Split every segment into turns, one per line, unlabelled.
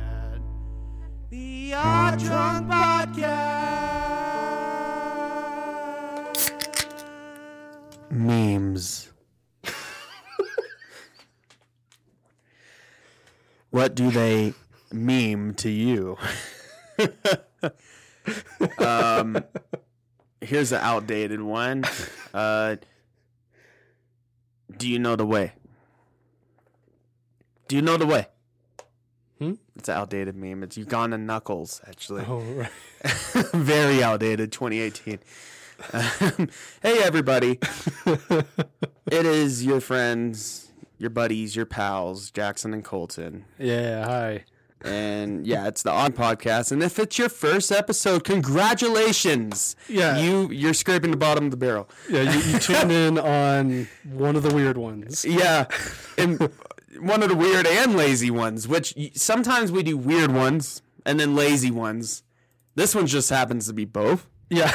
uh, the Odd Drunk Podcast.
memes. what do they meme to you? um, here's an outdated one. Uh, do you know the way? Do you know the way?
Hmm?
It's an outdated meme. It's Uganda Knuckles, actually.
Oh, right.
Very outdated, 2018. Um, hey, everybody. It is your friends, your buddies, your pals, Jackson and Colton.
yeah, hi.
And yeah, it's the Odd Podcast. And if it's your first episode, congratulations.
Yeah.
You you're scraping the bottom of the barrel.
Yeah, you, you tune in on one of the weird ones.
Yeah. And one of the weird and lazy ones, which y- sometimes we do weird ones and then lazy ones. This one just happens to be both.
Yeah.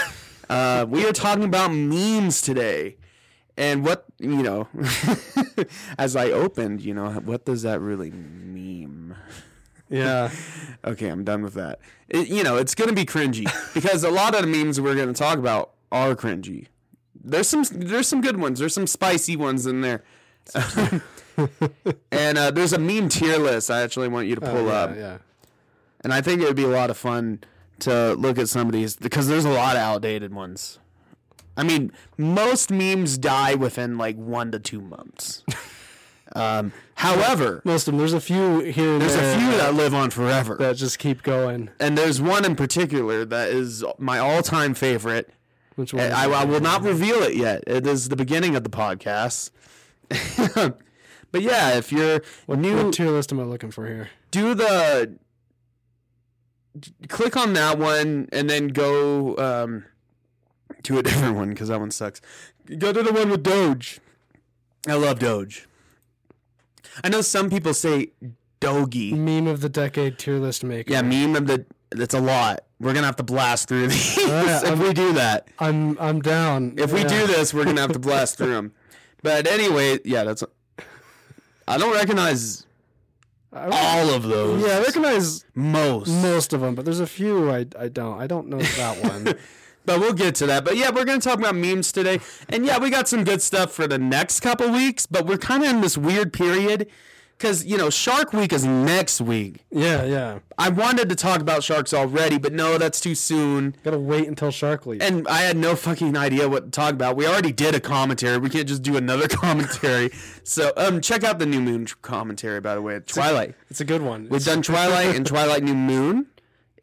Uh, we are talking about memes today. And what, you know, as I opened, you know, what does that really meme?
Yeah.
Okay, I'm done with that. It, you know, it's going to be cringy because a lot of the memes we're going to talk about are cringy. There's some there's some good ones. There's some spicy ones in there. and uh, there's a meme tier list I actually want you to pull
yeah,
up.
Yeah.
And I think it would be a lot of fun to look at some of these because there's a lot of outdated ones. I mean, most memes die within like one to two months. um, however,
Most of them. There's a few here and
there's a
there
few that live on forever.
that just keep going.
and there's one in particular that is my all-time favorite.
Which one?
I, I- I will not reveal it yet. It is the beginning of the podcast. but yeah, if you're new,
what tier list am I looking for here?
do the click on that one and then go um, to a different one because that one sucks. Go to the one with Doge. I love Doge. I know some people say Dogie.
Meme of the decade tier list maker.
Yeah, meme of the. That's a lot. We're gonna have to blast through these
yeah,
if we do that.
I'm I'm down.
If we do this, we're gonna have to blast through them. But anyway, yeah, that's. I don't recognize
I,
all of those.
yeah, I recognize
most.
most of them, but there's a few I, I don't. I don't know that one.
But we'll get to that. But yeah, we're gonna talk about memes today, and yeah, we got some good stuff for the next couple weeks. But we're kind of in this weird period because you know Shark Week is next week.
yeah, yeah.
I wanted to talk about sharks already, but no, that's too soon.
Gotta wait until Shark Week.
and I had no fucking idea what to talk about. We already did a commentary. We can't just do another commentary. so um, check out the New Moon tr- commentary, by the way. Twilight.
It's a good one.
We've done Twilight and Twilight New Moon.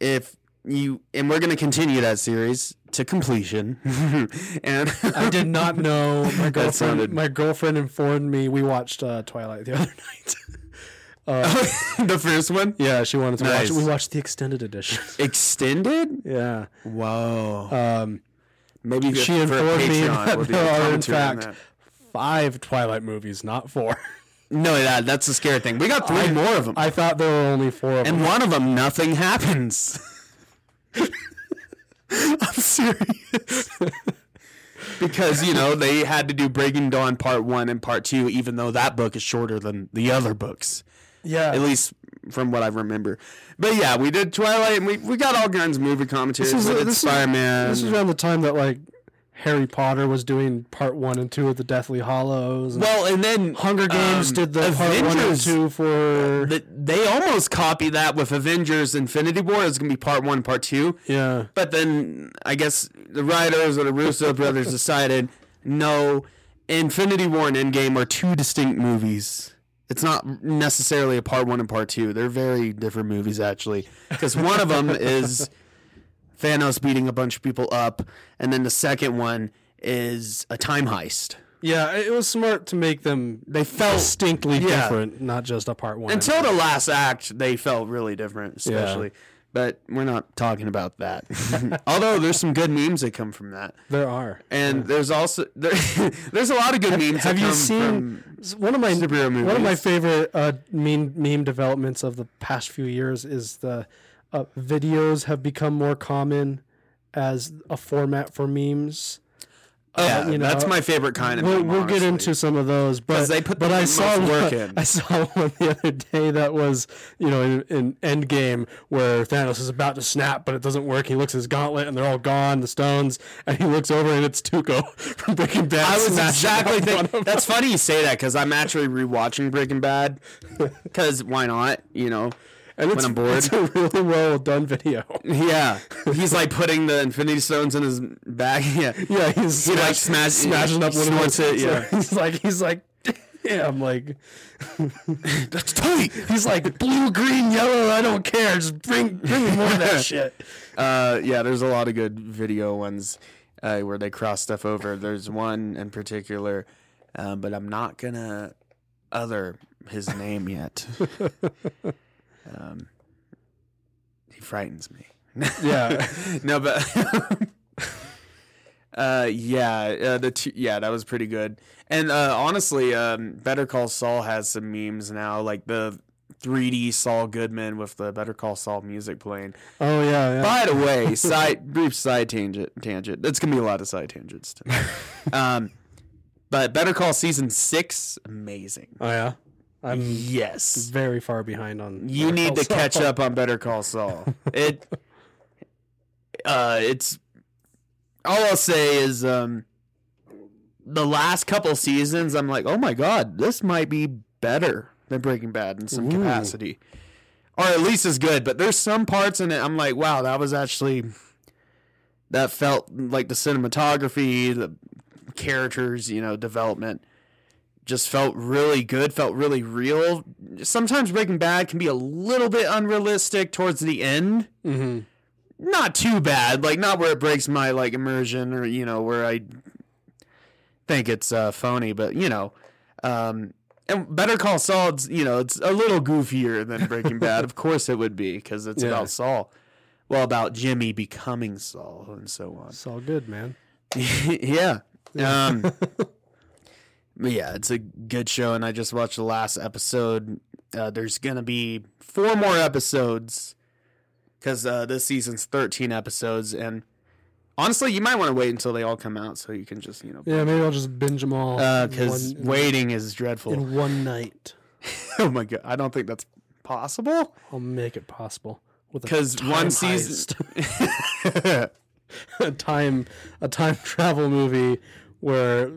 If you and we're gonna continue that series to completion. and
I did not know my girlfriend.
sounded-
My girlfriend informed me we watched uh, Twilight the other night.
the first one
Yeah, she wanted to
Nice.
watch. it. We watched the extended edition.
extended.
yeah,
Whoa.
um,
Maybe
she
for a
informed me
Patreon,
that
we'll do a
there are in
commentary on
fact
that.
five Twilight movies, not four.
No, that that's the scary thing. We got three more of them,
I thought there were only four of
and
them.
one of them nothing happens. I'm serious. because, you know, they had to do Breaking Dawn part one and part two, even though that book is shorter than the other books,
Yeah,
at least from what I remember. But yeah, we did Twilight and we, we got all kinds of movie commentaries.
This is-
we did
this is-
Spider Man.
this is around the time that like Harry Potter was doing part one and two of the Deathly Hollows. and
well, and then
Hunger Games
um,
did the part one and
Avengers-
two for
th- They almost copy that with Avengers Infinity War. It's going to be part one, part two.
yeah.
But then I guess the writers or the Russo brothers decided no, Infinity War and Endgame are two distinct movies. It's not necessarily a part one and part two. They're very different movies, actually. Because one of them is Thanos beating a bunch of people up, and then the second one is a time heist.
Yeah, it was smart to make them
They felt
distinctly
Yeah.
different, not just a part one.
until the last act, they felt really different, especially. But we're not talking about that. Although there's some good memes that come from that,
There are.
and there's also there, there's a lot of good memes.
Have
that
you
come
seen
from-
s- one of my
superhero
one of my
movies.
favorite uh, meme meme developments of the past few years is the uh, videos have become more common as a format for memes.
yeah,
uh, you know,
that's my favorite kind of.
We'll,
meme,
we'll get
honestly.
into some of those, but
'Cause they put
but
the
I
most
saw
work
one,
in.
I saw one the other day that was you know in, in Endgame where Thanos is about to snap, but it doesn't work. He looks at his gauntlet and they're all gone, the stones, and he looks over and it's Tuco from Breaking Bad.
I was
smashing
exactly
up on
thinking.
him.
That's funny you say that because I'm actually rewatching Breaking Bad. Because why not? You know,
And
when
it's-
I'm bored.
It's a really well done video.
Yeah, he's like putting the Infinity Stones in his bag. Yeah,
Yeah, he's
He, like,
smash-
smash-
smashing up one
snorts
of
it,
those-
yeah.
he's like he's like, yeah. I'm like,
that's tight.
he's like blue, green, yellow. I don't care. Just bring bring me more of that shit.
Uh, yeah, there's a lot of good video ones uh, where they cross stuff over. There's one in particular, uh, but I'm not gonna other his name yet. um, he frightens me.
Yeah.
no, but uh, yeah, uh, the two, yeah, that was pretty good. And uh, honestly, um, Better Call Saul has some memes now, like the 3D Saul Goodman with the Better Call Saul music playing.
Oh yeah. yeah.
By the way, side brief side tangent tangent. That's gonna be a lot of side tangents. Tonight. um, but Better Call season six, amazing.
Oh yeah. I'm
Yes,
very far behind on.
you
Better
need
Call
to
Saul.
catch up on Better Call Saul. It, uh, it's all I'll say is um, the last couple seasons, I'm like, oh my god, this might be better than Breaking Bad in some
Ooh.
capacity, or at least as good. But there's some parts in it I'm like, wow, that was actually that felt like the cinematography, the characters, you know, development just felt really good, felt really real. Sometimes Breaking Bad can be a little bit unrealistic towards the end.
Mhm.
Not too bad, like not where it breaks my like immersion or you know where I think it's uh, phony, but you know, um, and Better Call Saul, it's, you know, it's a little goofier than Breaking Bad. Of course, it would be because it's
Yeah.
about Saul. Well, about Jimmy becoming Saul and so on.
It's all good, man.
yeah.
Uh,
Um, but yeah, it's a good show, and I just watched the last episode. Uh, there's gonna be four more episodes because uh, this season's 13 episodes, and honestly, you might want to wait until they all come out so you can just you know,
Yeah, maybe I'll just binge them all. in
because
one-
waiting is dreadful.
in one night,
oh my god, I don't think that's possible.
I'll make it possible. with a
'Cause
time
one season-
heist. a time a time travel movie where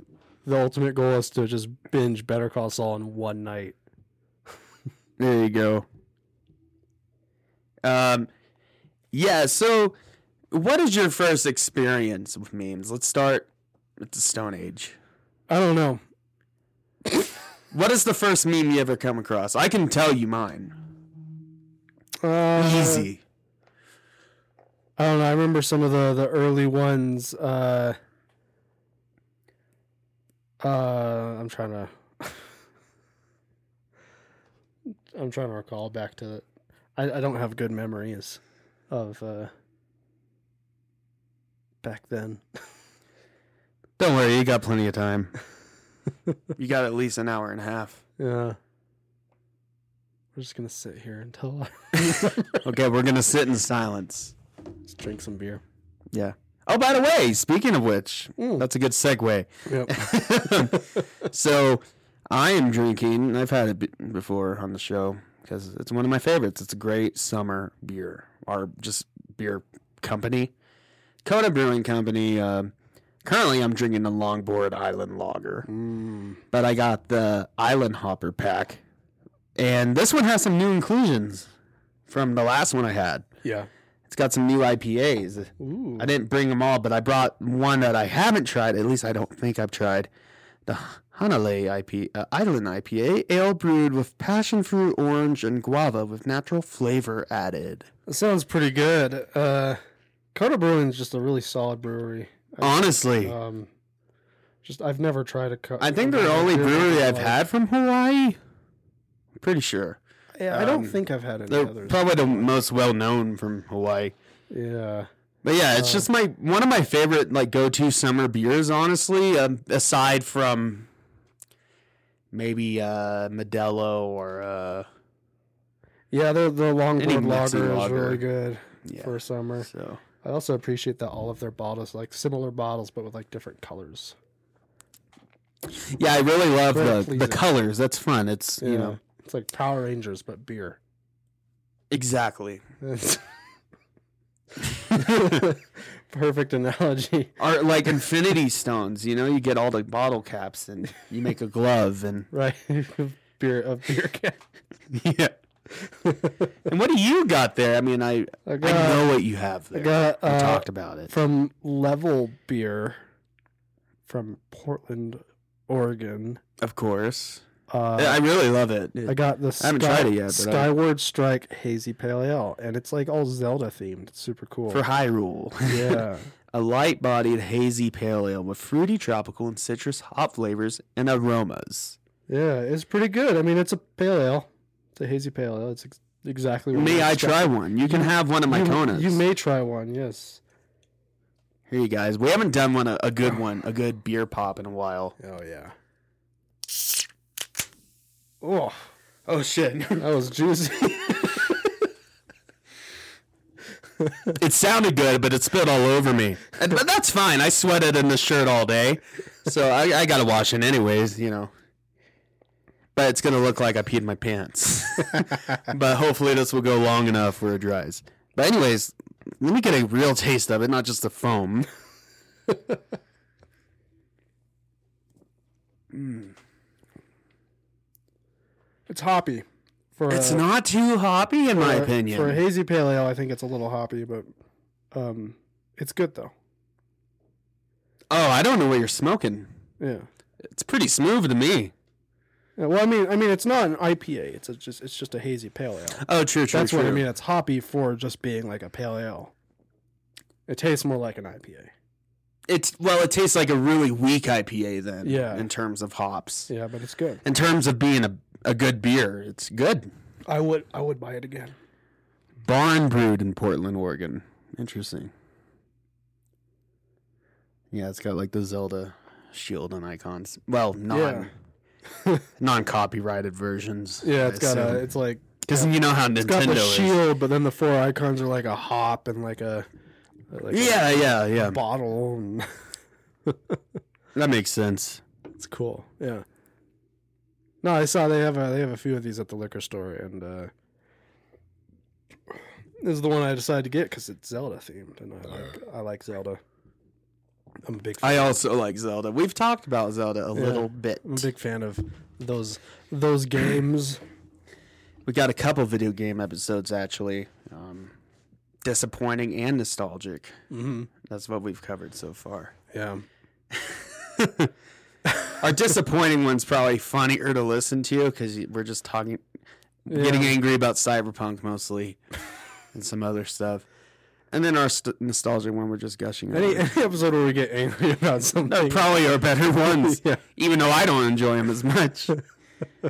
the ultimate goal is to just binge Better Call Saul in one night.
There you go. Um, yeah. So, what is your first experience with memes? Let's start with the Stone Age.
I don't know.
What is the first meme you ever come across? I can tell you mine.
Uh,
Easy.
I don't know. I remember some of the the early ones. Uh, uh, I'm trying to. I'm trying to recall back to. I, I don't have good memories of uh, back then.
Don't worry, you got plenty of time. you got at least an hour and a half.
Yeah. We're just gonna sit here until
Okay, we're gonna sit in silence.
Let's drink some beer.
Yeah. Oh, by the way, speaking of which,
Mm.
that's a good segue.
Yep.
so I am drinking. and I've had it be- before on the show because it's one of my favorites. It's a great summer beer or just beer company, Coda Brewing Company. Um currently, I'm drinking the Longboard Island Lager,
Mm.
but I got the Island Hopper pack, and this one has some new inclusions from the last one I had.
yeah.
It's got some new IPAs.
Ooh.
I didn't bring them all, but I brought one that I haven't tried. At least I don't think I've tried. The Hanale IP, uh, Island IPA, ale brewed with passion fruit, orange, and guava with natural flavor added.
That sounds pretty good. Uh Coda Brewing's just a really solid brewery.
Honestly,
Um just I've never tried a co-
I think they're the only brewery I've had from Hawaii. I'm pretty sure.
yeah, I don't think I've had any
Um, They're
others.
probably the most well known from Hawaii.
yeah.
But yeah,
Uh.
it's just my one of my favorite like go to summer beers, honestly. Um, aside from maybe uh, Modelo or uh,
Yeah, the the longboard
Mexican
lager is
lager.
really good
Yeah.
for summer.
so
I also appreciate that all of their bottles, like similar bottles, but with like different colors.
yeah, I really love
Very
the the
pleasing.
colors. That's fun. It's
Yeah.
you know
it's like Power Rangers but beer.
exactly
It's- Perfect analogy,
or like Infinity Stones. You know, you get all the bottle caps and you make a glove and
right? beer a beer can.
yeah. and what do you got there? I mean, I
I
I,
got-
know what you have there.
Uh, got,
we
uh,
talked about it.
from Level Beer from Portland, Oregon.
Of course,
Uh,
I really love it.
I got the
I haven't
Sky-
tried it yet, but I-
Skyward Strike Hazy Pale Ale, and it's like all Zelda themed. It's super cool.
for Hyrule.
yeah,
a light bodied hazy pale ale with fruity, tropical, and citrus hop flavors and aromas.
yeah, it's pretty good. I mean, it's a pale ale. It's a hazy pale ale. It's ex- exactly. What
May
we
I
expect.
try one? You can have one of my
you,
Konas.
You may try one. Yes.
Here you guys. We haven't done one a, a good one, a good beer pop in a while.
Oh yeah. Oh,
Oh shit.
that was juicy.
it sounded good, but it spilled all over me. And- but that's fine. I sweated in the shirt all day. So I, I gotta wash it anyways, you know. But it's gonna look like I peed my pants. but hopefully this will go long enough where it dries. But anyways, let me get a real taste of it, not just the foam.
it's hoppy. For
It's
a-
not too hoppy, in my
for-
opinion.
For a hazy pale ale, I think it's a little hoppy, but um, it's good though.
oh, I don't know what you're smoking.
Yeah.
It's pretty smooth to me.
Yeah, well, I mean, I mean, it's not an IPA. It's a just, it's just a hazy pale ale.
Oh, true, true,
That's
true.
what I mean. It's hoppy for just being like a pale ale. It tastes more like an IPA.
It's well, it tastes like a really weak IPA then.
Yeah.
In terms of hops.
Yeah, but it's good.
in terms of being a, a good beer, it's good.
I would, I would buy it again.
Barn brewed in Portland, Oregon. Interesting. Yeah, it's got like the Zelda shield and icons. Well, non non copyrighted versions.
Yeah, it's got
um,
a, it's like
because you know how
got
Nintendo
the
is.
shield, but then the four icons are like a hop and like a, like
Yeah, yeah,
a
yeah.
bottle. And
That makes sense.
it's cool. Yeah. No, I saw they have a, they have a few of these at the liquor store, and uh, this is the one I decided to get because it's Zelda themed, and I like I like Zelda. I'm a big fan.
I also like Zelda. We've talked about Zelda a little bit.
I'm a big fan of those those games.
We got a couple video game episodes actually. Um, disappointing and nostalgic. Mm-hmm. That's what we've covered so far.
Yeah,
Our disappointing one's probably funnier to listen to because we're just talking, getting angry about Cyberpunk mostly, and some other stuff. And then our st- nostalgic one, we're just gushing.
any,
Over.
any episode where we get angry about something.
Probably our better ones,
Yeah.
even though I don't enjoy them as much.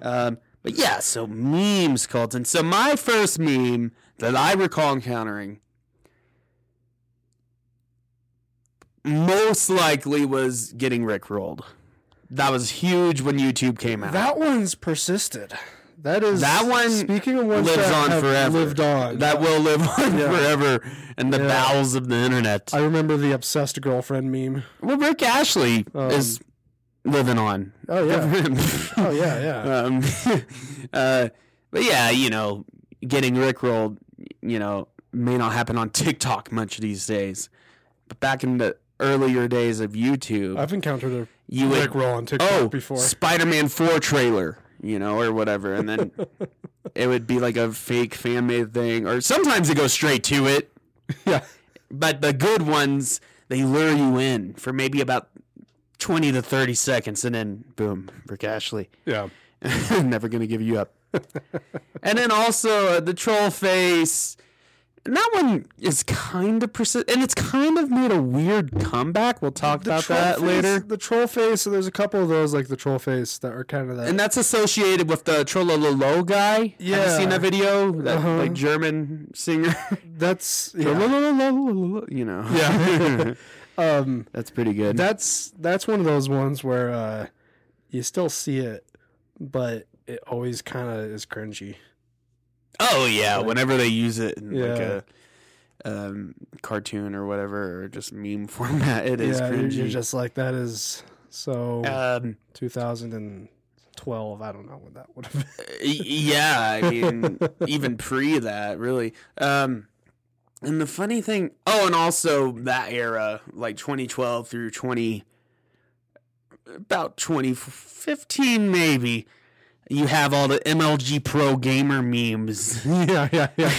um, but yeah, so memes, Colton. So my first meme that I recall encountering most likely was getting rickrolled. That was huge when YouTube came out.
That one's persisted. That is
That one
Speaking of ones
lives
that
on
have
forever.
lived on.
that will live on forever in the
Yeah.
bowels of the internet.
I remember the obsessed girlfriend meme.
well, Rick Ashley is living on.
Oh yeah. oh yeah, yeah.
um, uh, but yeah, you know, getting rickrolled, you know, may not happen on TikTok much these days. But back in the earlier days of YouTube,
I've encountered a
you would
Rick roll on TikTok
oh
before.
Spider-Man Four trailer, you know, or whatever, and then it would be like a fake fan made thing, or sometimes it goes straight to it.
yeah.
But the good ones, they lure you in for maybe about twenty to thirty seconds, and then boom, Rick Ashley.
Yeah.
never gonna give you up. and then also uh, the troll face, And that one is kind of persist, and it's kind of made a weird comeback. We'll talk about
troll
that
face-
later.
The troll face. So there's a couple of those like the troll face that are kind of that.
And that's associated with the Trolololo guy. Have you
Yeah.
seen that video? That
Uh-huh.
like German singer.
that's yeah.
Trololololo, you know.
Yeah. um,
that's pretty good.
that's that's one of those ones where uh, you still see it, but it always kind of is cringy.
oh yeah, whenever they use it in like
Yeah.
a um, cartoon or whatever, or just meme format, it is
yeah, you're-
cringy.
you're just like that is so
um,
2012. I don't know when that would have been.
Y- yeah i mean even pre that really um and the funny thing oh and also that era like 2012 through 20 about 2015 maybe you have all the mlg pro gamer memes
yeah, yeah, yeah.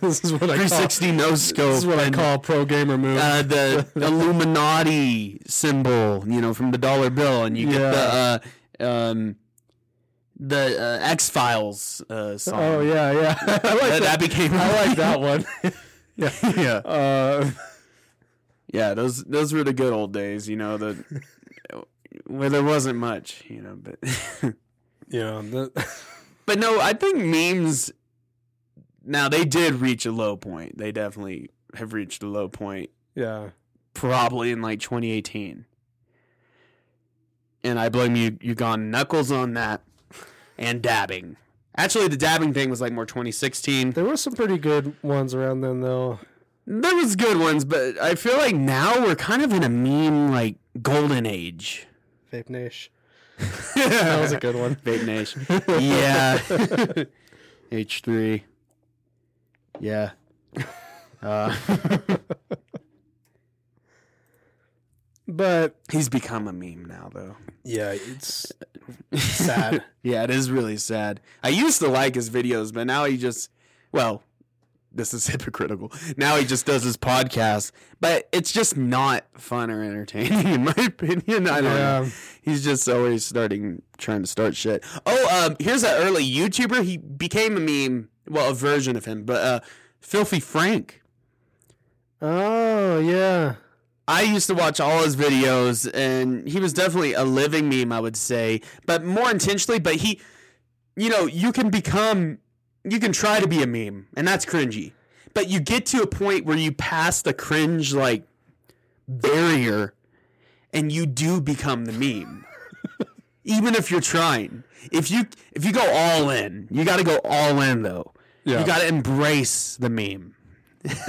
this is what I call.
360 no
oh, This
scope
is what I call pro gamer move.
uh, the Illuminati symbol, you know, from the dollar bill, and you get the uh, um, the uh, X Files uh, song.
oh yeah, yeah. I
that,
like that.
that became.
I like that one.
yeah,
Uh,
yeah. Those those were the good old days, you know. The where there wasn't much, you know, but
yeah, the-
but no, I think memes. Now they did reach a low point. They definitely have reached a low point.
yeah.
probably in like 2018. And I blame you, you gone knuckles on that and dabbing. Actually, the dabbing thing was like more 2016.
There were some pretty good ones around then, though.
There was good ones, but I feel like now we're kind of in a meme like golden age.
Vape Nash.
that
That was a good one.
Vape Nation. yeah. H3. Yeah. Uh,
But
he's become a meme now, though.
yeah, it's sad.
Yeah, it is really sad. I used to like his videos, but now he just, well, this is hypocritical. Now he just does his podcast, but it's just not fun or entertaining, in my opinion. I don't know.
Yeah.
He's just always starting, trying to start shit. Oh, um, here's an early YouTuber. He became a meme, well, a version of him, but uh, Filthy Frank.
oh yeah,
I used to watch all his videos, and he was definitely a living meme, I would say, but more intentionally. But he, you know, you can become, you can try to be a meme, and that's cringy. But you get to a point where you pass the cringe, like, barrier, and you do become the meme. Even if you're trying, if you if you go all in, you got to go all in though.
Yeah.
You got to embrace the meme.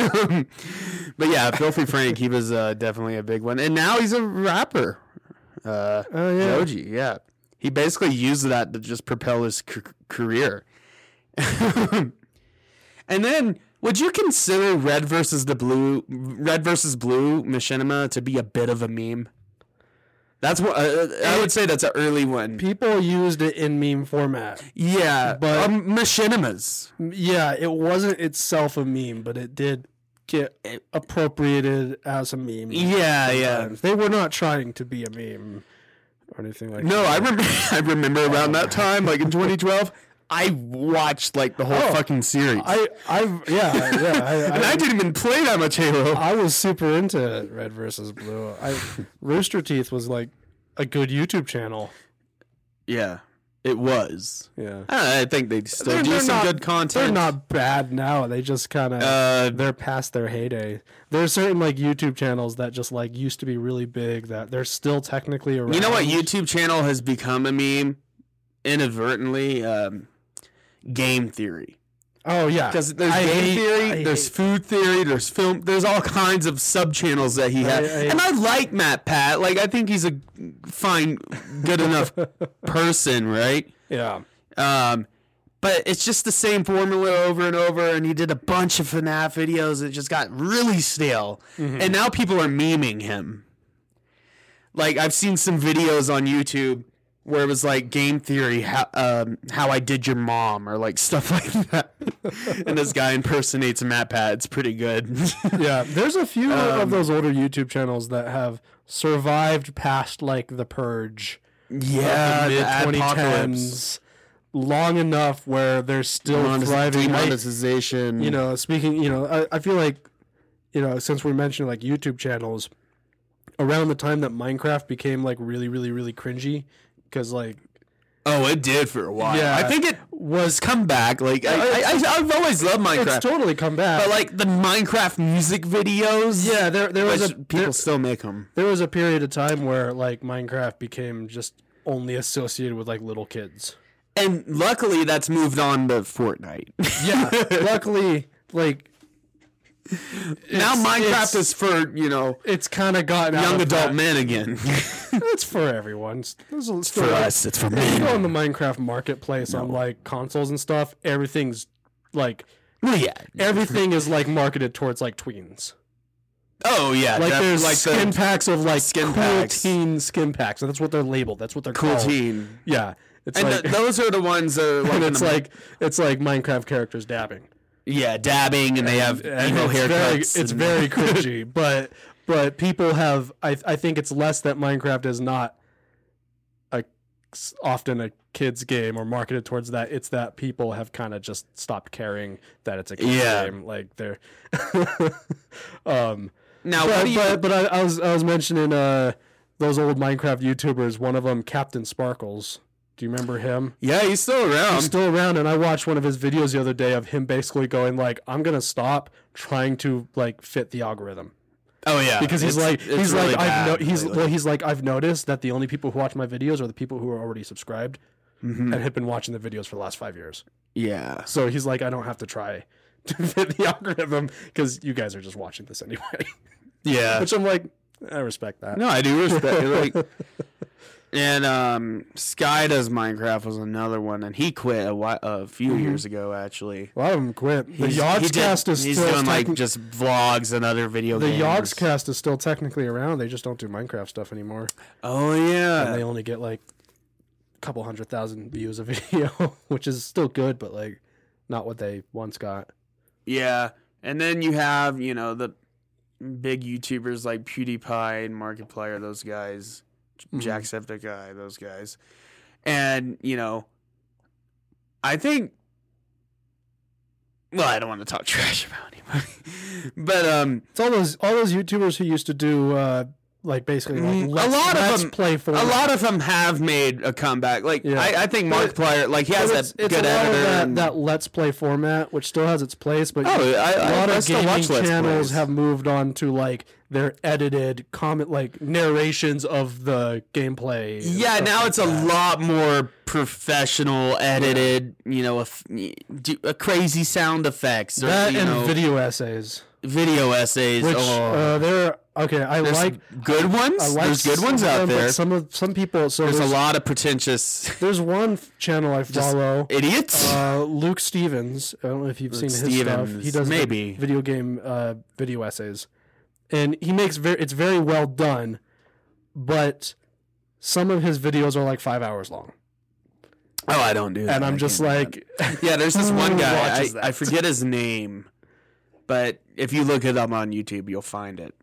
but yeah, Filthy Frank, he was uh, definitely a big one, and now he's a rapper. Uh,
oh yeah.
Joji, yeah, he basically used that to just propel his c- career. and then, would you consider Red versus the Blue, Red versus Blue Machinima to be a bit of a meme? That's what uh, I would say. That's an early one.
People used it in meme format.
Yeah,
But-
um, machinimas.
Yeah, it wasn't itself a meme, but it did get appropriated as a meme.
Yeah, yeah.
sometimes. They were not trying to be a meme or anything like
No,
that.
I remember. I remember around that time, like in 2012, I watched like the whole
Oh,
fucking series,
I, I, yeah, yeah. I, Uh,
and I,
I,
didn't even play that much Halo.
I was super into Red versus Blue. I, Rooster Teeth was like a good YouTube channel.
yeah, it was.
Yeah,
I I think they still
They're-
do
they're
some
not-
good
they're
content.
not bad now. They just kind of
Uh,
they're past their heyday. There are certain like YouTube channels that just like used to be really big that they're still technically around.
Uh, you know what? YouTube channel has become a meme inadvertently. Um, game theory.
Oh yeah,
Because there's
I
game
hate-
theory,
I
there's
hate-
food theory, there's film, there's all kinds of sub channels that he had.
I- I-
and I like Matt Pat. Like I think he's a fine, good enough person, right?
yeah.
Um, but it's just the same formula over and over. And he did a bunch of FNAF videos. It just got really stale.
Mm-hmm.
And now people are memeing him. Like I've seen some videos on YouTube where it was like game theory, how, um, how I did your mom, or like stuff like that. and this guy impersonates Matt Pat. It's pretty good.
Yeah, there's a few
Um,
of those older YouTube channels that have survived past like the purge,
yeah,
mid
the Uh, apocalypse.
2010s, long enough where they're still
Monet-
thriving. I-
demonetization.
you know, speaking, you know, I, I feel like, you know, since we mentioned like YouTube channels, around the time that Minecraft became like really, really, really cringy, because like
Oh, it did for a while.
Yeah.
I think it was come back. Like I, I, I, I've always loved Minecraft,
it's totally come back.
but like the Minecraft music videos.
yeah, there there was
which
a
people
there,
still make them.
there was a period of time where like Minecraft became just only associated with like little kids.
And luckily, that's moved on to Fortnite.
Yeah, luckily, like
now
it's-
Minecraft is for you know
it's kind of gotten out
young
of
adult
that.
men again.
It's for everyone. It's, it's still
for us, it's for
Still
men.
on the Minecraft marketplace on like consoles and stuff, everything's like
Well, yeah.
everything is like marketed towards like tweens.
Oh yeah.
Like
def-
there's
like
skin
the
packs of like
skin
cool
packs.
teen skin packs. That's what they're labeled. That's what they're
cool
called.
teen.
Yeah, Oh. it's
And
like
th- those are the ones that are like,
and
in
it's
the-
like it's like Minecraft characters dabbing.
yeah, dabbing, and they have
And
emo
it's very,
haircuts. and-
it's very cringy, but but people have. I I think it's less that Minecraft is not a often a kids game or marketed towards that. It's that people have kind of just stopped caring that it's a kids
Yeah.
game. Like they're. um,
now. Oh, what
but
do you,
but, but I, I was I was mentioning uh those old Minecraft YouTubers. One of them, Captain Sparkles. Do you remember him?
yeah, he's still around.
He's still around, and I watched one of his videos the other day of him basically going like, "I'm gonna stop trying to like fit the algorithm."
oh yeah,
because he's
It's-
like
it's
he's
really
like I've
bad
no- he's
lately.
well he's like I've noticed that the only people who watch my videos are the people who are already subscribed and have been watching the videos for the last five years.
yeah.
So he's like I don't have to try to fit the algorithm because you guys are just watching this anyway.
Yeah.
Which I'm like I respect that.
no, I do respect it. Like, and um, Sky does Minecraft was another one, and he quit a, while, a few years ago actually.
A lot of them quit. Mm-hmm. The
He's- he did-
Yogscast is
he's
still
doing like
techni-
just vlogs and other video.
the
games.
Yogscast is still technically around. They just don't do Minecraft stuff anymore.
Oh yeah,
and they only get like a couple hundred thousand views a video, which is still good, but like not what they once got.
yeah. And then you have you know the big YouTubers like PewDiePie and Markiplier, those guys,
Mm-hmm.
Jacksepticeye, those guys, and you know, I think. Well, I don't want to talk trash about him, but um,
It's all those all those YouTubers who used to do uh like basically like
Mm, a
let's,
lot of
let's
them-
play for
a lot of them have made a comeback. Like
Yeah.
I, I think
But-
Markiplier, like he has
it's,
that
it's
good
a lot
editor.
of that,
and-
that let's play format, which still has its place, but
oh, I,
a
I,
lot
I
of
still
gaming
watch Let's
channels
Plays.
have moved on to like their edited comment like narrations of the gameplay. and
Yeah,
stuff
now
like
it's a
that.
lot more professional, edited. You know, a, f- do- a crazy sound effects or
that
you
and
know,
video essays.
video essays.
Which
oh,
uh, there okay, I
there's
like
good ones.
I like
there's good
some
ones
of
out
them, but
there.
Some of some people so
there's
there's
a lot of pretentious
there's one f- channel I follow.
idiots.
Uh, Luke Stevens. I don't know if you've seen his stuff. He
Stevens,
does vi-
maybe.
video game uh, video essays, and he makes very it's very well done, but some of his videos are like five hours long,
oh, I don't do that.
and
I
I'm just
can't do that.
like, "Oh,
Yeah, there's this
Who
one guy. I,
watches
I forget his name, but if you look it up on YouTube, you'll find it.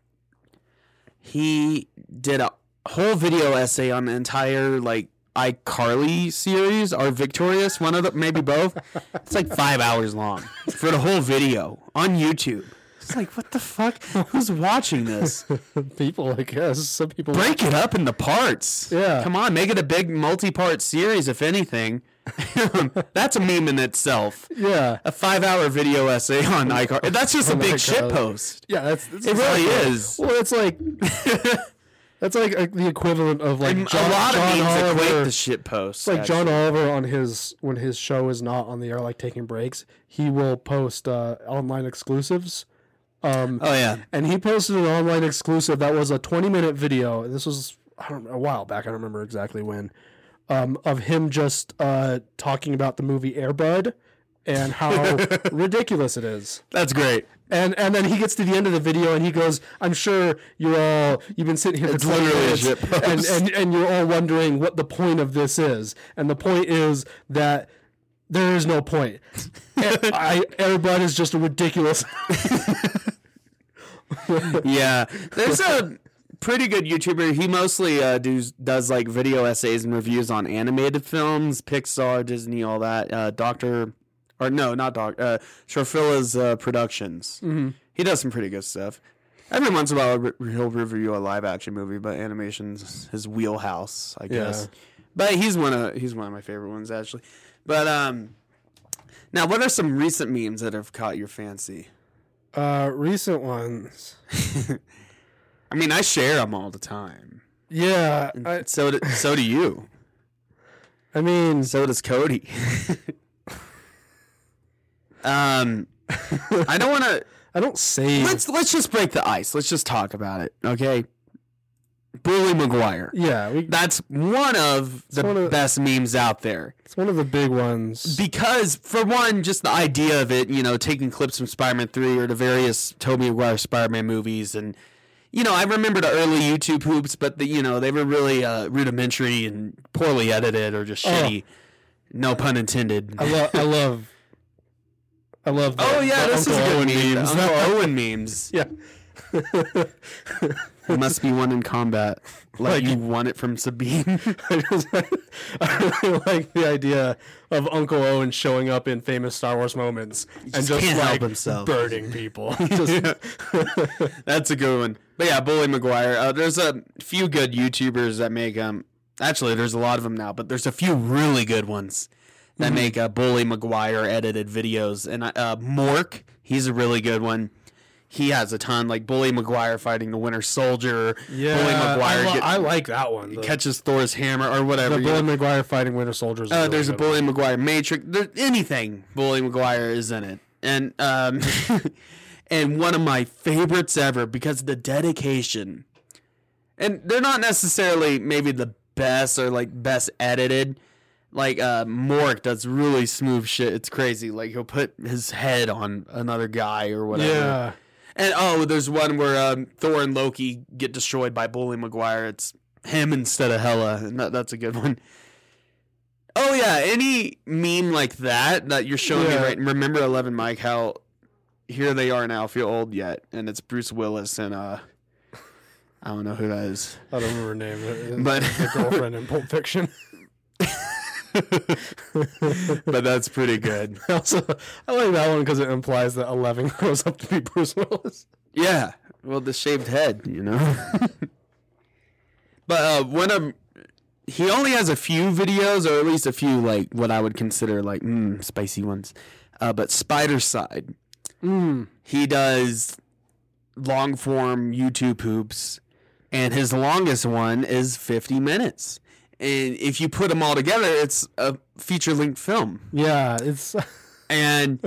He did a whole video essay on the entire like iCarly series or Victorious, one of the maybe both. It's like five hours long for the whole video on YouTube. It's like what the fuck? Who's watching this?
people, I guess some people.
Break it up into parts.
Yeah.
Come on, make it a big multi-part series, if anything. That's a meme in itself
Yeah,
a five hour video essay on iCar. That's just a big shit
iCarly.
post.
yeah, that's, that's
It really
exactly-
is.
Well, it's like that's like uh, the equivalent of like John,
a lot
John
of memes
Oliver.
equate to shit posts.
It's like John Oliver on his when his show is not on the air, like taking breaks, he will post uh, online exclusives. Um,
Oh yeah.
and he posted an online exclusive that was a 20 minute video. This was I don't know, a while back. I don't remember exactly when. Um, of him just uh, talking about the movie Airbud and how ridiculous it is.
That's great.
And and then he gets to the end of the video and he goes, "I'm sure you're all you've been sitting here for 20
literally a
minutes
shit post.
and, and and you're all wondering what the point of this is. And the point is that there is no point. Eh, I, Airbud is just a ridiculous.
Yeah. There's a pretty good YouTuber. He mostly uh, does does like video essays and reviews on animated films, Pixar, Disney, all that. Uh, Doctor, or no, not Doctor. Uh, Sharfila's uh, productions. Mm-hmm. He does some pretty good stuff. Every once in a while, re- he'll review a live action movie, but animation's his wheelhouse, I guess. But he's one of he's one of my favorite ones actually. But um, now what are some recent memes that have caught your fancy?
Uh, recent ones.
I mean, I share them all the time.
Yeah, I,
So do, so do you.
I mean,
So does Cody. um, I don't want to.
I don't save.
Let's let's just break the ice. Let's just talk about it, okay? Bully McGuire.
yeah, we,
That's one of the
one of-
best memes out there.
it's one of the big ones.
Because, for one, just the idea of it, you know, taking clips from Spider Man 3 or the various Tobey Maguire Spider Man movies. And, you know, I remember the early YouTube hoops, but, the, you know, they were really uh, rudimentary and poorly edited or just shitty. No pun intended.
Oh. I love. I love. I love. The,
Oh yeah,
the
this
Uncle
is a good
Owen
meme. The
memes.
Uncle Owen memes.
yeah,
There must be one in combat. Like,
Like-
you won it from Sabine.
I just I really like the idea of Uncle Owen showing up in famous Star Wars moments and
just
just
can't
like
help himself.
burning people. Just-
That's a good one. But yeah, Bully McGuire. Uh, there's a few good YouTubers that make um. Actually, there's a lot of them now, but there's a few really good ones that
Mm-hmm.
make uh, Bully McGuire edited videos. And uh, Mork, he's a really good one. He has a ton like Bully McGuire fighting the Winter Soldier.
yeah,
Bully McGuire
I, lo-
get-
I like that one. The,
catches Thor's hammer or whatever.
the
you
Bully
know.
McGuire fighting Winter Soldiers.
Uh, there's a Bully McGuire Matrix. There, anything Bully McGuire is in it, and um, and one of my favorites ever because the dedication, and they're not necessarily maybe the best or like best edited. Like uh, Mork does really smooth shit. It's crazy. Like he'll put his head on another guy or whatever.
Yeah,
And oh, there's one where um, Thor and Loki get destroyed by Bully McGuire. It's him instead of Hela, and that, that's a good one. Oh yeah, any meme like that that you're showing
Yeah.
me right? Remember Eleven Mike? How here they are now, feel old yet, and it's Bruce Willis and uh, I don't know who that is,
I don't remember her name.
but
the girlfriend in Pulp Fiction.
but that's pretty good.
I also, I like that one because it implies that Eleven grows up to be Bruce Willis.
Yeah. Well, the shaved head, you know. but uh, one of he only has a few videos, or at least a few like what I would consider like mm, spicy ones. Uh, but Spider Side, he does long form YouTube poops, and his longest one is fifty minutes. And if you put them all together, it's a feature length film
Yeah, it's
and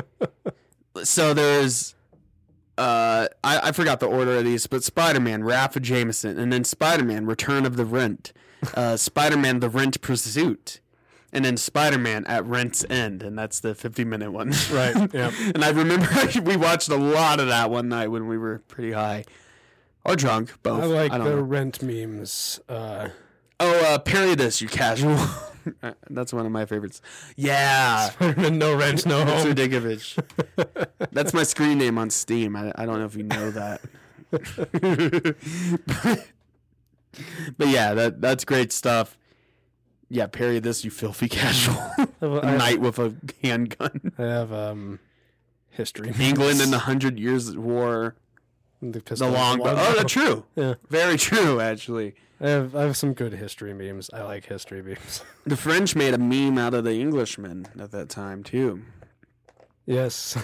so there's uh I, I forgot the order of these, but Spider-Man, Wrath of Jameson, and then Spider-Man, Return of the Rent, uh, Spider-Man, The Rent Pursuit, and then Spider-Man at Rent's End, and that's the 50-minute one.
right. Yeah,
and I remember we watched a lot of that one night when we were pretty high or drunk, both.
I like
don't
the
know.
rent memes. Uh,
Oh, uh, parry this, you casual. Uh, that's one of my favorites. Yeah.
no rent, no
That's
home.
Radikovich. That's my screen name on Steam. I, I don't know if you know that. but yeah, that that's great stuff. Yeah, parry this, you filthy casual.
I-
Knight with a handgun.
I have um history.
England in the Hundred Years' War.
the,
The
pistol
long.
one.
Oh, that's true.
Yeah.
Very true, actually.
I have I have some good history memes. I like history memes.
The French made a meme out of the Englishmen at that time, too.
yes,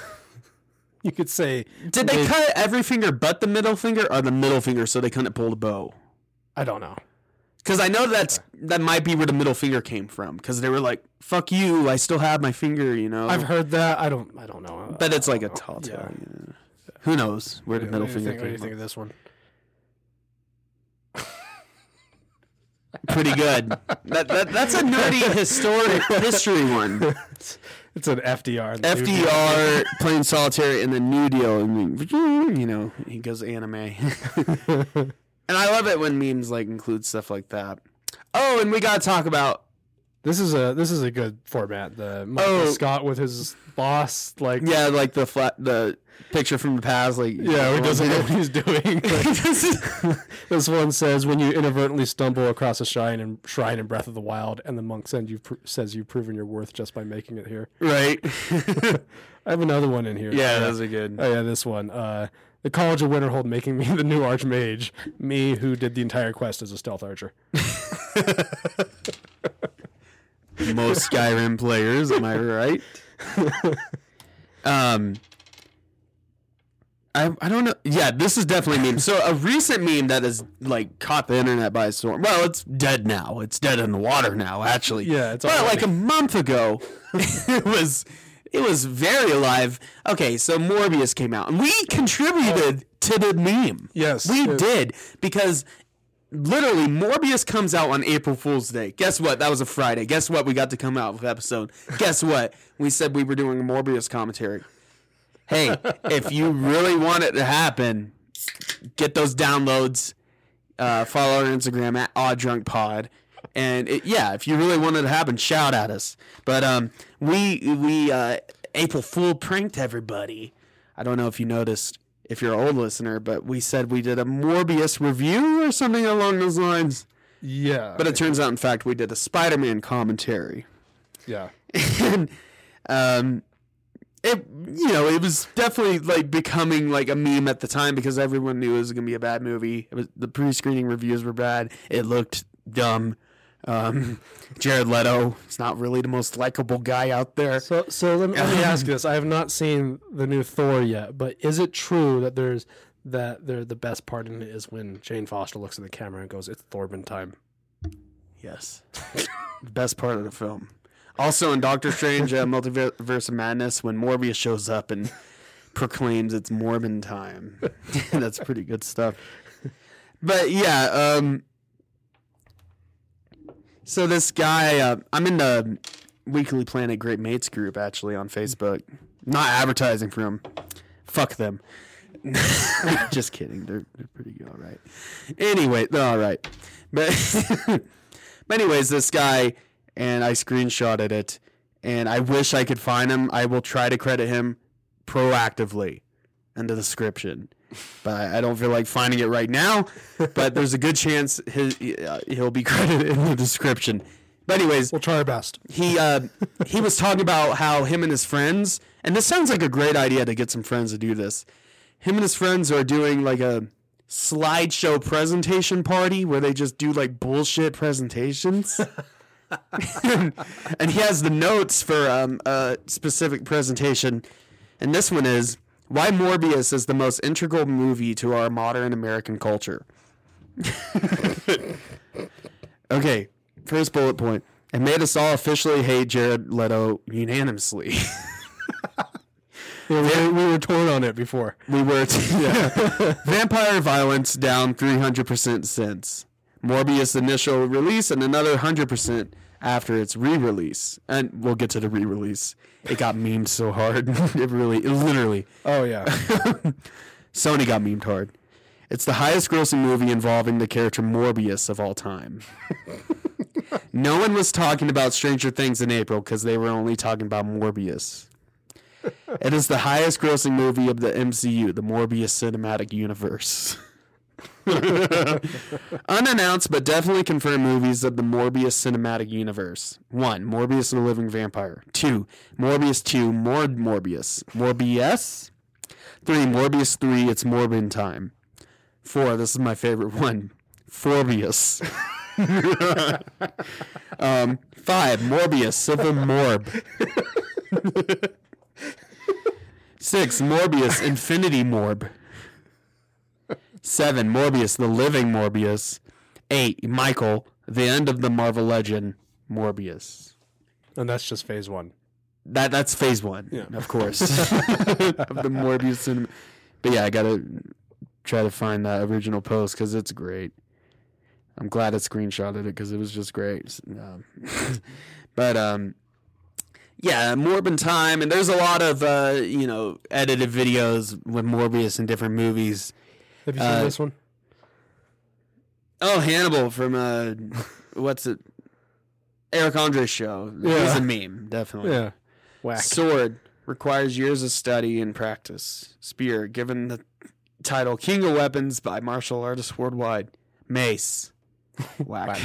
you could say
Did they cut every finger but the middle finger or the middle finger so they couldn't pull the bow?
I don't know.
Because I know that's that might be where the middle finger came from. Because they were like, "Fuck you, I still have my finger," you know.
I've heard that. I don't. I don't know.
Oh. but it's like a tall tale.
Yeah.
yeah. Who knows where the middle
what do you
finger
think, what do
came
you think
from?
of this one?
Pretty good. that, that that's a nerdy historic history one.
it's, it's an FDR. and the New Deal.
FDR playing solitaire and the New Deal, and then, you know he goes anime. and I love it when memes like include stuff like that. Oh, and we gotta talk about
This is a this is a good format. The Michael
Oh.
Scott with his boss, like
Yeah, like the flat, the picture from the past, like
yeah, he doesn't know what he's doing. but this one says, "When you inadvertently stumble across a shrine and shrine in Breath of the Wild, and the monk send you pr- says you've proven your worth just by making it here."
right.
I have another one in here.
yeah,
Uh,
those are good.
Oh yeah, this one. Uh, the College of Winterhold making me the new Archmage, me who did the entire quest as a stealth archer.
Most Skyrim players, am I right? um, I I don't know. Yeah, this is definitely a meme. So a recent meme that has like caught the internet by storm. Well, it's dead now. It's dead in the water now. Actually,
Yeah, it's
but
all
like a month ago, it was it was very alive. Okay, so Morbius came out, and we contributed to the meme.
Yes,
we
it-
did because literally Morbius comes out on April Fool's Day. Guess what? That was a Friday. Guess what? We got to come out with episode. Guess what? We said we were doing a Morbius commentary. Hey, if you really want it to happen, get those downloads. Uh, follow our Instagram at Odd Drunk Pod. And it, yeah, if you really want it to happen, shout at us. But um, we we uh, April Fool pranked everybody. I don't know if you noticed if you're an old listener, but we said we did a Morbius review or something along those lines.
Yeah,
But it turns out, in fact, we did a Spider-Man commentary.
yeah,
and um, it you know it was definitely like becoming like a meme at the time because everyone knew it was gonna be a bad movie. It was the pre-screening reviews were bad. It looked dumb. Um, Jared Leto, it's not really the most likable guy out there.
So, so let me, let me ask you this: I have not seen the new Thor yet, but is it true that there's that there the best part in it is when Jane Foster looks in the camera and goes, "It's Thorbin time."
Yes, the best part of the film. Also in Doctor Strange, uh, Multiverse of Madness, when Morbius shows up and proclaims it's Morbin time. That's pretty good stuff. But yeah, um, so this guy, uh, I'm in the Weekly Planet Great Mates group actually on Facebook. Not advertising for them. Fuck them. Just kidding. They're they're pretty good, all right. Anyway, they're all right. But But anyways, this guy and I screenshotted it, and I wish I could find him. I will try to credit him proactively in the description, but I, I don't feel like finding it right now. But there's a good chance his, uh, he'll be credited in the description. But anyways,
We'll try our best.
he uh, he was talking about how him and his friends, and this sounds like a great idea to get some friends to do this. Him and his friends are doing like a slideshow presentation party where they just do like bullshit presentations. and he has the notes for um, a specific presentation, and this one is why Morbius is the most integral movie to our modern American culture. Okay, first bullet point. It made us all officially hate Jared Leto unanimously.
Yeah, we, we were torn on it before.
we were vampire violence down 300% since Morbius' initial release and another 100% after its re-release. And we'll get to the re-release. It got memed so hard. it really, it literally.
Oh yeah,
Sony got memed hard. It's the highest grossing movie involving the character Morbius of all time. no one was talking about Stranger Things in April because they were only talking about Morbius. It is the highest grossing movie of the MCU, the Morbius Cinematic Universe. Unannounced but definitely confirmed movies of the Morbius Cinematic Universe. 1. Morbius and the Living Vampire. 2. Morbius 2, more Morbius. Morbius? Three, Morbius three, it's Morbin time. Four, this is my favorite one. Forbius. um, five, Morbius, Civil Morb. Six, Morbius, Infinity Morb. Seven, Morbius, the Living Morbius. Eight, Michael, the end of the Marvel legend, Morbius.
and that's just phase one.
That that's phase one,
Yeah.
of course, of the Morbius cinema. But yeah, I gotta try to find that original post because it's great. I'm glad I screenshotted it because it was just great. Um, but um, yeah, Morbin time, and there's a lot of uh, you know edited videos with Morbius in different movies.
Have you seen
Uh,
this one?
Oh, Hannibal from uh, what's it? Eric Andre's show. Yeah. He's a meme, definitely.
Yeah. Whack.
Sword requires years of study and practice. Spear, given the title King of Weapons by martial artists worldwide. Mace. Whack. yeah.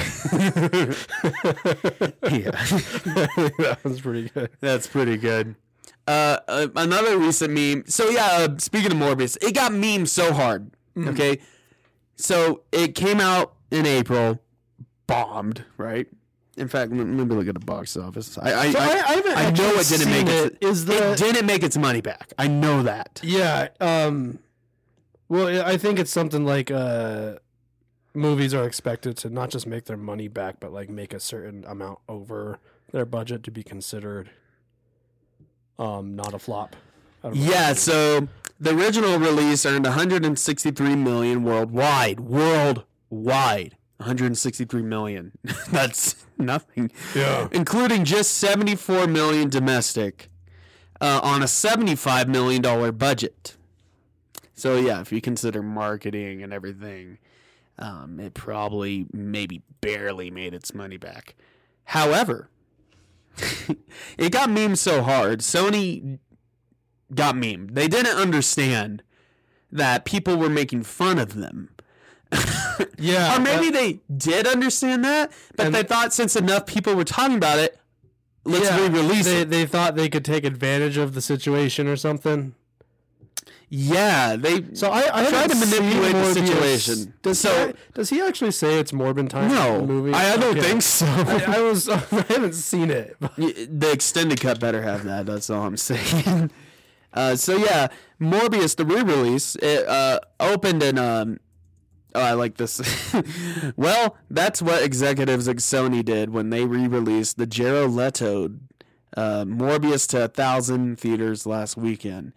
that was pretty good.
That's pretty good. Uh, uh, another recent meme. So yeah, uh, speaking of Morbius, it got memed so hard. Okay, so it came out in April, bombed. Right. In fact, let, let me look at the box office. I I,
So I- I
I,
haven't
I know
actually
it didn't
seen
make
it. Is the-
it didn't make its money back. I know that.
Yeah. Um, well, I- I think it's something like uh, movies are expected to not just make their money back, but like make a certain amount over their budget to be considered um, not a flop. I don't know.
Yeah. So the original release earned 163 million worldwide. Worldwide. 163 million. That's nothing.
Yeah.
including just 74 million domestic uh, on a 75 million dollar budget. So yeah, if you consider marketing and everything, um, it probably maybe barely made its money back. However, it got memed so hard, Sony got memed. They didn't understand that people were making fun of them.
Yeah.
Or maybe they did understand that, but
Uh, And-
they thought since enough people were talking about it, let's
Yeah,
re-release
they,
it.
they thought they could take advantage of the situation or something.
Yeah, they.
So I, I
Try to
haven't seen
manipulate the
Morbius.
situation.
Does
So-
he, does he actually say it's Morbin time?
no,
in the movie?
I, I don't
Okay.
think so.
I, I was I haven't seen it. but-
Y- the extended cut better have that. That's all I'm saying. Uh, so yeah, Morbius the re-release it uh, opened in. Um, oh, I like this. well, that's what executives at Sony did when they re-released the Jared Leto uh, Morbius to a thousand theaters last weekend.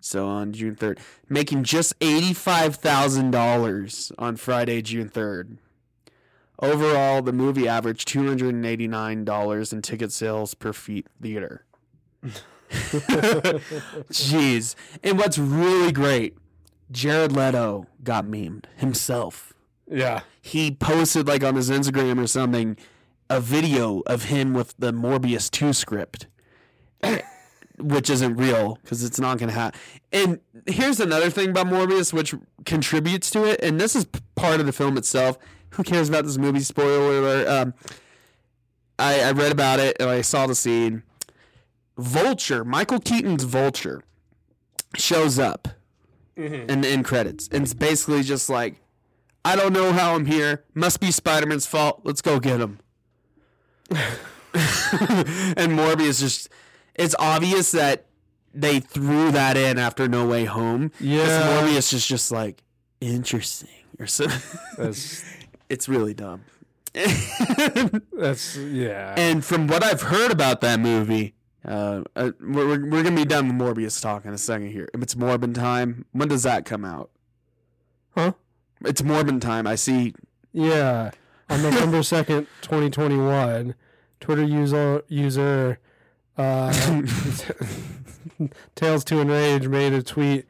So on June third, making just eighty-five thousand dollars on Friday, June third. Overall, the movie averaged two hundred and eighty-nine dollars in ticket sales per feet theater. Jeez! And what's really great, Jared Leto got memed himself.
Yeah.
He posted like on his Instagram or something a video of him with the Morbius two script, which isn't real because it's not gonna happen. And here's another thing about Morbius, which contributes to it, and this is p- part of the film itself. Who cares about this movie? Spoiler alert. Um, I, I read about it and I saw the scene. Vulture, Michael Keaton's Vulture, shows up in the end credits. And it's basically just like, I don't know how I'm here. Must be Spider Man's fault. Let's go get him. and Morbius just, it's obvious that they threw that in after No Way Home. 'Cause
Yeah.
Morbius is just like, interesting. Or so.
That's
it's really dumb.
that's yeah.
And from what I've heard about that movie, uh, uh, we're, we're, we're gonna be done with Morbius talk in a second here. It's Morbin time. When does that come out?
huh?
It's Morbin time. I see.
Yeah. On November second, twenty twenty one, Twitter user user uh, Tales to Enrage made a tweet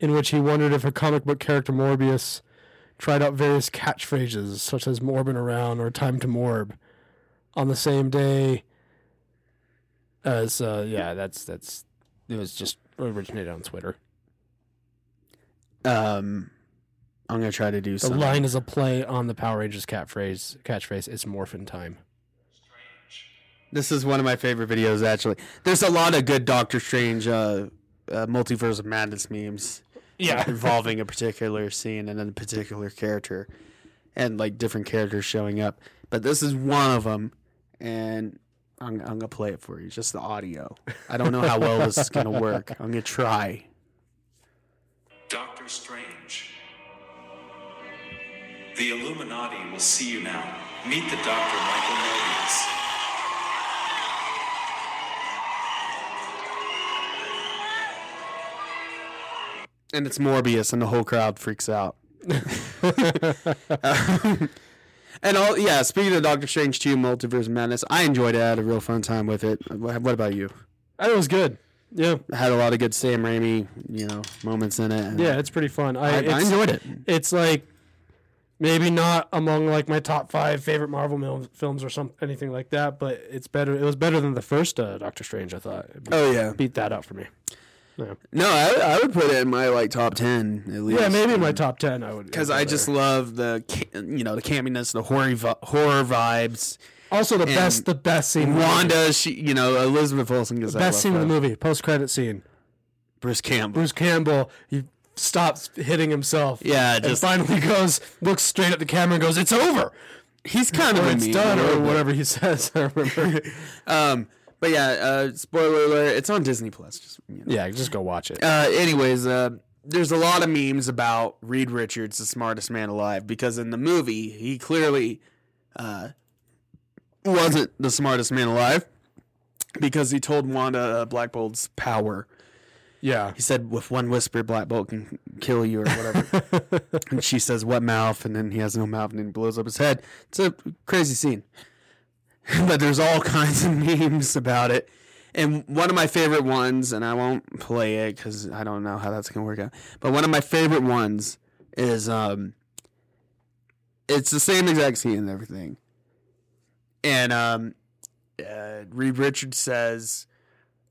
in which he wondered if a comic book character Morbius tried out various catchphrases such as Morbin around or time to morb on the same day as uh, yeah, that's that's it was just originated on Twitter.
Um, I'm gonna try to do
The
something.
line is a play on the Power Rangers catchphrase. Catchphrase: "It's morphin' time."
This is one of my favorite videos. Actually, there's a lot of good Doctor Strange, uh, uh, multiverse of madness memes. involving a particular scene and a particular character and like different characters showing up but this is one of them and i'm, I'm gonna play it for you just the audio i don't know how well this is gonna work i'm gonna try
Doctor Strange. The Illuminati will see you now. Meet the Doctor Michael Morbius.
and it's morbius and the whole crowd freaks out and all yeah speaking of doctor strange 2 multiverse of madness i enjoyed it i had a real fun time with it Wha- what about you
I thought it was good. Yeah,
I had a lot of good sam raimi you know moments in it and
yeah, it's pretty fun. I,
I, I
it's,
enjoyed it
it's like, maybe not among like my top five favorite Marvel mil- films or some anything like that, but it's better. It was better than the first uh, Doctor Strange. I thought. It beat,
Oh yeah.
beat that up for me.
No, I, I would put it in my like top ten at least.
Yeah, maybe in my top ten, I would.
because I just love the ca- you know the campiness, the horror vi- horror vibes.
also the best, the best scene.
Wanda, she you know Elizabeth Olsen gets that
best
left
scene of the
out.
movie, post credit scene.
Bruce Campbell.
Bruce Campbell, he stops hitting himself.
Yeah,
and
just-
finally goes, looks straight at the camera and goes, "It's over,
He's kind of
or
a
it's
meme,
done,
a little
or
bit.
whatever he says." I remember.
Um, but yeah, uh, spoiler alert, it's on Disney Plus. Just, you know.
yeah, just go watch it.
uh, anyways, uh, there's a lot of memes about Reed Richards, the smartest man alive, because in the movie he clearly uh, wasn't the smartest man alive because he told Wanda uh, Black Bolt's power.
Yeah,
He said, "With one whisper, Black Bolt can kill you or whatever." and she says, "What mouth?" And then he has no mouth, and then he blows up his head. It's a crazy scene, but there's all kinds of memes about it. And one of my favorite ones, and I won't play it because I don't know how that's gonna work out. But one of my favorite ones is um, it's the same exact scene and everything. And um, uh, Reed Richards says,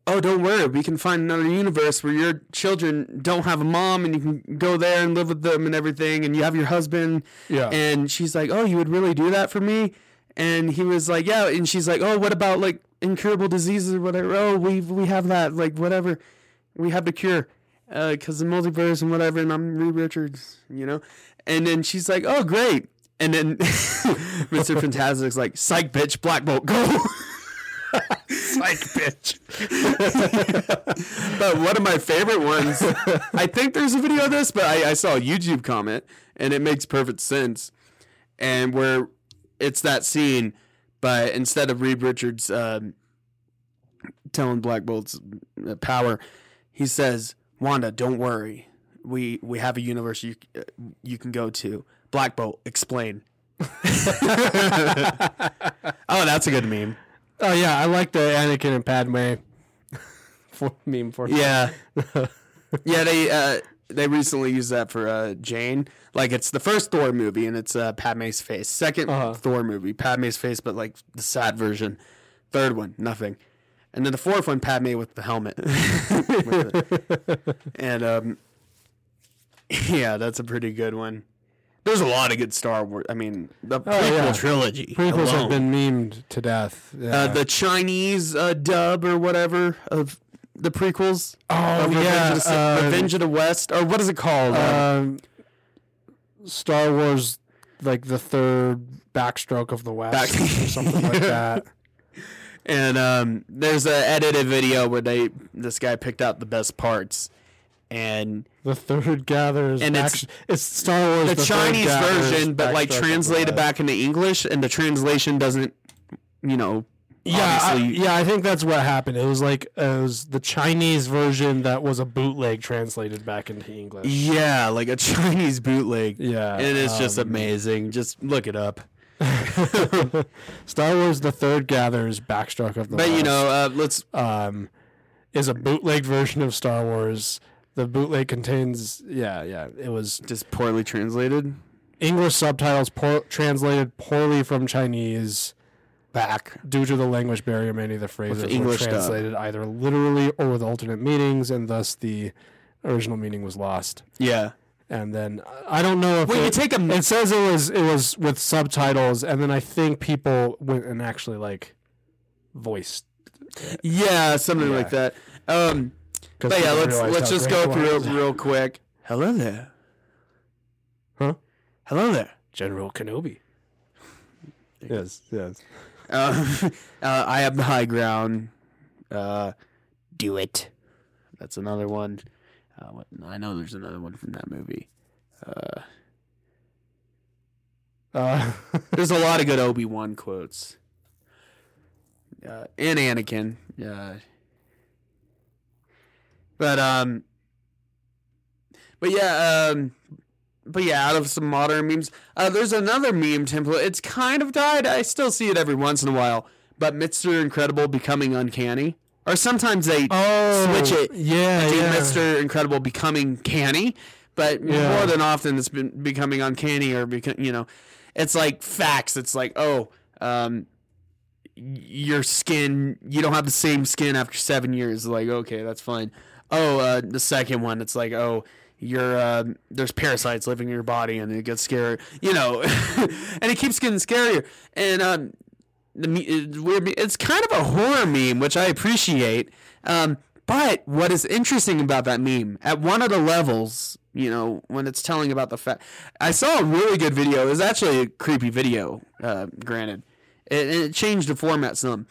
"Oh, don't worry, we can find another universe where your children don't have a mom, and you can go there and live with them and everything, and you have your husband."
Yeah.
And she's like, "Oh, you would really do that for me?" And he was like, "Yeah." And she's like, "Oh, what about like incurable diseases or whatever? Oh, we we have that, like whatever, we have the cure." Because the multiverse and whatever, and I'm Reed Richards, you know? And then she's like, oh, great. And then Mr. Fantastic's like, psych, bitch, Black Bolt, go.
like bitch.
but one of my favorite ones, I think there's a video of this, but I, I saw a YouTube comment and it makes perfect sense. And where it's that scene, but instead of Reed Richards um, telling Black Bolt's uh, power, he says, "Wanda, don't worry. We we have a universe you uh, you can go to. Black Bolt, explain." oh, that's a good meme.
Oh yeah, I like the Anakin and Padme for meme for
Yeah. yeah, they uh, they recently used that for uh, Jane. Like it's the first Thor movie and it's uh, Padme's face. 2nd
Uh-huh.
Thor movie, Padme's face, but like the sad version. Third one, nothing. And then the fourth one, Padme with the helmet. and um, yeah, that's a pretty good one. There's a lot of good Star Wars. I mean, the prequel
Oh, yeah.
trilogy.
Prequels
alone.
have been memed to death. Yeah.
uh, the Chinese uh, dub or whatever of the prequels.
oh
Of Revenge,
yeah,
of the,
uh,
Revenge of the West, or what is it called? Uh,
um, Star Wars, like the third backstroke of the West
Back-
or something like that.
and um, there's a edited video where they this guy picked out the best parts, and
The third gathers
And
back-
it's-
it's, Star Wars.
the,
Third
Chinese
Gathers
version, but like
backstroke of the
translated
West.
back into English, and the translation doesn't, you know,
Yeah, I,
obviously-
yeah, I think that's what happened. It was like uh, it was the Chinese version that was a bootleg translated back into English.
yeah, like a Chinese bootleg.
Yeah,
and it's just
um,
amazing. Just look it up.
Star Wars: The Third Gathers backstroke of the
But
West.
you know, uh, let's
um, is a bootleg version of Star Wars. The bootleg contains, yeah, yeah. It was
just poorly translated
English subtitles poor, translated poorly from Chinese
back.
due to the language barrier. Many of the phrases
English
were
dub.
translated either literally or with alternate meanings, and thus the original meaning was lost.
Yeah.
And then uh, I don't know if
Well, you
it-
take a m-
it says it was it was with subtitles, and then I think people went and actually like voiced
Yeah, something like that. Um, but yeah, let's let's just go through it real quick. Hello there.
Huh?
Hello there.
General Kenobi. Yes, yes.
Uh, uh, I have the high ground. Uh, do it. That's another one. Uh, what, I know there's another one from that movie.
Uh,
There's a lot of good Obi Wan quotes. Uh, and Anakin. Uh, but um, but yeah, um, but yeah, out of some modern memes, uh, there's another meme template. It's kind of died. I still see it every once in a while. But Mister Incredible becoming uncanny, or sometimes they
oh,
switch it.
Yeah,
do
yeah.
Mister Incredible becoming canny. But
Yeah.
more than often, it's been becoming uncanny or because you know, it's like facts. It's like oh, um, your skin you don't have the same skin after seven years like okay that's fine oh uh, the second one it's like oh you're uh, there's parasites living in your body and it gets scarier you know and it keeps getting scarier and um the me- it's weird me- it's kind of a horror meme which i appreciate um but what is interesting about that meme at one of the levels you know when it's telling about the fact i saw a really good video it was actually a creepy video uh, granted it, it changed the format some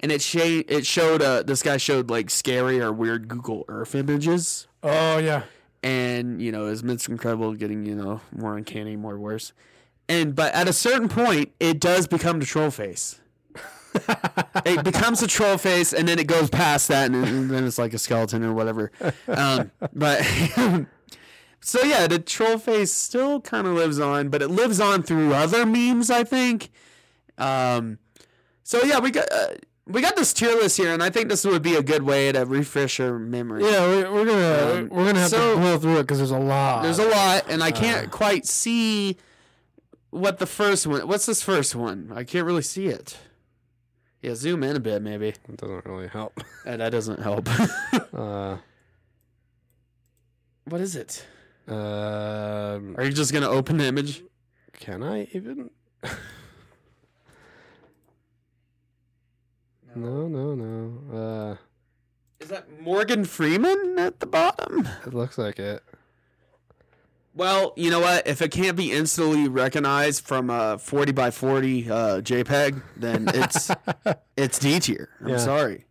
and it sh- it showed uh, this guy showed like scary or weird google earth images
Oh yeah.
and you know is Mr. Incredible getting you know more uncanny, more worse, and but at a certain point it does become the troll face. it becomes a troll face, and then it goes past that, and, and then it's like a skeleton or whatever. Um, but so yeah, the troll face still kind of lives on, but it lives on through other memes, I think. Um, so yeah, we got. Uh, we got this tier list here, and I think this would be a good way to refresh your memory.
Yeah, we're, we're gonna
Um,
we're gonna have
so-
to blow through it because there's a lot.
There's a lot, and I can't quite see what the first one. What's this first one? I can't really see it. Yeah, zoom in a bit, maybe.
It doesn't really help.
Uh, that doesn't help.
Uh,
what is it?
um,
Are you just gonna open the image?
can I even? no, no, no. Uh,
Is that Morgan Freeman at the bottom?
Uh, it looks like it.
Well, you know what? If it can't be instantly recognized from a 40 by 40 uh, JPEG, then it's it's D tier. I'm
Yeah.
sorry.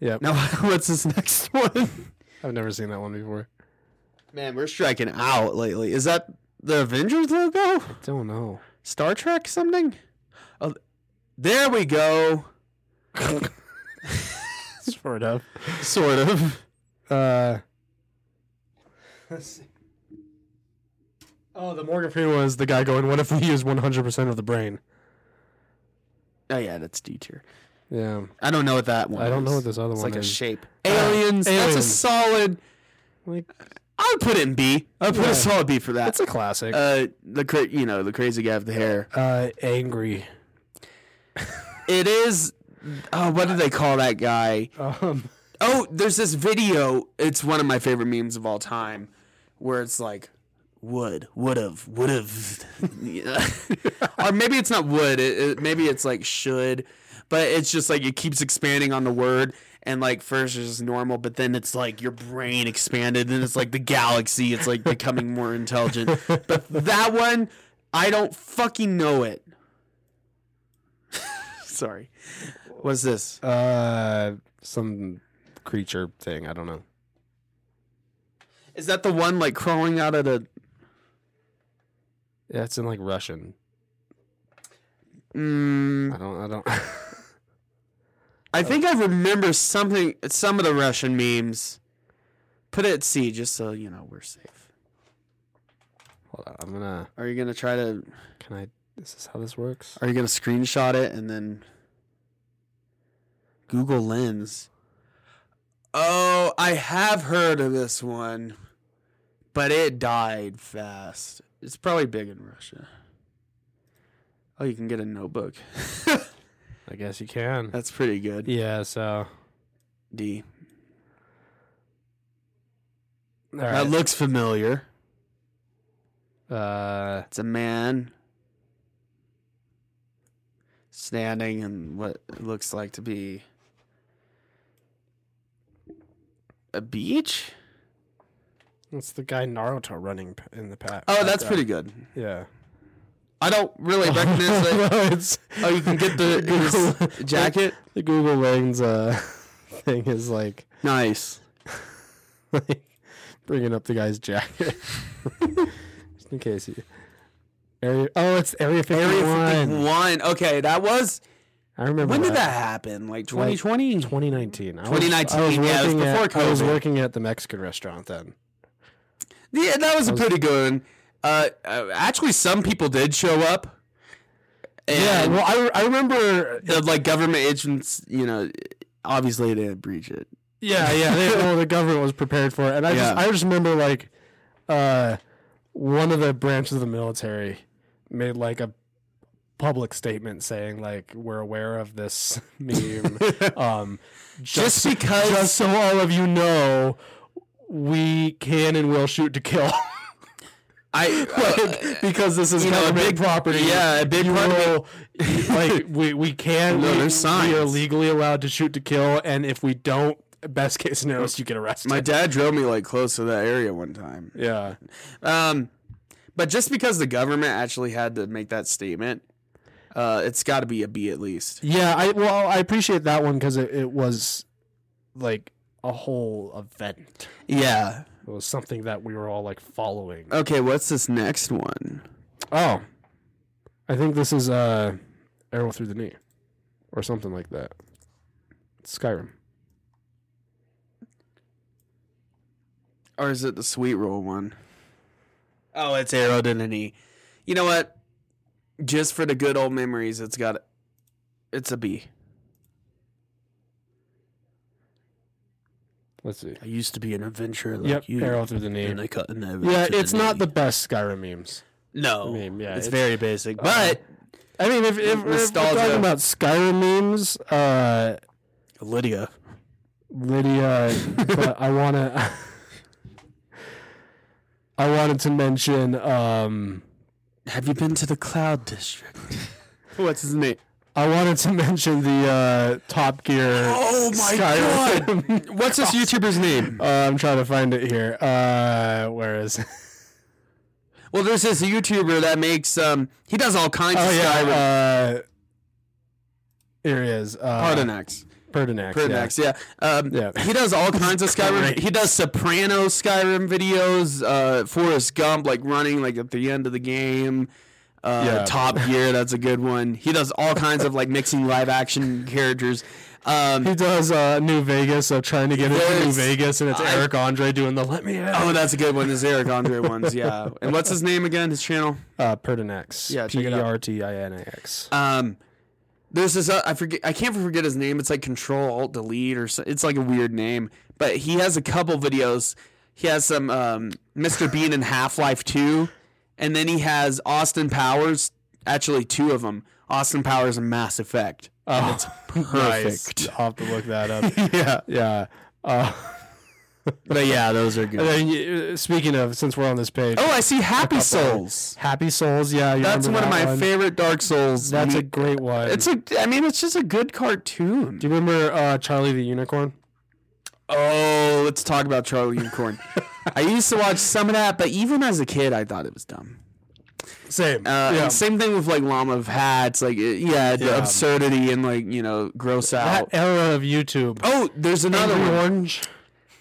Yep,
Now, what's this next one?
I've never seen that one before.
Man, we're striking out lately. Is that the Avengers logo?
Don't know.
Star Trek something? Oh, there we go.
sort of.
Sort of.
Uh, let's see. Oh, the Morgan Freeman was the guy going, "What if we use 100% of the brain?"
Oh yeah, that's D tier.
Yeah,
I don't know what that one.
I don't know
is.
what this other
It's
one
like a
is.
shape. Uh, Aliens. That's a
Aliens.
solid.
like,
I would put it in B. I would put
Yeah.
a solid B for that.
that's a classic.
uh, the cra- you know the crazy guy with the hair.
uh, angry.
It is. Oh, what do they call that guy?
Um,
Oh, there's this video. It's one of my favorite memes of all time, where it's like would would have would have, or maybe it's not would. It, it- maybe it's like should, but it's just like it keeps expanding on the word. And like first it's just normal, but then it's like your brain expanded, and it's like the galaxy. It's like becoming more intelligent. But that one, I don't fucking know it. Sorry. What's this?
uh, some creature thing. I don't know.
Is that the one like crawling out of the?
Yeah, it's in like Russian.
Mm,
I don't. I don't.
I think I remember something. Some of the Russian memes. Put it at C, just so you know we're safe.
Hold on. I'm gonna.
Are you gonna try to?
Can I? Is this how this works?
Are you gonna screenshot it and then? Google Lens. Oh, I have heard of this one, but it died fast. It's probably big in Russia. Oh, you can get a notebook.
I guess you can.
That's pretty good.
Yeah. So.
D.
All
That
right.
looks familiar.
Uh,
It's a man standing in what it looks like to be a beach.
it's the guy Naruto running p- in the pack.
Oh, that's pretty good.
Yeah.
I don't really recognize it.
it's,
Oh, you can get the his jacket.
the Google Lens uh, thing is like,
Nice.
like bringing up the guy's jacket. Just in case you. Area, oh, it's Area 51.
Area 51. Okay, that was.
I remember
When did that happen? Like 2020?
2019. I was-
2019,
I was
yeah, it was
working at,
before
I was
COVID.
working at the Mexican restaurant then.
Yeah, that was a pretty good one. Uh, uh, actually, some people did show up.
Yeah,
And-
well, I, I remember.
the, like government agents, you know, obviously they didn't breach it.
Yeah, yeah. They, well, the government was prepared for it, and I
Yeah.
just I just remember like uh, one of the branches of the military made like a public statement saying like we're aware of this meme. um,
Just because
just so all of you know, we can and will shoot to kill.
I
Like, because this is
You know, a
government
big-
property.
yeah, a big part of it-
will- like we we can.
No, there's
we, We are
signs.
legally allowed to shoot to kill, and if we don't, best case scenario is you get arrested.
my dad drove me like close to that area one time.
yeah,
Um, but just because the government actually had to make that statement, uh, it's got to be a B at least.
yeah. I well, I appreciate that one because it, it was like a whole event.
Yeah.
It was something that we were all like following.
Okay, what's this next one?
Oh, I think this is uh, arrow through the knee, or something like that. Skyrim.
Or is it the sweet roll one? Oh, it's arrowed in an E. You know what? Just for the good old memories, it's got it's a B.
Let's see.
I used to be an adventurer like
Yep,
you.
arrow through the knee.
And I cut an arrow
Yeah,
to
it's not
knee.
the best Skyrim memes.
no.
meme, yeah,
it's, uh,
it's-
very basic, but
I mean, if, if, if we're
Nostalgia.
talking about Skyrim memes, uh,
Lydia.
Lydia, but I wanna, I wanted to mention, um,
Have you been to the Cloud District? What's his name?
I wanted to mention the uh, Top Gear.
Oh my
Skyrim.
god! What's this YouTuber's name?
Uh, I'm trying to find it here. Uh, where is?
Well, there's this YouTuber that makes um he does all kinds
Oh
of Skyrim.
yeah, uh, here he is. Uh,
Pardonax.
Pertinax.
Pertinax, yeah. Um,
Yeah.
He does all kinds of Skyrim.
Great.
He does Soprano Skyrim videos, uh, Forrest Gump, like running like at the end of the game. Uh,
Yeah.
Top Gear, that's a good one. He does all kinds of like mixing live action characters. Um,
He does uh, New Vegas, so trying to get into New
There's-
Vegas, and it's
I-
Eric Andre doing the "Let Me
oh,
Out."
that's a good one. His Eric Andre ones, yeah. And what's his name again? His channel?
Uh, Pertinax.
Yeah, check
P E
it out.
r t i n a x.
Um, there's this uh, I forget I can't forget his name. It's like Control Alt Delete or so, it's like a weird name. But he has a couple videos. He has some um, Mr. Bean in Half Life Two, and then he has Austin Powers. Actually, two of them. Austin Powers and Mass Effect.
Oh,
perfect.
I'll have to look that up. yeah, yeah. Uh,
But yeah, those are
and
good.
then, you- speaking of, since we're on this page,
Oh, I see Happy Souls.
Happy Souls. Yeah, you
That's one of
remember that
my
one?
favorite Dark Souls.
That's a
me-
great one.
It's a. I mean, it's just a good cartoon.
Do you remember uh, Charlie the Unicorn?
Oh, let's talk about Charlie Unicorn. I used to watch some of that, but even as a kid, I thought it was dumb.
Same.
Uh,
yeah.
and Same thing with like Llama of Hats, like it- yeah, the
Yeah.
absurdity and like you know, gross
That
out.
era of YouTube.
Oh, there's another
Angry
one.
Orange.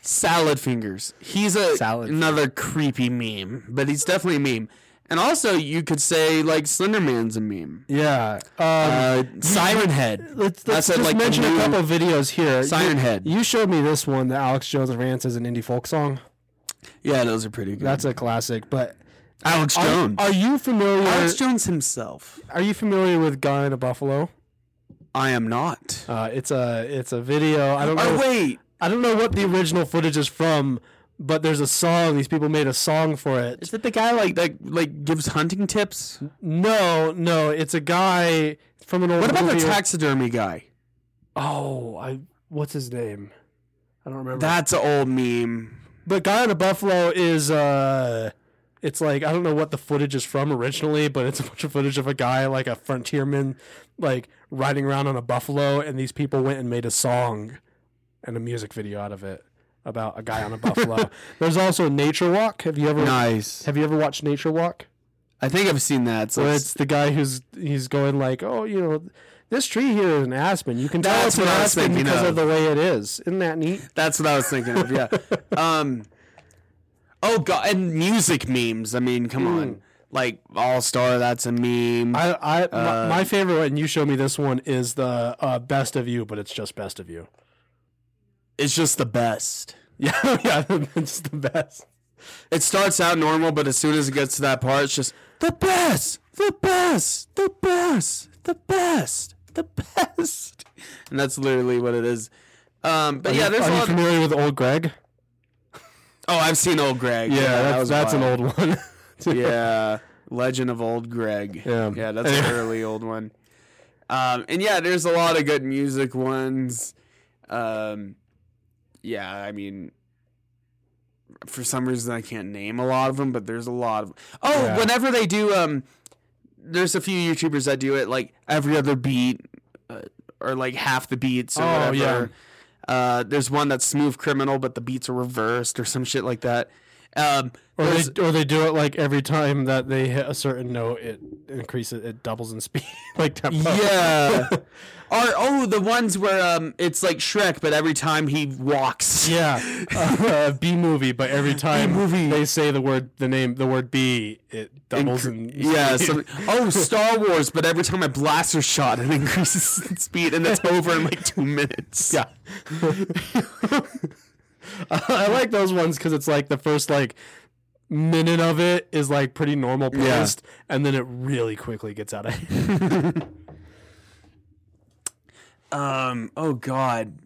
Salad fingers. He's a
Salad
another creepy meme, but he's definitely a meme. And also, you could say like Slenderman's a meme.
Yeah. Um,
Uh, Siren Head.
let's, let's
That's a,
just
like,
mention
new-
a couple videos here.
Siren
you,
Head.
You showed me this one that Alex Jones rants as an indie folk song.
Yeah, those are pretty good.
That's a classic. But
Alex
are,
Jones.
are you familiar?
Alex Jones himself.
Are you familiar with "Guy in a Buffalo"?
I am not.
Uh, it's a it's a video. I don't know.
Oh wait,
I don't know what the original footage is from, but there's a song. These people made a song for it.
Is that the guy like that like gives hunting tips?
No, no, it's a guy from an old.
What about the
movie.
taxidermy guy?
Oh, I what's his name? I don't remember.
That's an old meme.
But Guy in a Buffalo is uh it's like I don't know what the footage is from originally, but it's a bunch of footage of a guy like a frontierman like riding around on a buffalo and these people went and made a song and a music video out of it about a guy on a buffalo. There's also Nature Walk. Have you ever
Nice.
have you ever watched Nature Walk?
I think I've seen that. So
Where
it's,
it's the guy who's he's going like, "Oh, you know, this tree here is an aspen. You can tell
That's
it's an
what I was
aspen
thinking
because of.
of.
the way it is. Isn't that neat?"
that's what I was thinking of. Yeah. um. Oh god, and music memes. I mean, come on. Like All Star, that's a meme.
I, I uh, my, my favorite one. You show me this one is the uh, best of you, but it's just best of you.
it's just the best.
Yeah, yeah, it's the best.
It starts out normal, but as soon as it gets to that part, it's just the best, the best, the best, the best, the best, and that's literally what it is. Um, but yeah, there's a
Are you
lot.
familiar with Old Greg?
Oh, I've seen old Greg.
Yeah,
that
that's,
was
that's an
wild.
old one.
yeah, Legend of Old Greg.
Yeah.
yeah, that's an early old one. Um, and yeah, there's a lot of good music ones. Um, yeah, I mean, for some reason I can't name a lot of them, but there's a lot of. Oh,
Yeah.
whenever they do, um, there's a few YouTubers that do it like every other beat, uh, or like half the beats or
Oh,
whatever.
yeah.
Uh, there's one that's smooth criminal, but the beats are reversed or some shit like that. Um,
Or
there's-
they, or they do it like every time that they hit a certain note, it increases, it doubles in speed, like tempo.
Yeah. or oh, the ones where um, it's like Shrek, but every time he walks.
yeah. Uh, B movie, but every time
B-movie.
they say the word, the name, the word B, it doubles in.
Yeah,
speed.
some- oh, Star Wars, but every time a blaster shot, it increases in speed, and it's over in like two minutes.
Yeah. I like those ones because it's like the first like minute of it is like pretty normal
Yeah.
paced, and then it really quickly gets out of hand.
Um. Oh God.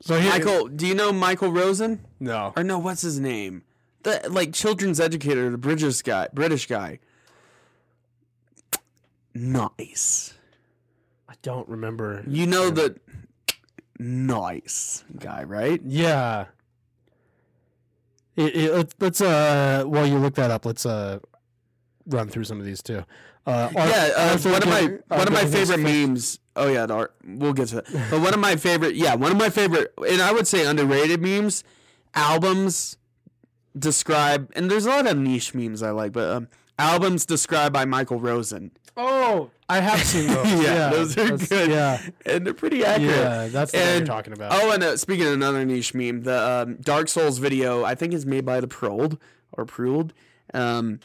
So here,
Michael, do you know Michael Rosen?
no,
Or no, what's his name? The like children's educator, the British guy. British guy. Nice.
I don't remember.
You know the nice guy, right?
Yeah. It, it, let's- let's uh while you look that up, let's uh run through some of these too. Uh, Ar-
yeah, uh,
Arthur
one of my
Gil-
one of my
Arthur Gil's
favorite
fa-
memes. Oh yeah, the art, we'll get to that. But one of my favorite, yeah, one of my favorite, and I would say underrated memes, albums described, and there's a lot of niche memes I like, but um, albums described by Michael Rosen.
Oh, I have seen those.
Yeah,
yeah,
those are
that's-
good.
Yeah,
and they're pretty accurate.
yeah, that's the one you're
And-
talking about.
Oh, and uh, speaking of another niche meme, the um, Dark Souls video I think is made by the Prold or Prould, um,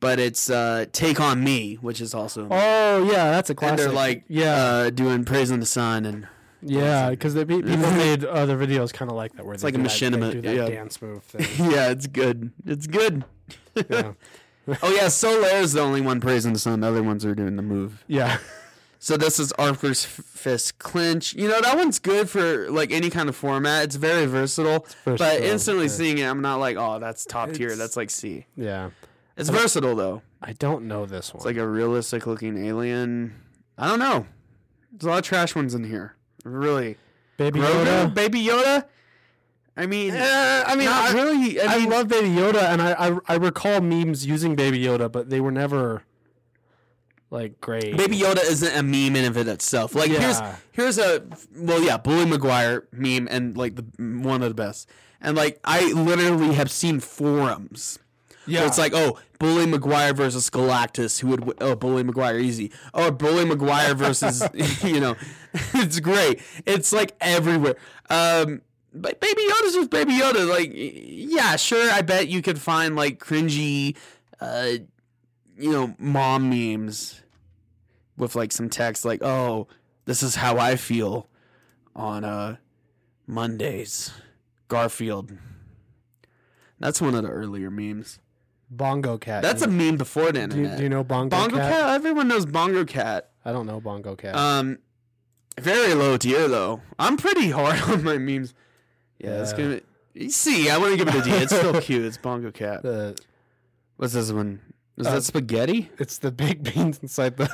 but it's uh, "Take on Me," which is also.
Oh yeah, that's a classic.
and they're like,
yeah,
uh, doing praise on the sun and
yeah, because people made other videos kind of like that where it's
like a machinima,
do that
yeah.
dance move thing.
Yeah, it's good. It's good.
Yeah,
Oh yeah, Solaire's the only one praising the sun. The other ones are doing the move.
yeah.
So this is Arthur's f- fist clinch. You know that one's good for like any kind of format. It's very versatile. but
versatile,
instantly seeing it, I'm not like, oh, that's top tier. That's like C.
yeah.
It's versatile though.
I don't know this one.
It's like a realistic looking alien. I don't know. There's a lot of trash ones in here. Really,
Baby
Grogu,
Yoda.
Baby Yoda. I mean,
Uh, I mean,
not
I,
really.
I
I mean,
love Baby Yoda, and I, I I recall memes using Baby Yoda, but they were never like great.
Baby Yoda isn't a meme in and of itself. Like
Yeah.
here's here's a well yeah, Bully McGuire meme and like the one of the best. And like I literally have seen forums. Yeah. It's like, oh, Bully McGuire versus Galactus. Who would w- oh Bully McGuire easy? Oh, Bully McGuire versus you know, it's great. It's like everywhere. Um, but Baby Yoda's just Baby Yoda. Like, y- yeah, sure. I bet you could find like cringy, uh, you know, mom memes with like some text like, oh, this is how I feel on uh Mondays. Garfield. That's one of the earlier memes.
Bongo Cat.
That's a meme before the
do you,
internet.
do you know Bongo,
Bongo Cat? Everyone knows Bongo Cat.
I don't know Bongo Cat.
Um, very low tier though. I'm pretty hard on my memes. Yeah, it's
Yeah.
gonna. Be, you see, I want to give it a D. It's still cute. It's Bongo Cat.
the
What's this one? Is
Uh,
that spaghetti?
it's the baked beans inside the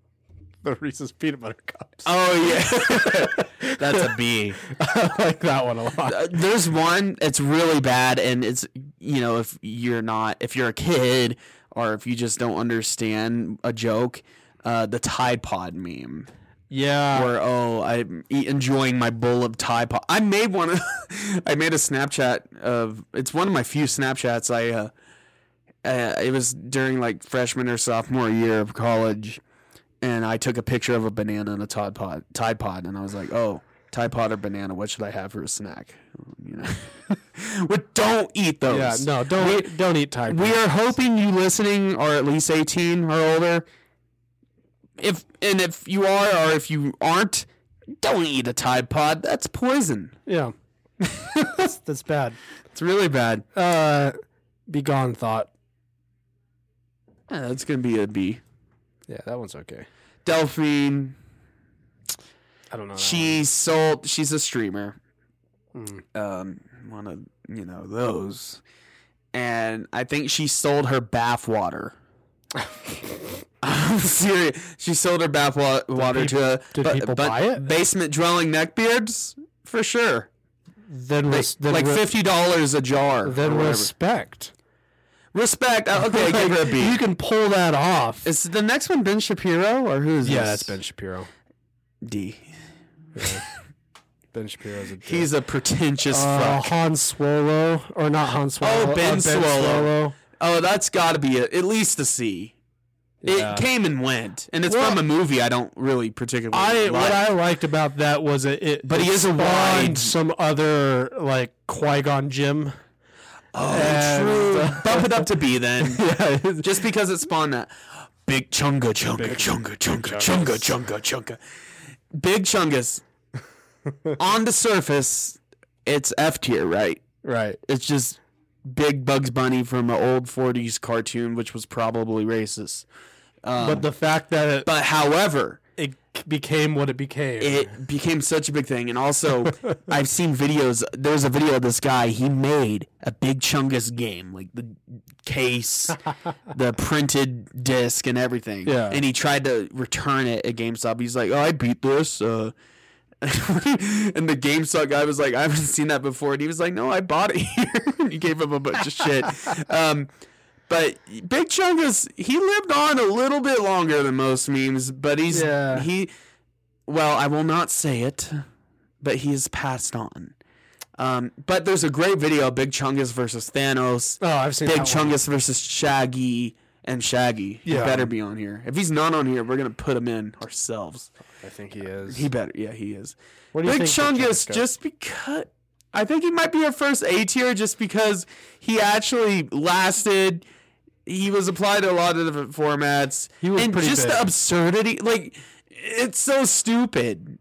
the Reese's peanut butter cups.
Oh yeah, that's a B.
I like that one a lot.
Uh, there's one it's really bad and it's you know if you're not if you're a kid or if you just don't understand a joke uh, the tide pod meme
Yeah.
where oh i'm e- enjoying my bowl of tide pod i made one of, i made a snapchat of it's one of my few snapchats i uh, uh it was during like freshman or sophomore year of college and i took a picture of a banana and a tide pod tide pod and i was like oh tide pod or banana what should i have for a snack you know but don't eat those
yeah. No, don't eat, don't eat Tide.
we
Pods.
are hoping you listening are at least 18 or older. If and if you are or if you aren't, don't eat a Tide Pod. That's poison.
Yeah. that's, that's bad.
It's really bad.
Uh, be gone thought.
Yeah, that's gonna be a B.
Yeah, that one's okay.
Delphine,
I don't
Uh,
know. that Hmm.
she sold. She's a streamer. um, one of you know those, and I think she sold her bath water. I'm serious. She sold her bath wa- water to a
did people buy it?
basement dwelling neckbeards for sure.
Then, res- then
like
re-
fifty dollars a jar.
Then
or whatever.
respect.
respect. uh, okay, give her a B.
You can pull that off.
Is the next one Ben Shapiro or who is
yeah,
this?
that's Ben Shapiro.
D.
Ben Shapiro's a
He's a pretentious
uh,
fuck.
Han Swallow or not Han Swallow?
Oh, Ben
uh,
Swallow. Oh, that's got to be a, at least a C.
Yeah.
It came and went, and it's
Well,
from a movie I don't really particularly
I
like.
what I liked about that was it, it
But he is a
spawned
wide-
some other like Qui Gon Jim.
oh,
And,
true.
uh,
Bump it up to B then,
Yeah, it's-
just because it spawned that big chunga chunga chunga chunga chunga chunga chunga big chungus. On the surface, it's F tier, right?
right.
It's just big Bugs Bunny from an old '40s cartoon, which was probably racist.
but the fact that it,
Um, But however,
it became what it became.
it became such a big thing. And also, I've seen videos. There's a video of this guy. He made a big Chungus game, like the case, the printed disc, and everything.
Yeah.
And he tried to return it at GameStop. He's like, "Oh, I beat this." Uh, and the GameStop guy was like, "I haven't seen that before," and he was like, "No, I bought it here." and he gave him a bunch of shit. Um, but Big Chungus, he lived on a little bit longer than most memes, but he's
Yeah.
he well, I will not say it, but he is passed on. Um, but there's a great video, Big Chungus versus Thanos,
oh, I've seen
Big
that one.
Chungus versus Shaggy, and Shaggy. He
Yeah.
better be on here. If he's not on here, we're gonna put him in ourselves.
I think he is.
He better, yeah, he is.
what do you
Big
think Big
Chungus,
Chungus got?
just because I think he might be a first A tier, just because he actually lasted. He was applied to a lot of different formats,
He was
and
pretty
just
big.
the absurdity. Like it's so stupid.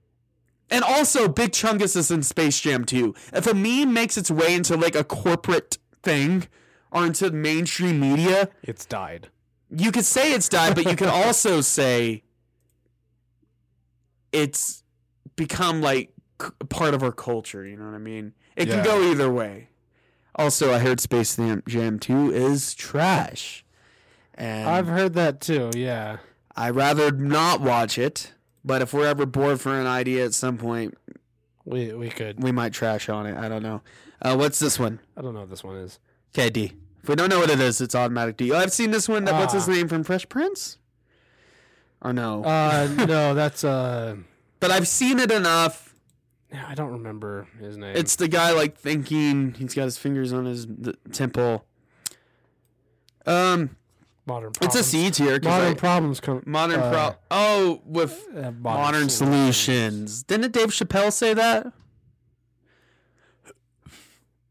And also, Big Chungus is in Space Jam too. If a meme makes its way into like a corporate thing or into mainstream media,
it's died.
you could say it's died, but you could also say it's become like c- part of our culture. You know what I mean? It
Yeah.
can go either way. Also, I heard Space Jam- Jam 2 is trash. And
I've heard that too. Yeah.
I'd rather not watch it, but if we're ever bored for an idea at some point,
We we could.
we might trash on it. I don't know. Uh, what's this one?
I don't know what this one is.
Okay, D. If we don't know what it is, it's automatic D. Oh, I've seen this one. That, What's his
Ah.
name from Fresh Prince? Or no?
Uh, no, that's uh,
but I've seen it enough.
I don't remember his name.
It's the guy like thinking he's got his fingers on his th- temple. Um,
modern. Problems.
it's a C tier. 'cause
Modern
I-
problems come.
modern
uh,
pro. Oh, with
uh, modern,
modern solutions. Didn't Dave Chappelle say that?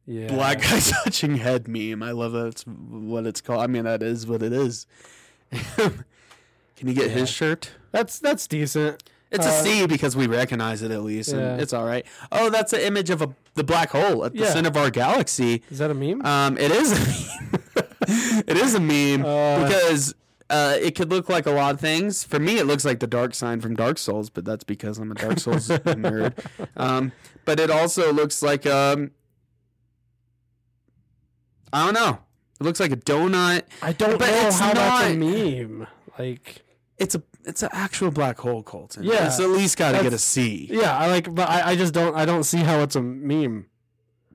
Yeah.
Black guy touching head meme. I love that. It's what it's called. I mean, that is what it is. Can you get his shirt?
That's that's decent.
It's
Uh,
a C because we recognize it at least,
Yeah.
and it's all right. Oh, that's an image of a the black hole at the
Yeah.
center of our galaxy.
Is that a meme?
Um, it is. A meme. it is a meme
Uh,
because uh, it could look like a lot of things. For me, it looks like the dark sign from Dark Souls, but that's because I'm a Dark Souls nerd. Um, but it also looks like um, I don't know. It looks like a donut.
I don't
but
know
it's
how that's a
not-
meme. Like,
It's a it's an actual black hole, Colton.
Yeah,
it's at least got to get a
that's-
C.
yeah, I like, but I, I just don't. I don't see how it's a meme.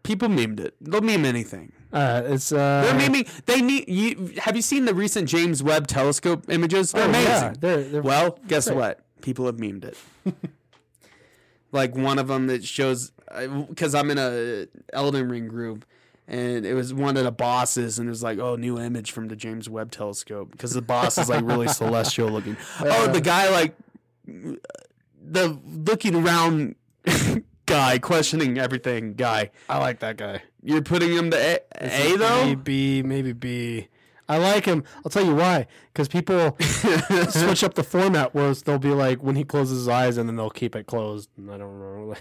People memed it. They'll meme anything.
Uh, it's uh,
They're memeing. They need. You, have you seen the recent James Webb Telescope images? They're
oh,
amazing.
yeah, they're, they're
Well, guess what? People have memed it. like one of them that shows because I'm in a Elden Ring group, and it was one of the bosses, and it was like, "Oh, new image from the James Webb Telescope," because the boss is like really celestial looking. oh, the guy like the looking around guy, questioning everything guy.
I like that guy.
You're putting him to A, a
maybe
though.
B, maybe B. I like him. I'll tell you why. Because people switch up the format, whereas they'll be like when he closes his eyes, and then they'll keep it closed. And I don't remember.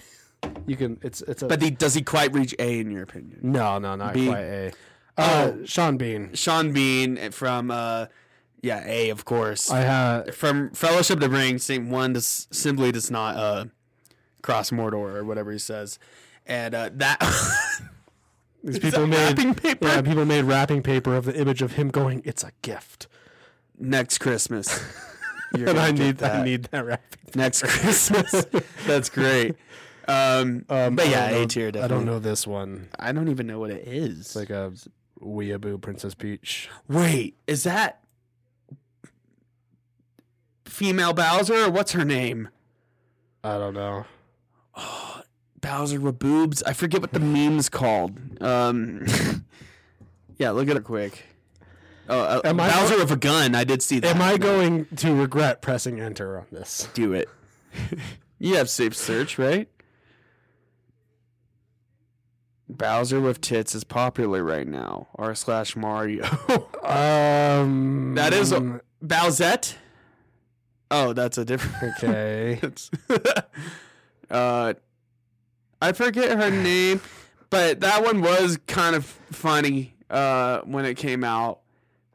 you can. It's it's a.
But he, does he quite reach A in your opinion?
no, no, not
B. Oh.
quite A. Uh, Sean Bean.
Sean Bean from uh yeah, A of course.
I have.
from Fellowship to Ring, Saint One does, simply does not uh cross Mordor or whatever he says. and uh, that
These
It's
people
a
made
wrapping paper?
Yeah, people made wrapping paper of the image of him going, "It's a gift,"
next Christmas. You're
and
gonna
I
get
need I
that.
need that Um, wrapping.
next Christmas. That's great. Um,
Um,
but
I
yeah,
don't know-
A tier.
I don't
definitely.
know this one.
I don't even know what it is.
It's like a weeaboo Princess Peach.
wait, is that female Bowser or what's her name?
I don't know.
Bowser with boobs. I forget what the meme's called. Um, yeah, look at it quick. Oh, uh,
Am I-
Bowser with a gun. I did see that.
Am I going to regret pressing enter on this?
do it? you have safe search, right? Bowser with tits is popular right now. R slash Mario.
Um,
that is a, Bowsette. Oh, that's a different.
okay.
It's- uh, I forget her name, but that one was kind of funny uh, when it came out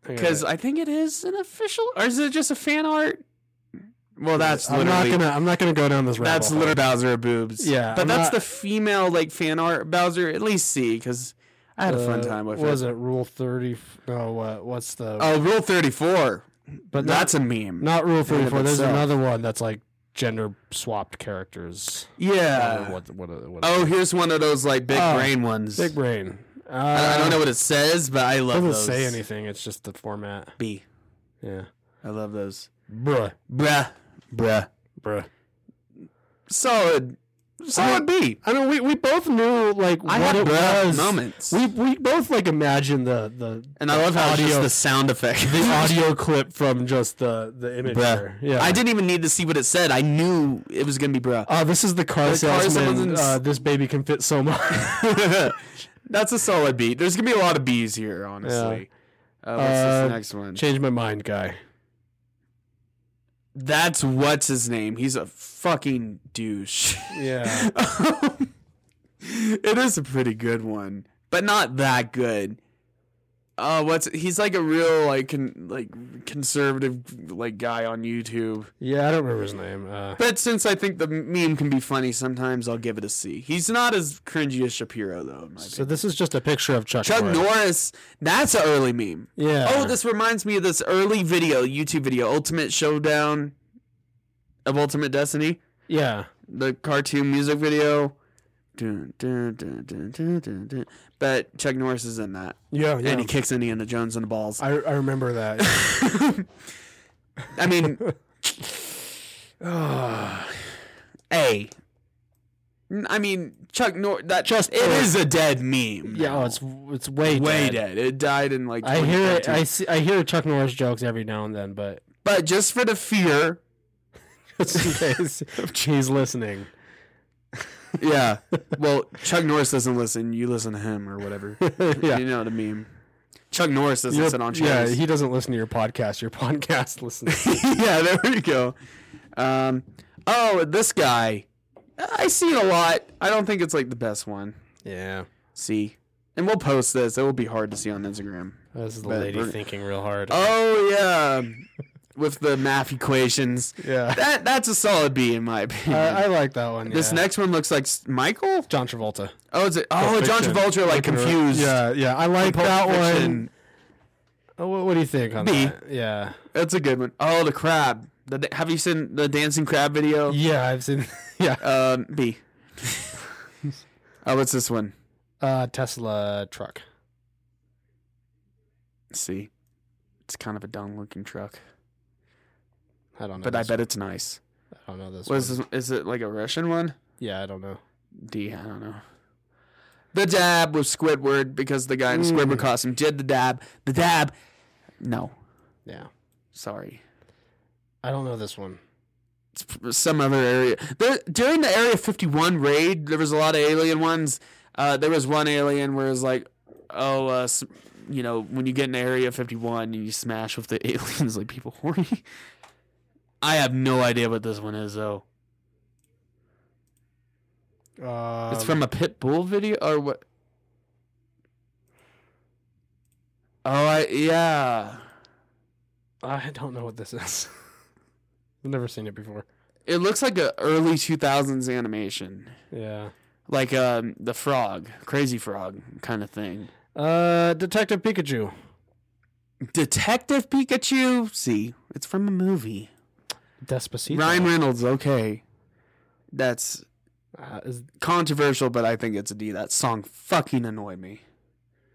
because I think it is an official, or is it just a fan art? Well, that's
I'm not
literally
gonna I'm not gonna go down this rabbit
that's
hole.
literally Bowser boobs.
Yeah,
but
I'm
that's
not-
the female like fan art Bowser. At least see because I had a fun
Uh,
time with
was
it.
it rule 30 no what what's the
Oh, Rule Thirty Four.
but not-
That's a meme.
not rule
of
34 there's
itself.
another one that's like gender swapped characters I don't know
yeah.
what, what, what
Oh, here's one of those like big
Oh,
brain ones.
big brain uh,
I I don't know what it says, but I
it
love
doesn't
those.
say anything it's just the format
B.
yeah
I love those.
bruh
Bruh. Bruh.
bruh
Solid. Solid B.
i mean we, we both knew like
I
what
had
it
bruh
was
moments.
we we both like imagined the the
and I love how it's just
audio-
the sound effect.
the audio clip from just the the image there.
bruh.
yeah
I didn't even need to see what it said. I knew it was going to be bruh.
uh, this is the
The
car
car
salesman.
salesman's-
Uh, this baby can fit so much. Oh.
That's a solid B. There's going to be a lot of Bs here, honestly. Uh, what's
Uh,
this next one?
Change my mind, guy.
That's what's his name. He's a fucking douche.
Yeah.
it is a pretty good one, but not that good. Uh, what's he's like a real like con, like conservative like guy on YouTube.
Yeah, I don't remember his name. Uh,
But since I think the meme can be funny sometimes, I'll give it a C. He's not as cringy as Shapiro though. In my
so
opinion.
this is just a picture of Chuck.
Chuck
Norris.
Norris, that's an early meme.
Yeah.
Oh, this reminds me of this early video, YouTube video, Ultimate Showdown of Ultimate Destiny
Yeah.
the cartoon music video. Dun, dun, dun, dun, dun, dun, dun. But Chuck Norris is in that,
Yeah.
and he kicks Indiana Jones in the balls. I,
I, I remember that.
mean, a. I mean, Chuck Nor that
Just
it
for-
is a dead meme.
yeah. Oh,
now.
it's it's way
way dead. It died in like
I hear it.
2013.
I see. I hear Chuck Norris jokes every now and then, but
but just for the fear,
just in case she's listening.
yeah. Well, Chuck Norris doesn't listen. You listen to him or whatever.
yeah.
You know what I mean. Chuck Norris doesn't
Your-
sit on
yeah,
chairs.
he doesn't listen to your podcast. Your podcast listens.
yeah, there we go. Um, oh, this guy. I see it a lot. I don't think it's like the best one.
yeah.
See, and we'll post this. It will be hard to see on Instagram.
This is the
But
lady
we're-
thinking real hard.
Oh yeah, with the math equations.
yeah.
That that's a solid B in my
I,
opinion.
I like that one.
this
yeah.
next one looks like S- Michael.
John Travolta.
Oh, is it? Oh, John
Fiction.
Travolta like
Looking around-
confused.
Yeah, yeah. I like
Pulp
that one.
Fiction.
Oh, what, what do you think on
B.
that? Yeah,
That's a good one. Oh, the crab. The, da- have you seen the dancing crab video?
yeah. I've seen. Yeah,
Um, B. oh, what's this one?
uh, Tesla truck.
See, it's kind of a dumb looking truck,
I don't know.
but I
this-
bet it's nice.
I don't know this.
What
One.
is this? Is it like a Russian one?
Yeah, I don't know.
D, I don't know. The dab with Squidward because the guy in the
Mm.
Squidward costume did the dab. The dab. No,
Yeah,
sorry.
I don't know this one.
It's f- some other area. There, during the Area 51 raid, there was a lot of alien ones. Uh, there was one alien where it was like, oh, uh, s- you know, when you get in Area 51 and you smash with the aliens, like people horny. I have no idea what this one is though.
Uh,
It's from a pit bull video or what? Oh, I, yeah.
I don't know what this is. I've never seen it before.
It looks like a early 2000s animation.
Yeah,
like um, the frog, crazy frog kind of thing.
Uh, Detective Pikachu.
Detective Pikachu. See, it's from a movie.
Despacito.
Ryan Reynolds. Okay, that's
Uh, is,
controversial, but I think it's a D. That song fucking annoyed me.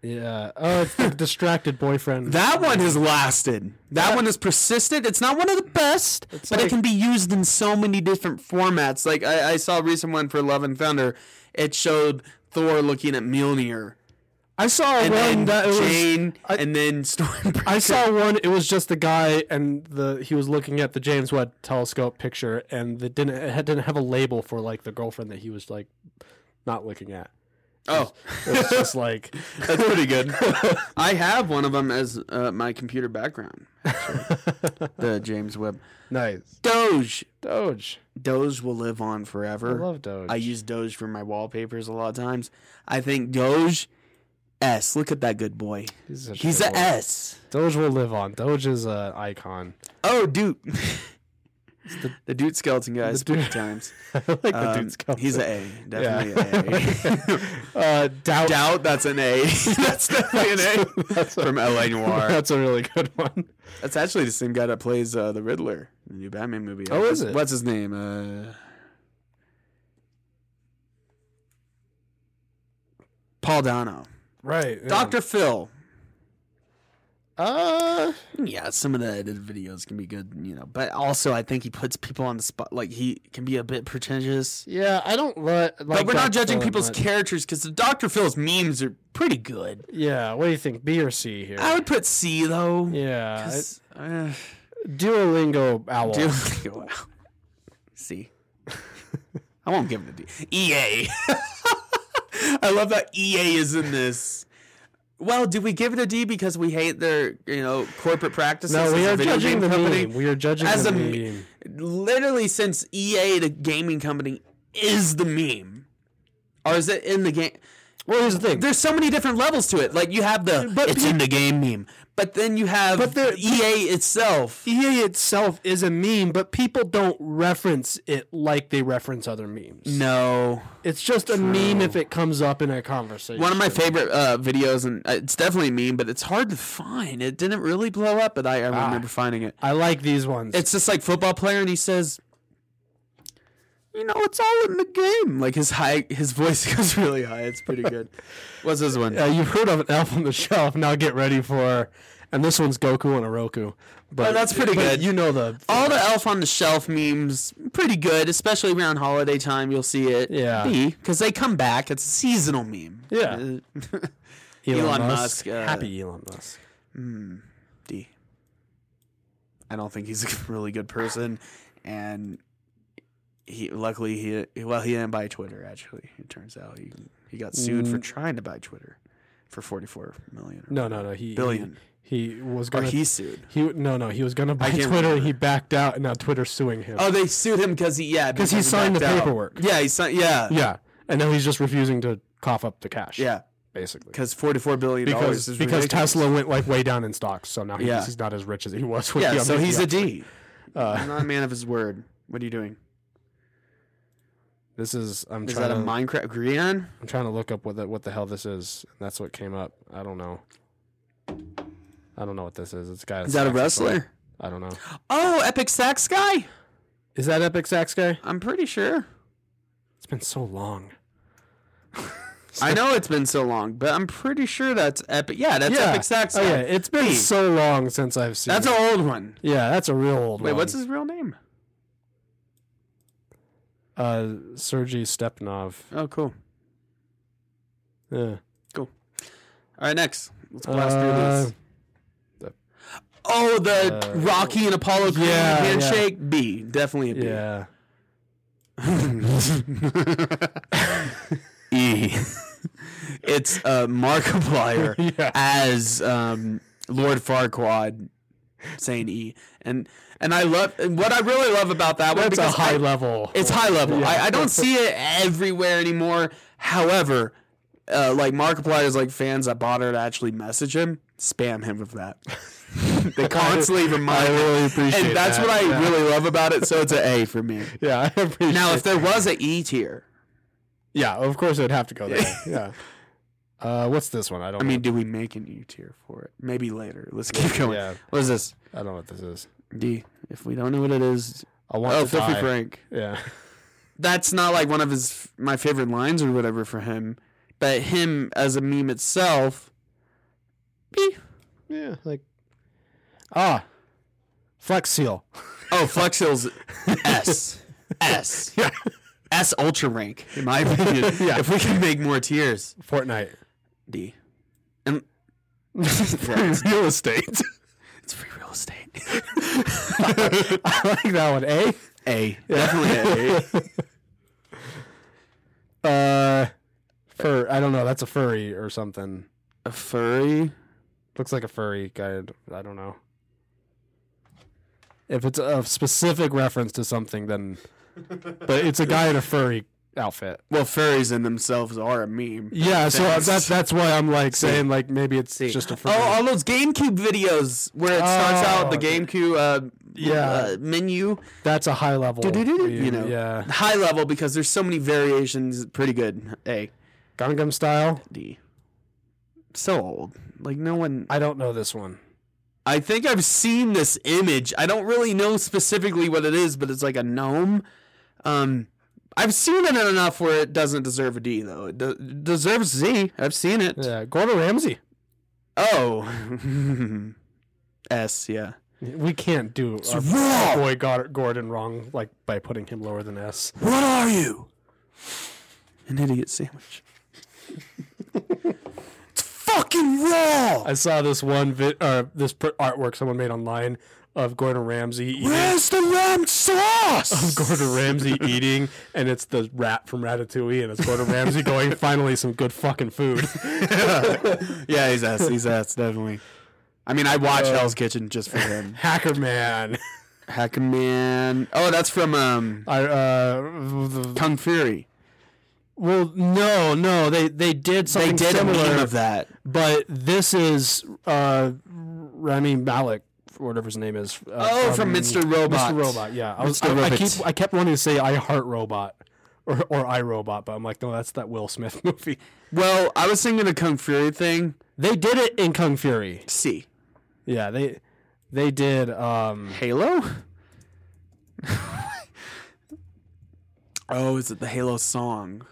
yeah. Oh, it's the distracted boyfriend.
That one has lasted. That one is persistent. It's not one of the best, but it
like-
can be used in so many different formats. Like I, I saw a recent one for Love and Thunder. It showed Thor looking at Mjolnir,
I saw
and
one
then
that it was.
Jane,
I-
and then Stormbreaker.
I saw one. It was just the guy, and the he was looking at the James Webb Telescope picture, and it didn't it had- didn't have a label for like the girlfriend that he was like not looking at.
Oh,
It's just like
that's pretty good. I have one of them as uh, my computer background. actually. the James Webb
nice
Doge.
Doge.
Doge will live on forever.
I love Doge.
I use Doge for my wallpapers a lot of times. I think Doge S. Look at that good boy.
He's, such a
He's
good
a
boy.
S.
Doge will live on. Doge is an icon.
Oh, dude. the, dude skeleton guy.
the dude-
Dude times.
I like the
Um,
dude's cover.
he's a A. Definitely a A.
uh, doubt.
Doubt that's an A. that's definitely an A. From LA Noir.
That's a really good one.
That's actually the same guy that plays uh, the Riddler in the new Batman movie.
Oh, is it?
What's his name? Uh, Paul Dano.
Right.
Dr. Phil.
Uh,
Yeah, some of the edited videos can be good, you know. But also, I think he puts people on the spot. Like he can be a bit pretentious.
yeah, I don't li- like.
But we're
Dr.
not judging
Phil
people's
much.
characters because the Dr. Phil's memes are pretty good.
Yeah, what do you think? B or C here?
I would put C though.
yeah,
'cause, uh,
Duolingo owl.
do wow. C. I won't give it a D. EA. I love that EA is in this. Well, do we give it a D because we hate their, you know, corporate practices?
no, we
as a
are
video
judging
game
the
company?
meme. We are judging
As
the
a me-
meme.
literally since EA, the gaming company, is the meme, or is it in the game?
Well, here's the thing.
There's so many different levels to it. Like you have the
But
it's
pe-
in the game meme, but then you have
But there-
EA itself.
E
EA E itself is a meme, but people don't reference it like they reference other memes.
Mm. No,
It's just a meme if it comes up in a conversation.
one of my favorite uh, videos, and uh, it's definitely a meme, but it's hard to find. It didn't really blow up, but I, I remember finding it.
I like these ones.
It's just like football player, and he says. You know, it's all in the game. Like his high, his voice goes really high. It's pretty good. What's this one?
uh, you've heard of an elf on the shelf. Now get ready for, and this one's Goku and a Roku. But
Oh, that's pretty
but
good.
You know the
all the elf on the shelf memes pretty good especially around holiday time you'll see it
Yeah.
because they come back it's a seasonal meme
Yeah.
Uh, Elon Musk, uh,
happy Elon Musk.
d i don't think he's a really good person and he luckily he he- well he didn't buy twitter actually it turns out he he got sued for trying to buy twitter for 44 million or,
Mm. No, no, no. He
Billion.
He, he was
or
gonna.
he sued
he no, no. He was gonna buy
can't
Twitter. and He backed out, and now Twitter's suing him.
oh they sued him because he yeah because
he signed the
backed out.
paperwork.
yeah he signed yeah yeah
yeah, and now he's just refusing to cough up the cash.
yeah
basically.
because 44 billion
Because
dollars is
because
ridiculous.
Tesla went like way down in stocks, so now he's,
Yeah.
he's not as rich as he was. When
Yeah,
he
so
made
he's
the
a
upgrade.
D.
Uh,
I'm not a man of his word. What are you doing?
This is I'm
Is
trying
that a
to
Minecraft Grion?
I'm trying to look up what the, what the hell this is. And that's what came up. I don't know. I don't know what this is. It's a guy.
Is that a
sax is playing.
wrestler?
I don't know.
Oh, Epic Sax guy?
Is that Epic Sax guy?
I'm pretty sure.
It's been so long.
I know it's been so long, but I'm pretty sure that's Epic. Yeah, that's Epic Sax
Oh
guy.
yeah, it's been
D.
so long since I've seen.
That's
it.
an old one.
yeah, that's a real old
Wait,
one.
what's his real name?
Uh, Sergey Stepnov.
Oh, cool.
Yeah.
All right, next. Let's blast through
Uh,
this. Oh, the
uh,
Rocky and Apollo Creed
yeah, yeah.
handshake? B. Definitely a B.
Yeah.
E. it's uh, Markiplier
Yeah.
as um, Lord Farquaad saying E, and and I love and what I really love about that one
That's a
because
high
I-
level.
It's high level. I, I don't see it everywhere anymore. However, uh, like Markiplier's like fans that bother to actually message him, spam him with that. they constantly remind.
I
him.
really appreciate
and that's
that,
what I
yeah.
really love about it. So it's an A for me.
yeah, I appreciate.
Now, if there was a E tier,
Yeah, of course it would have to go there. yeah. Uh, what's this one? I don't.
I mean, do we make an U tier for it? Maybe later. Let's keep
know.
going.
yeah,
What is this?
I don't know what this is.
D. If we don't know what it is,
I want.
oh,
to
Filthy
die.
Frank.
Yeah.
That's not like one of his my favorite lines or whatever for him, but him as a meme itself. B.
Yeah, like ah, Flex Seal.
Oh, Flex Hill's S. S.
Yeah,
S Ultra Rank, in my opinion.
Yeah.
If we can make more tiers.
Fortnite.
D. And
Real estate.
it's free real estate.
I like that one. Eh?
A.
A.
Definitely A.
Uh, fur. I don't know. That's a furry or something.
A furry?
Looks like a furry guy. I don't know. If it's a specific reference to something, then. But it's a guy in a furry outfit.
Well, furries in themselves are a meme.
Yeah, so
Thanks.
that's that's why I'm like saying like maybe it's
See.
just a furry.
Oh, all those GameCube videos where it starts out the
Oh, okay.
GameCube uh,
Yeah.
uh, menu.
that's a high level.
Do-do-do-do, you
read,
know.
yeah,
High level because there's so many variations. Pretty good. A.
Gangnam style.
D. So old. Like, no one.
I don't know this one.
I think I've seen this image. I don't really know specifically what it is, but it's like a gnome. Um, I've seen it enough where it doesn't deserve a D though. It de- deserves Z. I've seen it.
Yeah, Gordon Ramsay.
Oh, S. Yeah.
We can't do our
wrong.
boy Gor- Gordon wrong like by putting him lower than S.
What are you? An idiot sandwich. it's fucking raw.
I saw this one vi- uh, this pr- artwork someone made online of Gordon Ramsay eating.
Where's the lamb sauce?
Gordon Ramsay eating, and it's the rat from Ratatouille, and it's Gordon Ramsay going, finally, some good fucking food.
yeah, he's S. He's S. Definitely. I mean, I watch Hell's Kitchen just for him.
Hacker Man.
Hackman. Oh, that's from um,
I, uh,
Kung Fury.
well, no, no, they, they did
They
something
did a
similar,
meme of that.
but this is uh, Rami Malik, or whatever his name is. Uh,
Oh, from Mr. Robot.
Mr. Robot, yeah. I, was,
Mr.
I, I,
Robot.
keep, I kept wanting to say I Heart Robot or, or I Robot, but I'm like, no, that's that Will Smith movie.
Well, I was thinking the Kung Fury thing.
They did it in Kung Fury.
C.
Yeah, they they did. Um,
Halo? oh, is it the Halo song?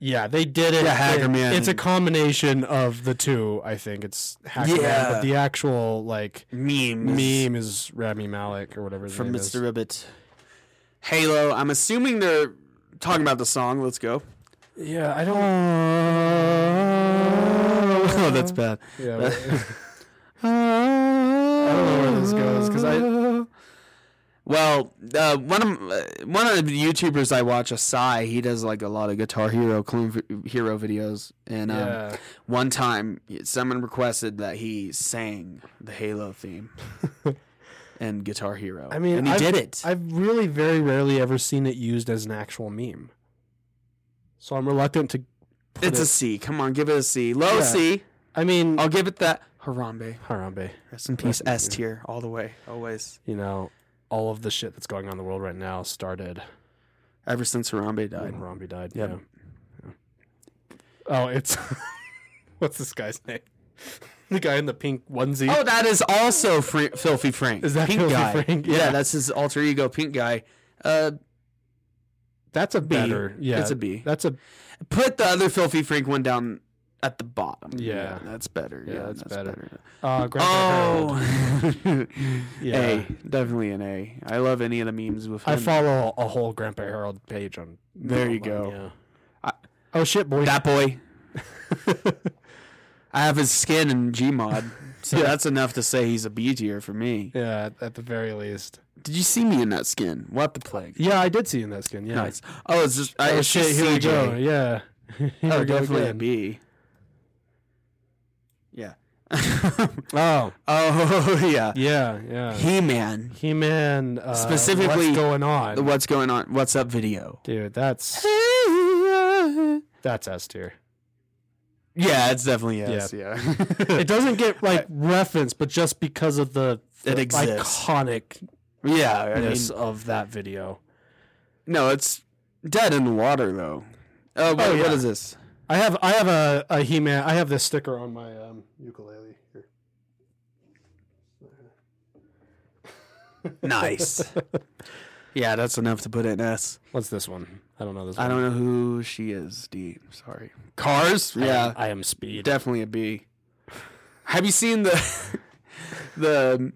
yeah, they did it.
Yeah, Hacker
it-
Man.
It's a combination of the two. I think it's Hacker Man,
Yeah.
but the actual like
Meme.
meme is Rami Malik or whatever his
From
name
Mr.
is.
Ribbit. Halo. I'm assuming they're talking about the song. Let's go.
Yeah, I don't.
Oh, that's bad.
Yeah, but-
I
don't know where this goes, 'cause I-
Well, uh, one of uh, one of the YouTubers I watch, Asai, he does like a lot of Guitar Hero clone vi- hero videos, and um,
Yeah.
one time someone requested that he sang the Halo theme and Guitar Hero.
I mean,
and he
I've-
did it.
I've really very rarely ever seen it used as an actual meme, so I'm reluctant to. put
it's
it-
a Oh. C. Come on, give it a C. Low
Yeah.
C.
I mean,
I'll give it that. Harambe.
Harambe.
Rest in peace. S tier all the way, always.
You know, all of the shit that's going on in the world right now started
Ever since Harambe
when
died.
Harambe died.
Mm. Yep.
Yeah. yeah. Oh, it's what's this guy's name? The guy in the pink onesie.
Oh, that is also Fr- Filthy Frank.
Is that
Pink
Filthy
guy.
Frank?
Yeah.
Yeah.
that's his alter ego, Pink Guy. Uh,
that's a B.
better-
Yeah,
it's a B.
That's a
put the other Filthy Frank one down at the bottom.
Yeah.
that's better. Yeah,
that's
that's,
better.
better.
uh, Grandpa Harold.
Oh,
Yeah.
A, definitely an A. I love any of the memes with him.
I follow a whole Grandpa Harold page on.
There you
online,
go.
yeah. oh shit, boy.
that boy. I have his skin in Gmod, so that's enough to say he's a B tier for me.
yeah, at- at the very least.
Did you see me in that skin? What the plague?
Yeah, I did see you in that skin. Yeah.
Nice. Oh, it's just I,
Oh
it's
shit,
just
here we
CJ.
go. Yeah. Here
Oh,
we go
definitely a
again.
B. Yeah.
Oh,
oh yeah.
yeah, yeah.
He Man.
He Man uh,
Specifically-
what's going on,
The What's going on? What's up? Video.
dude? That's that's S tier.
Yeah, it's definitely yes. Yeah.
It doesn't get like reference, but just because of the,
It
the
exists.
iconicness
yeah. I mean,
of that video.
no, it's dead in the water though. Oh, what,
Oh,
what
yeah.
is this?
I have I have a, a He Man. I have this sticker on my um, ukulele here.
Nice. yeah, that's enough to put it in S.
What's this one? I don't know this.
I don't know who she is. D. Sorry. Cars. Yeah,
I am speed.
definitely a B. Have you seen the the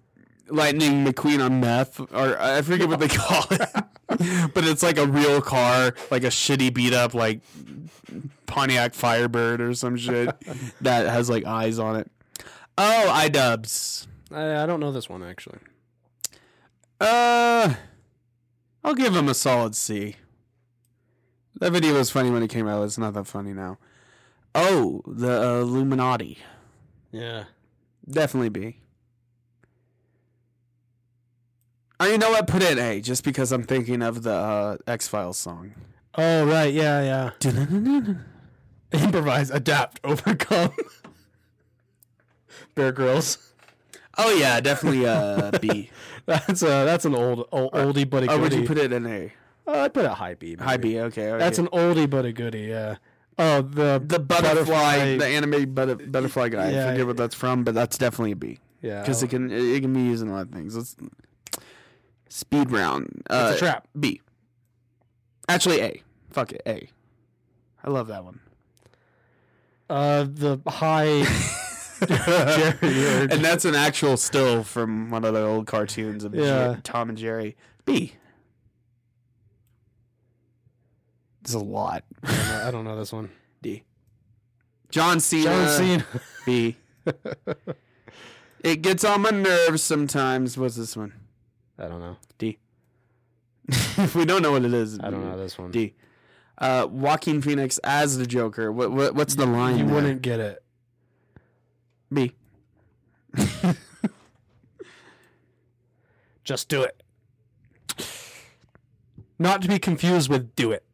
Lightning McQueen on meth? Or I forget what they call it, but it's like a real car, like a shitty beat up like Pontiac Firebird or some shit that has like eyes on it. Oh, iDubbbz.
I, I don't know this one actually.
Uh, I'll give him a solid C. That video was funny when it came out. It's not that funny now. Oh, the uh, Illuminati.
Yeah.
Definitely B. Oh, you know what? Put it in A, just because I'm thinking of the uh, X Files song.
Oh right, yeah, yeah. Improvise, adapt, overcome. Bear Grylls.
Oh yeah, definitely uh, B.
That's a that's an old, old oldie but
Or
a goodie.
oh, would you put it in A?
Uh, I put a high B.
High
maybe.
B. Okay. okay.
That's an oldie but a goodie. Yeah. Oh, the
the butterfly,
butterfly-
the anime butter, butterfly guy. I
Yeah, Oh.
forget what that's from, but that's definitely a B.
yeah.
because it can it can be used in a lot of things. Let's speed round. Uh,
it's a trap.
B. Actually, A. Fuck it, A. I love that one.
Uh, the high.
and that's an actual still from one of the old cartoons of Jer-
Yeah.
Tom and Jerry. B. There's a lot.
I don't know this one.
D. John Cena.
John Cena.
B. it gets on my nerves sometimes. What's this one?
I don't know.
D. if we don't know what it is,
I don't know this one.
D. Uh, Joaquin Phoenix as the Joker. What, what what's the line?
You
there?
wouldn't get it.
B.
Just do it. Not to be confused with do it.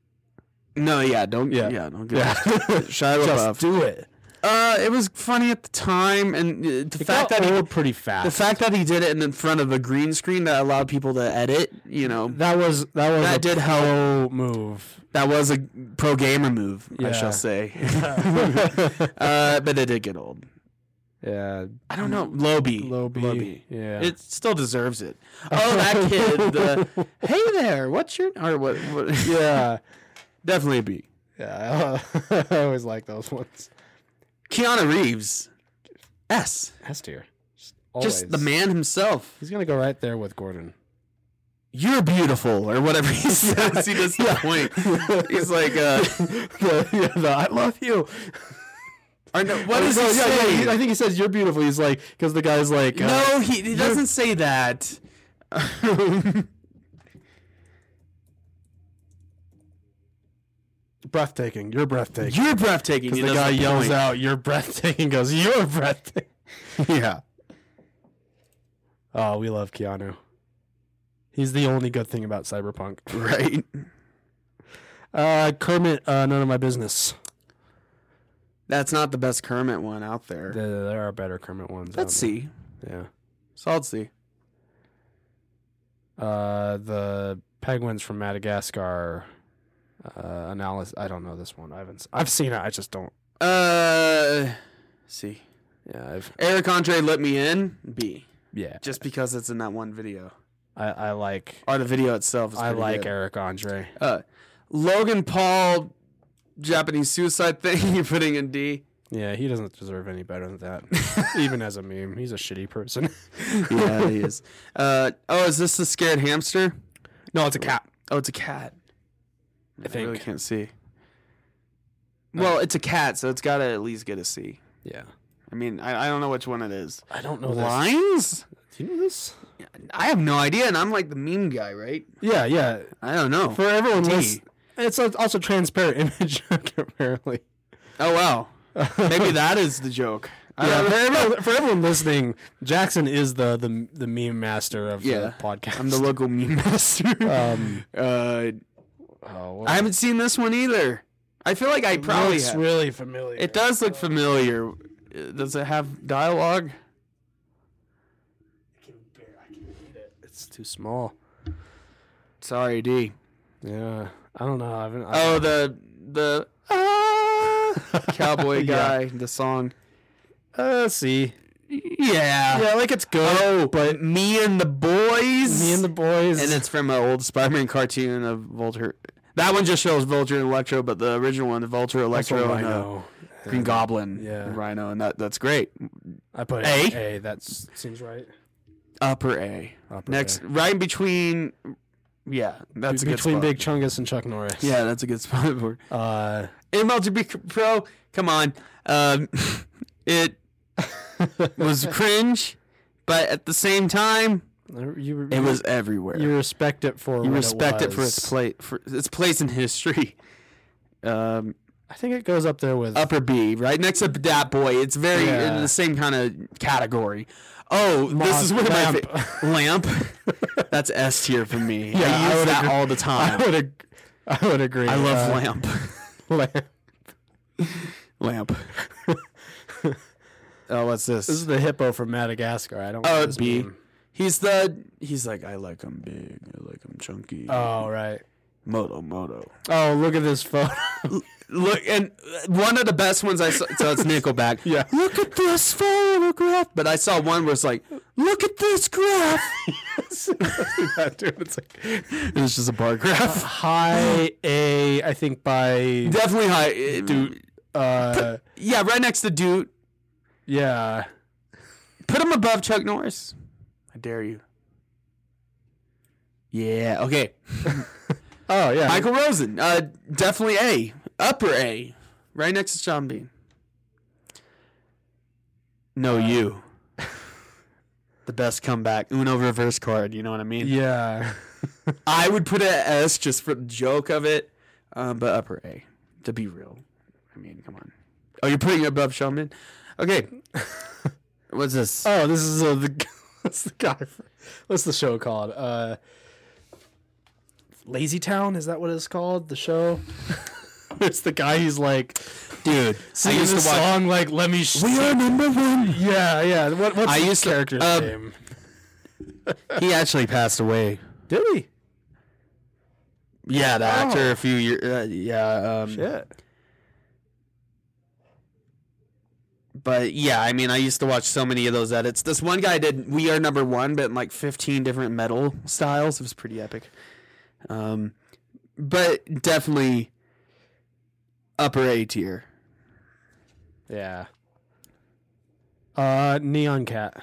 No, yeah, don't. Yeah,
Yeah.
don't get yeah. Shia LaBeouf.
Just do it.
uh, it was funny at the time, and uh, the
It
fact
got
that he,
old pretty fast.
the fact that he did it in front of a green screen that allowed people to edit. You know,
that was that was
That
a
did help.
pro move.
that was a pro gamer move, I
Yeah.
shall say. uh, but it did get old.
Yeah,
I don't know. Low B.
low B. Yeah,
It still deserves it. Oh, that kid. The, hey there, what's your or what? what
yeah,
definitely a B.
yeah. I always like those ones.
Keanu Reeves, S.
S tier. Just,
Just the man himself.
He's gonna go right there with Gordon.
You're beautiful, or whatever he says. He does the point. He's like, uh,
the, yeah, the, I love you.
or no, what does
Oh,
he
yeah, yeah,
say?
he- I think he says you're beautiful. He's like because the guy's like uh,
no, he, he doesn't say that.
breathtaking. You're breathtaking.
You're breathtaking.
Because
he
the
does
guy yells
point.
out, "You're breathtaking." Goes, "You're breathtaking." yeah. Oh, we love Keanu. He's the only good thing about Cyberpunk.
right?
Uh, Kermit, uh, none of my business.
That's not the best Kermit one out there.
There, there are better Kermit ones.
That's
out
C.
there.
Solid C.
Yeah. Uh, the penguins from Madagascar. Uh, analysis. I don't know this one. I haven't. s- I've seen it. I just don't.
Uh, C.
Yeah. I've.
Eric Andre let me in. B.
Yeah.
Just because it's in that one video,
I, I like.
or the video itself is.
I
Oh, pretty
like
good.
Eric Andre.
Uh, Logan Paul, Japanese suicide thing. You're putting in D.
Yeah, he doesn't deserve any better than that. Even as a meme, he's a shitty person.
Yeah, he is. Uh, oh, is this the scared hamster?
no, it's a cat.
Oh, it's a cat. I, Oh.
think.
really can't see. Well, it's a cat, so it's got to at least get a C.
Yeah.
I mean, I, I don't know which one it is.
I don't know
Lines?
this. Do you know this?
I have no idea, and I'm like the meme guy, right?
Yeah, yeah.
I don't know.
For everyone,
D.
lis- it's al- also transparent image apparently.
Oh wow, maybe that is the joke. I
Yeah,
don't
for,
know.
everyone, for everyone listening, Jackson is the the, the meme master of
Yeah.
the podcast.
I'm the local meme master.
Um,
uh,
oh, what-
I haven't seen this one either. I feel like I probably
looks
have.
really familiar.
It does look familiar. Uh, Does it have dialogue?
It's too small.
Sorry, D.
Yeah. I don't know. I haven't. I,
Oh, the the ah, cowboy guy, the song.
uh, see.
Yeah.
Yeah, like it's good.
Oh, but me and the boys.
Me and the boys.
and it's from an old Spider-Man cartoon of Vulture. That one just shows Vulture and Electro, but the original one, the Vulture,
Oh,
Electro,
I
and uh,
know.
Green Goblin,
Yeah.
and Rhino, and that that's great.
I put
A?
A. A. That s- seems right.
Upper A.
Upper
Next,
A.
right in between. Yeah, that's a good
between
spot.
Big Chungus and Chuck Norris.
Yeah, that's a good spot for
Uh,
MLGB Pro. Come on, um, it was cringe, but at the same time,
you,
it was everywhere.
You respect it for.
you
what
respect it, for
was.
its place for its place in history. Um,
I think it goes up there with.
upper B, right next to that boy. It's very
Yeah.
in the same kind of category. Oh, this is one of my
Lamp.
fa- lamp. That's S tier for me.
Yeah,
I
I
use
would
that
agree.
all the
I
time.
would. Ag- I would agree.
I love
uh,
lamp.
lamp.
lamp. oh, what's this?
This is the hippo from Madagascar. I don't.
Oh,
this
B.
meme.
He's the. He's like I like him big. I like him chunky.
Oh right.
moto moto.
Oh look at this photo.
Look, and uh, one of the best ones I saw. So it's Nickelback.
Yeah.
Look at this photograph. But I saw one where it's like, look at this graph.
that dude. It's like
it was just a bar graph.
high A. I think by.
Uh, Definitely high, dude.
Uh,
Yeah, right next to dude.
yeah.
Put him above Chuck Norris. I dare you. Yeah. Okay.
Oh yeah.
Michael Rosen. Uh, definitely A. Upper A. Right next to Sean Bean. No, you. Uh, the best comeback. Uno reverse card. You know what I mean?
Yeah.
I would put it at S just for the joke of it, um, but upper A to be real. I mean, come on. Oh, you're putting it above Showman? Okay. What's this?
Oh, this is uh, the what's the guy? For, what's the show called? Uh, Lazy Town is that what it's called? The show. it's the guy who's like
dude, I
singing
used
the
to watch.
song like "Let Me." Sh-
We are number one.
yeah, yeah. What, what's
I
the
used to-
character's
um,
name?
He actually passed away.
Did he?
Yeah, the actor a few years. Uh, yeah. Um,
Oh. Shit.
But yeah, I mean, I used to watch so many of those edits. This one guy did "We Are Number One," but in like fifteen different metal styles. It was pretty epic. Um, but definitely upper A tier.
Yeah. Uh, Neon Cat.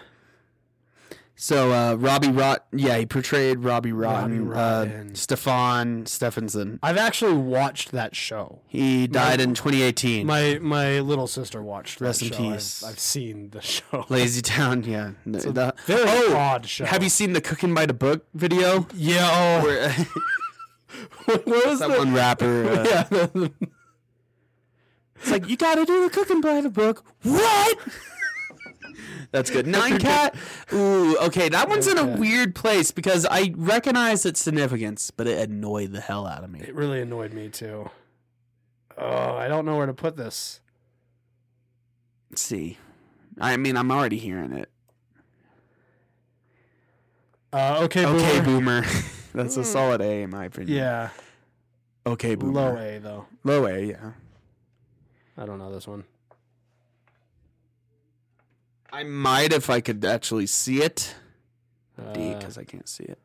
So uh, Robbie Rot, yeah, he portrayed Robbie Rotten.
Robbie
Uh,
Rotten.
Stefan Stephenson.
I've actually watched that show.
He died in 2018.
My my little sister watched. that
Rest in
show. I've-
peace.
I've, seen the show.
Lazy Town, yeah. No, the-
Very
oh,
odd show.
have you seen the Cooking by the Book video?
Yeah.
Where,
what was
that
the-
one rapper. Uh,
Yeah. the-
It's like you gotta do the cooking by the book. What? That's good. Nine cat. Ooh, okay, that one's in a weird place because I recognize its significance, but it annoyed the hell out of me.
It really annoyed me too. Oh, I don't know where to put this.
Let's see, I mean, I'm already hearing it.
Uh, okay,
Okay, boomer.
boomer.
Hmm. That's a solid A in my opinion.
Yeah,
Okay, boomer.
low A though.
Low A. Yeah.
I don't know this one.
I might if I could actually see it. D,
Uh,
because I can't see it.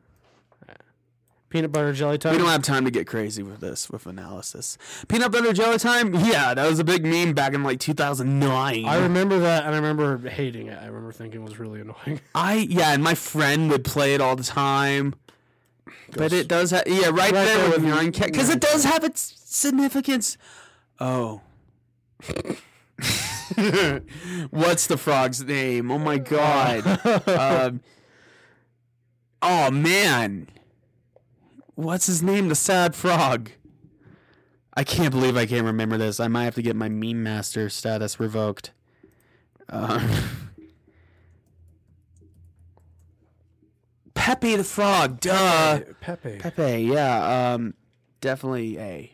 peanut butter jelly time.
We don't have time to get crazy with this with analysis. Peanut butter jelly time. Yeah, that was a big meme back in like 2009.
I remember that, and I remember hating it. I remember thinking it was really annoying.
I yeah, and my friend would play it all the time. But it does have yeah, right, there, with nine cat because it does have its significance. Oh, what's the frog's name? Oh my god.
Uh,
um, oh man, what's his name? The sad frog. I can't believe I can't remember this. I might have to get my meme master status revoked. Um, Pepe the Frog, duh.
Pepe.
Pepe, yeah, um, definitely A,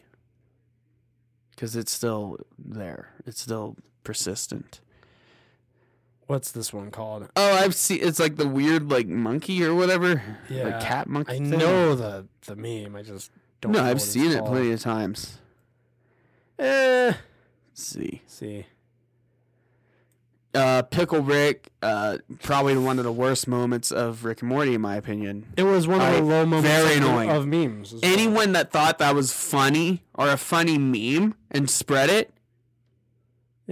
because it's still there. It's still persistent.
What's this one called?
Oh, I've seen. It's like the weird like monkey or whatever,
Yeah,
like cat monkey.
I
thing.
know the the meme. I just don't.
No,
know what
I've
it's
seen it
called.
plenty of times.
Eh,
Let's see.
see,
Uh, Pickle Rick, uh, probably one of the worst moments of Rick and Morty, in my opinion.
it was one of
I-
the low moments
very
of,
annoying.
of memes. as well.
Anyone that thought that was funny or a funny meme and spread it,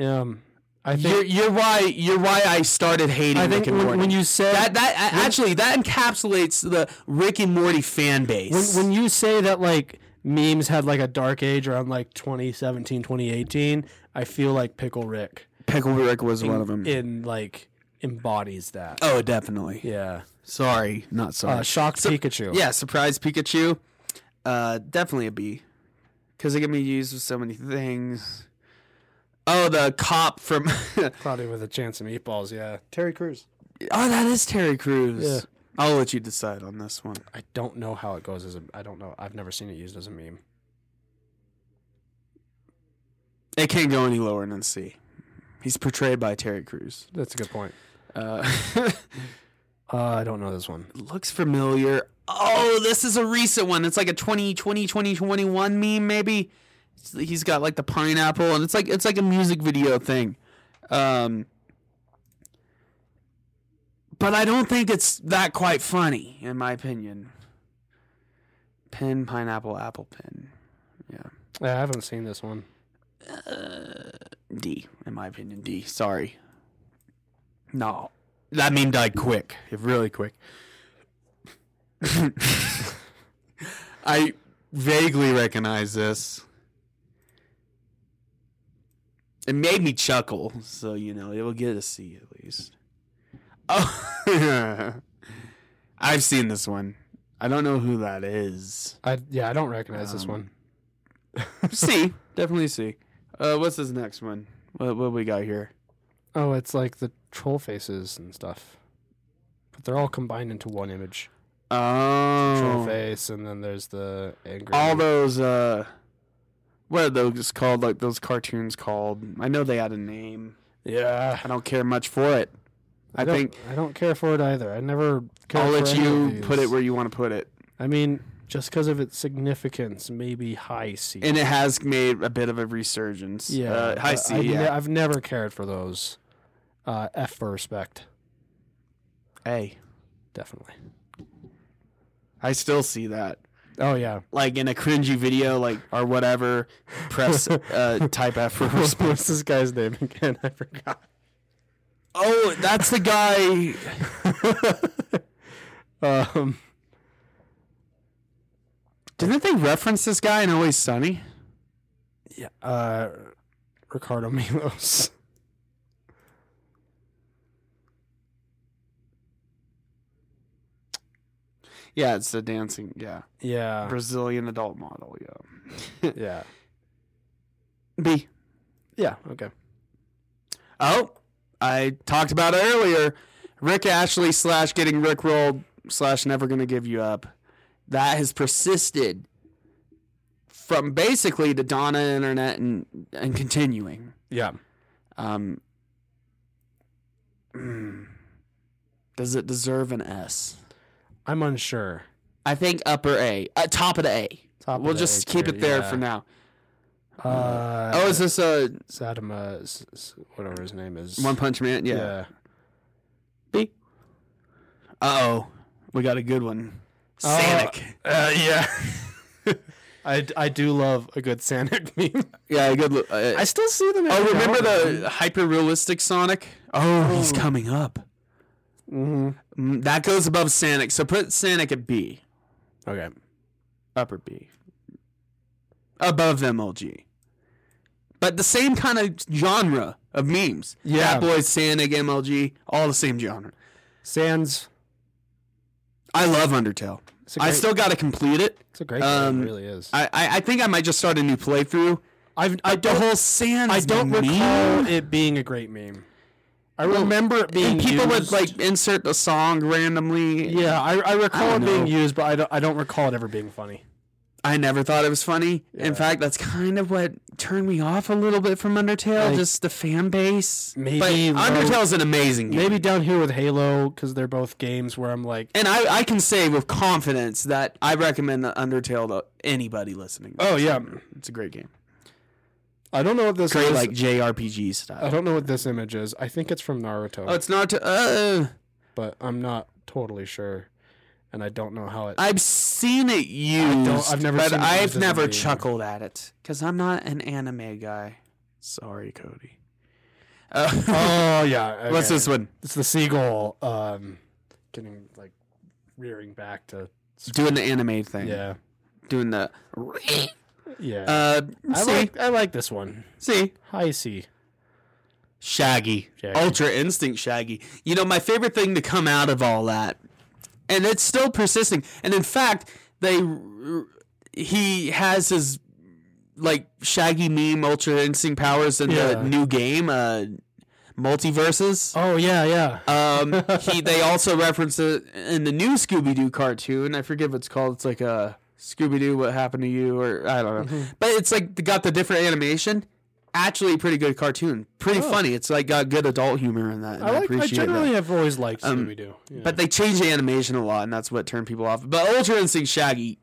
Um, I
you're,
think
you're why you're why I started hating
I think
Rick and
when,
Morty.
when you said
that that actually that encapsulates the Rick and Morty fan base.
when, when you say that like memes had like a dark age around like 2017 2018 i feel like pickle rick
Pickle Rick was one of them.
in like embodies that
oh, definitely.
yeah
Sorry, not sorry.
uh shock pikachu
Yeah, surprise Pikachu. Uh, definitely a B, because it can be used with so many things. Oh, the cop from. oh,
cloudy with a chance of meatballs yeah terry cruz
that is Terry Crews.
Yeah.
I'll let you decide on this one.
i don't know how it goes as a i don't know i've never seen it used as a meme
It can't go any lower than C. He's portrayed by Terry Crews.
that's a good point
Uh,
uh, i don't know this one
looks familiar. Oh, this is a recent one. It's like a 2020, 2021 meme, maybe. It's- He's got like the pineapple, and it's like it's like a music video thing. Um, but I don't think it's that quite funny, in my opinion. Pin, pineapple, apple, pin.
i haven't seen this one
D, in my opinion. D. Sorry. No, that meme died quick. Really quick. I vaguely recognize this. It made me chuckle, so you know it will get a C at least. Oh, I've seen this one. I don't know who that is.
i yeah i don't recognize this one
C, definitely C. Uh, what's this next one? What what we got here?
oh it's like the troll faces and stuff but they're all combined into one image troll
Oh,
face, and then there's the angry.
all those uh, what are those called? Like those cartoons called? I know they had a name.
yeah.
I don't care much for it. I,
don't-
think
I don't care for it either. I never. Care
I'll
for
let
any of
you put it
these.
where you want to put it.
I mean, just because of its significance, maybe high C.
And it has made a bit of a resurgence.
yeah,
uh,
but
high C.
I've, ne-
yeah,
I've never cared for those. Uh, F for respect,
A.
definitely.
I still see that
Oh yeah,
like in a cringy video, like or whatever. Press uh, type F for respect.
what's this guy's name again? I forgot.
Oh, that's the guy.
Um,
Didn't they reference this guy in Always Sunny?
yeah, uh, Ricardo Milos.
Yeah, it's the dancing. Yeah,
Yeah,
Brazilian adult model. Yeah.
yeah,
B.
yeah. Okay.
Oh, I talked about it earlier. Rick Ashley slash getting Rick rolled slash never gonna give you up. That has persisted from basically the Donna internet and and continuing.
Yeah.
Um, mm, does it deserve an S?
I'm unsure.
I think upper A, uh, top of the A.
Top of
we'll
the
just
A
keep
tier,
it there
yeah.
for now.
Uh,
oh, is this a
Sadama, s- s- whatever his name is.
One Punch Man?
yeah.
yeah. B. Uh oh, we got a good one. Sanic.
Uh, yeah. I, I do love a good Sonic meme.
Yeah, a good. lo- Uh,
I still see them.
oh, remember the hyper realistic Sonic? Oh, he's coming up. Mm-hmm. That goes above Sanic, so put Sanic at B,
Okay.
upper B, above MLG. But the same kind of genre of memes.
Yeah.
Fat Boys, Sanic, MLG, all the same genre.
Sans.
I love Undertale.
It's a
I
great-
still got to complete it.
It's a great
Um,
game. It really is.
I, I I think I might just start a new playthrough.
I've, I
The
don't.
whole Sans.
I don't
meme-
recall it being a great meme. I
Well,
remember it being
and people would
used.
like insert the song randomly.
Yeah, I, I recall
I
it
don't
being
know.
used, but I don't. I don't recall it ever being funny.
I never thought it was funny. In fact, that's kind of what turned me off a little bit from Undertale,
Like-
just the fan base.
Maybe
but
low-
Undertale's an amazing game.
Maybe down here with Halo because they're both games where I'm like,
And I, I can say with confidence that I recommend Undertale to anybody listening.
oh yeah,
It's a great game.
I don't know what this
Great
is.
like JRPG style.
I don't know what this image is. I think it's from Naruto,
Oh, it's not. To, uh,
but I'm not totally sure, and I don't know how it.
I've seen it used,
I've never
but
seen it
I've
used as a
never
meme.
chuckled at it because I'm not an anime guy. Sorry, Cody. Uh,
oh yeah,
What's
okay.
this one?
It's the seagull, um, getting like rearing back to.
Doing the anime thing.
Yeah,
Doing the.
yeah.
Uh,
I
see,
like I like this one.
see.
High C.
Shaggy.
Shaggy.
Ultra Instinct Shaggy. You know, my favorite thing to come out of all that, and it's still persisting. And in fact, they he has his like Shaggy meme Ultra Instinct powers in
Yeah.
the new game, uh, Multiverses.
Oh yeah, yeah.
Um, he they also reference it in the new Scooby Doo cartoon. I forget what it's called. It's like a Scooby Doo, What Happened to You, or I don't know.
Mm-hmm.
But it's like they got the different animation. Actually, pretty good cartoon. Pretty funny. It's like got good adult humor in that. And I,
Oh. I like. I
appreciate
generally
that. Um,
have always liked Scooby Doo. Yeah.
But they change the animation a lot, and that's what turned people off. But Ultra Instinct Shaggy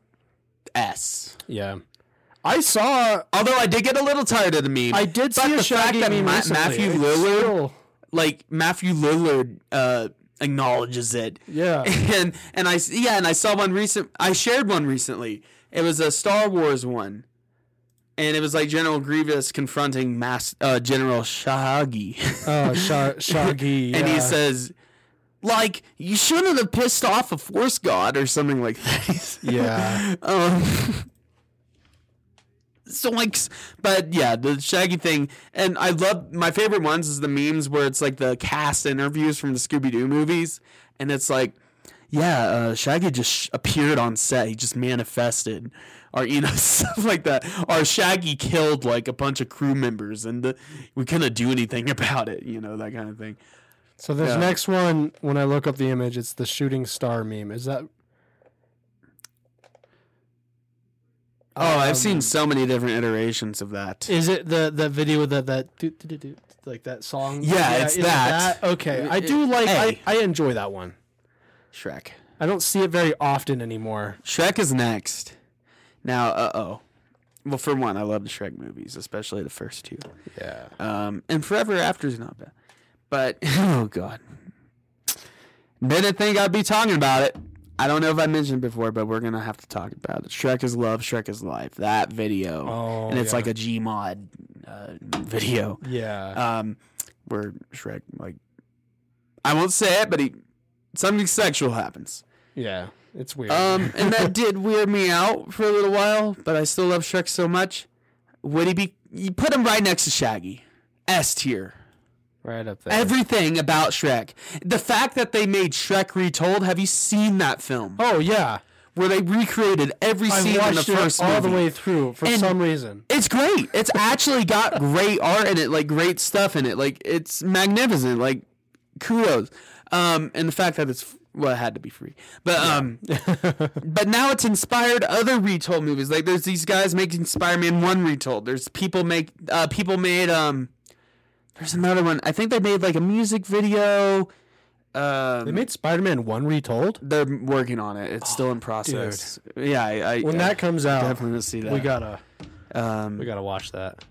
S.
yeah, I saw.
Although I did get a little tired of the meme.
I did
But
see
the
a
fact
Shaggy
that
meme
Ma-
recently.
Matthew
It's
Lillard-
still-
like Matthew Lillard uh, acknowledges it.
yeah.
and and I s- yeah, and I saw one recent. I shared one recently. It was a Star Wars one, and it was like General Grievous confronting Mas- uh, General Shaggy,
Oh, Sha- Shaggy.
and
yeah.
he says, "Like you shouldn't have pissed off a Force God or something like that."
Yeah.
Um, so like, s- but yeah, the Shaggy thing, and I love my favorite ones is the memes where it's like the cast interviews from the Scooby Doo movies, and it's like, yeah, uh, Shaggy just sh- appeared on set, he just manifested, or you know stuff like that, or Shaggy killed like a bunch of crew members, and the, we couldn't do anything about it, you know that kind of thing.
So this
Yeah.
next one, when I look up the image, it's the shooting star meme. Is that?
Oh, I've seen so many different iterations of that.
Um, Is it the the video with that that doo- doo- doo- doo, like that song?
Yeah, it's
is it
that.
Okay, I
It-
do like.
hey.
I, I enjoy that one.
Shrek.
I don't see it very often anymore.
Shrek is next. Now, uh oh. Well, for one, I love the Shrek movies, especially the first two.
Yeah.
Um, and Forever After is not bad. But, oh God. Didn't think I'd be talking about it. I don't know if I mentioned before, but we're going to have to talk about it. Shrek is Love, Shrek is Life. That video.
Oh,
and it's
yeah.
like a Gmod uh, video
Yeah.
um, where Shrek, like, I won't say it, but he something sexual happens.
yeah. It's weird.
Um, and that did weird me out for a little while, but I still love Shrek so much. Would he be? You put him right next to Shaggy, S tier.
right up there.
Everything about Shrek. The fact that they made Shrek retold. Have you seen that film
oh yeah.
where they recreated every
I
scene in the
watched
first
it all the
movie?
way through for
And-
some reason.
It's great. It's actually got great art in it, like great stuff in it. Like it's magnificent. Like kudos. Um, and the fact that it's well, it had to be free, but um, but now it's inspired other retold movies. Like there's these guys making Spider-Man One retold. There's people make uh, people made um. There's another one. I think they made like a music video. Um,
They made Spider-Man one retold.
they're working on it. It's still in process. Yeah, I, I
Oh, When that comes out,
definitely to see that.
we gotta
um,
we gotta watch that.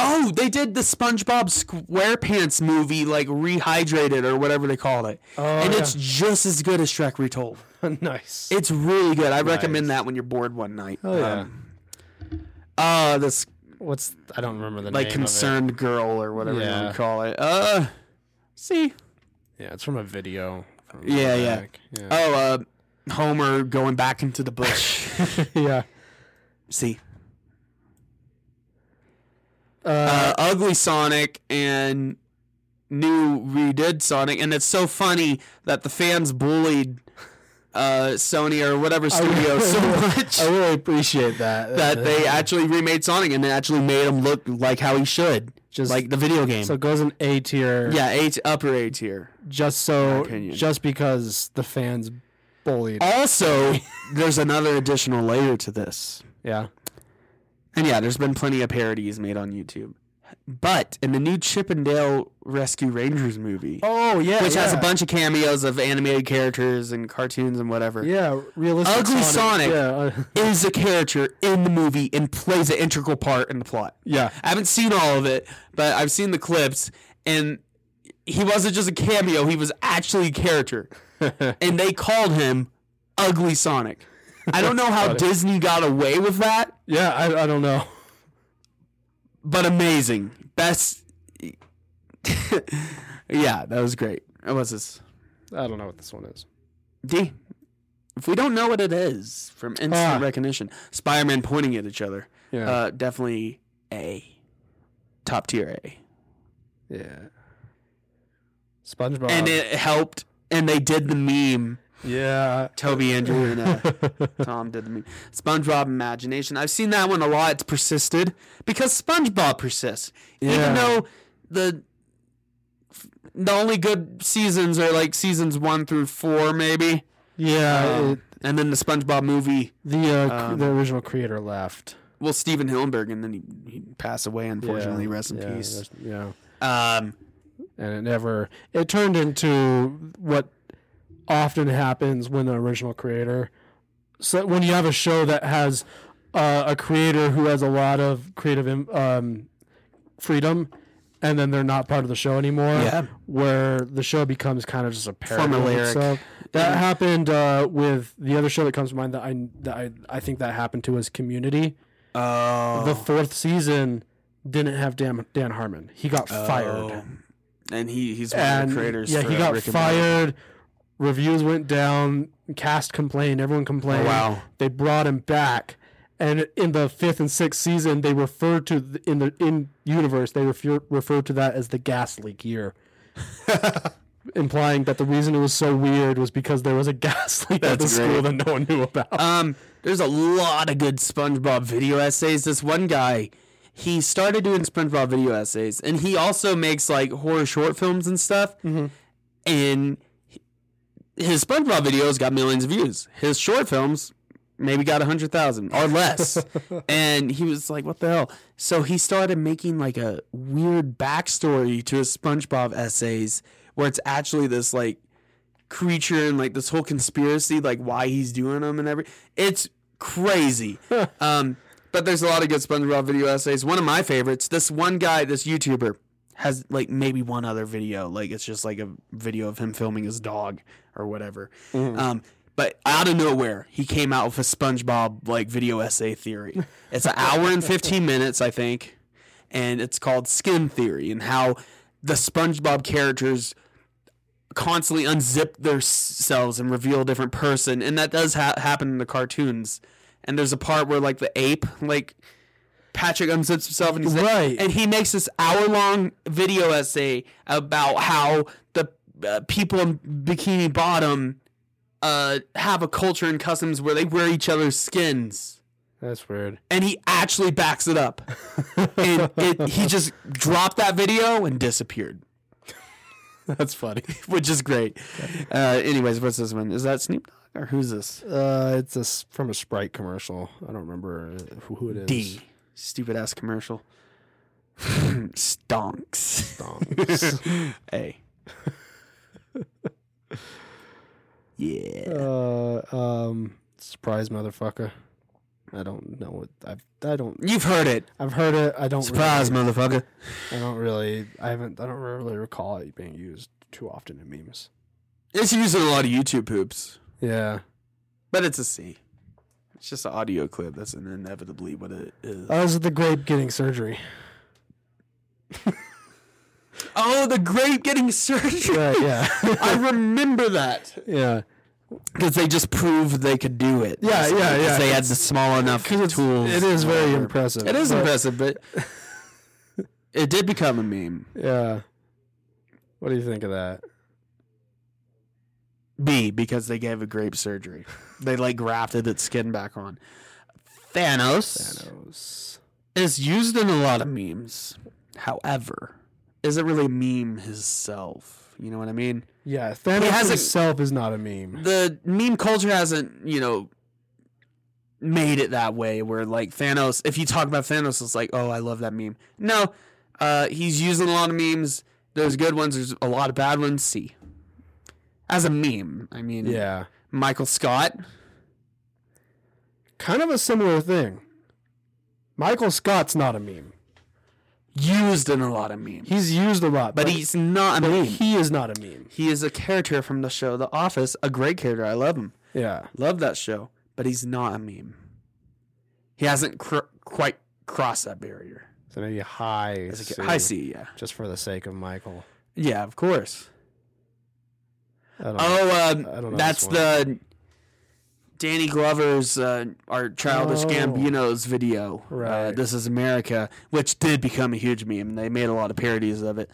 Oh, they did the SpongeBob SquarePants movie, like rehydrated or whatever they called it,
Oh,
and it's just as good as Shrek Retold.
nice.
It's really good. I recommend that when you're bored one night.
oh yeah.
Um, uh, this
What's I don't remember the
like
name. Of
concerned girl or whatever you
Yeah.
would call it. Uh, see.
it. Yeah, it's from a video. from
Yeah, yeah.
back. Yeah.
Oh, uh, Homer going back into the bush.
yeah.
see.
Uh,
uh, ugly Sonic and new redid Sonic, and it's so funny that the fans bullied uh, Sony or whatever studio so much
I really appreciate that.
that they actually remade Sonic and they actually made him look like how he should, just
Just-
like the video game.
so it goes in A tier.
yeah, A upper A tier.
Just so
opinion. Oh.
just because the fans bullied.
Also, there's another additional layer to this.
Yeah.
And yeah, there's been plenty of parodies made on YouTube. But in the new Chip and Dale Rescue Rangers movie,
Oh yeah,
which has a
yeah.
bunch of cameos of animated characters and cartoons and whatever,
Yeah, realistic.
Ugly Sonic.
Yeah, uh,
is a character in the movie and plays an integral part in the plot.
yeah.
I haven't seen all of it, but I've seen the clips, and he wasn't just a cameo; he was actually a character, and they called him Ugly Sonic. I don't know how Disney got away with that,
Yeah, I, I don't know.
but amazing. Best. yeah, that was great. What was this?
I don't know what this one is.
D. If we don't know what it is from instant
Ah.
recognition, Spider Man pointing at each other,
Yeah.
uh, definitely A. Top tier A.
Yeah. SpongeBob.
And it helped, and they did the meme.
yeah.
Toby, Andrew, and uh, Tom did the meme. SpongeBob Imagination. I've seen that one a lot. It's persisted because SpongeBob persists,
Yeah.
even though the the only good seasons are like seasons one through four, maybe, Um,
Yeah. it-
and then the SpongeBob movie.
the uh, cr- the original creator left.
Well, Steven Hillenberg, and then he, he passed away. Unfortunately,
Yeah,
rest in
yeah,
peace.
rest- Yeah.
Um,
and it never it turned into what often happens when the original creator so when you have a show that has uh, a creator who has a lot of creative im- um, freedom and then they're not part of the show anymore
Yeah.
where the show becomes kind of just a parody of
Formulaic.
itself. that happened uh, with the other show that comes to mind that I, that I I think that happened to was community
oh,
the fourth season didn't have Dan, Dan Harmon he got fired
oh. and he he's one of
and
the creators.
yeah,
for,
he
uh,
got
Rick and Morty.
fired. Reviews went down. Cast complained. Everyone complained.
Oh, wow.
They brought him back, and in the fifth and sixth season, they refer to the, in the in universe they refer refer to that as the gas leak year. Implying that the reason it was so weird was because there was a gas leak at the
That's
school
great.
that no one knew about.
Um, there's a lot of good SpongeBob video essays. This one guy, he started doing SpongeBob video essays, and he also makes like horror short films and stuff.
Mm-hmm.
And he- his SpongeBob videos got millions of views. His short films maybe got a hundred thousand or less. and he was like, "What the hell?" So he started making like a weird backstory to his SpongeBob essays, where it's actually this like creature and like this whole conspiracy, like why he's doing them and every. It's crazy. um, but there's a lot of good SpongeBob video essays. One of my favorites. This one guy, this YouTuber, has like maybe one other video. Like it's just like a video of him filming his dog or whatever. Um, but out of nowhere, he came out with a SpongeBob like video essay theory. It's an hour and fifteen minutes, I think, and it's called Skin Theory and how the SpongeBob characters constantly unzip themselves and reveal a different person, and that does ha- happen in the cartoons. And there's a part where like the ape, like Patrick unzips himself, and he's like-
Right.
and he makes this hour-long video essay about how the uh, people in Bikini Bottom uh, have a culture and customs where they wear each other's skins,
That's weird.
and he actually backs it up. and it, he just dropped that video and disappeared
That's funny.
which is great. Uh, anyways, what's this one? Is that Snoop Dogg or who's this?
Uh, it's a, s- from a Sprite commercial. I don't remember uh, who, who it is.
D. Stupid ass commercial. Stonks. A. yeah.
Uh, um, surprise, motherfucker. I don't know what I've. I don't.
You've heard it.
I've heard it. I don't.
Surprise,
really,
motherfucker.
I don't really. I haven't. I don't really recall it being used too often in memes.
It's used in a lot of YouTube poops,
Yeah.
but it's a C. It's just an audio clip. That's inevitably what it Oh, is.
I was at the grape getting surgery.
oh, the grape getting surgery.
Right. Yeah.
I remember that.
yeah.
Because they just proved they could do it.
Yeah,
basically,
yeah,
'cause
yeah.
They had the small enough tools.
It is very impressive.
It is
but-
impressive, but it did become a meme.
Yeah. What do you think of that?
B because they gave a grape surgery. They like grafted its skin back on. Thanos, is used in a lot of memes. However, is it really a meme himself? You know what I mean?
Yeah, Thanos
He hasn't-
himself is not a meme.
The meme culture hasn't, you know, made it that way where like Thanos, if you talk about Thanos, it's like, oh, I love that meme. No, uh, he's using a lot of memes. There's good ones, there's a lot of bad ones. See. As a meme, I mean,
Yeah,
Michael Scott.
kind of a similar thing. Michael Scott's not a meme.
used in a lot of memes.
He's used a lot,
But he's not a meme.
he is not a meme.
He is a character from the show The Office, a great character. I love him.
Yeah,
Love that show. But he's not a meme. He hasn't cr- quite crossed that barrier.
so maybe high.
As a
C,
kid. I see, yeah.
Just for the sake of Michael.
Yeah, of course.
I don't know.
Oh,
I don't
um,
know
that's
this
the Danny Glover's uh, Our Childish
Oh.
Gambinos video. Uh,
Right.
this is America, which did become a huge meme. They made a lot of parodies of it.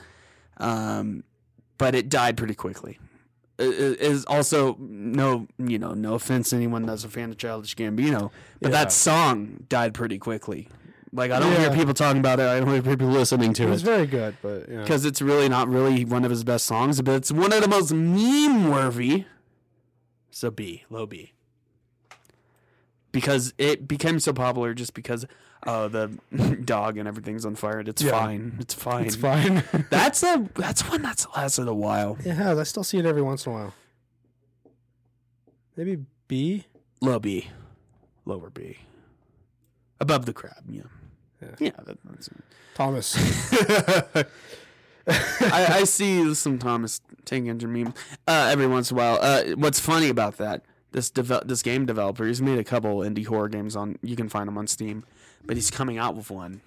Um, but it died pretty quickly. I- I- Is also no, you know, no offense to anyone that's a fan of Childish Gambino, but
Yeah.
that song died pretty quickly. Like I don't hear
Yeah.
people talking about it. I don't hear people listening to
It
it
was very good, but you know.
because it's really not really one of his best songs, but it's one of the most meme worthy. So B, low B. Because it became so popular just because oh the dog and everything's on fire and it's fine. It's fine.
it's fine.
That's a that's one that's lasted a while.
it has. I still see it every once in a while. Maybe B.
Low B. Lower B. Above the crab, yeah. Yeah, that, that's
Thomas.
I, I see some Thomas Tankinger meme uh, every once in a while. Uh, what's funny about that? This devel- this game developer, he's made a couple indie horror games on. You can find them on Steam, but he's coming out with one,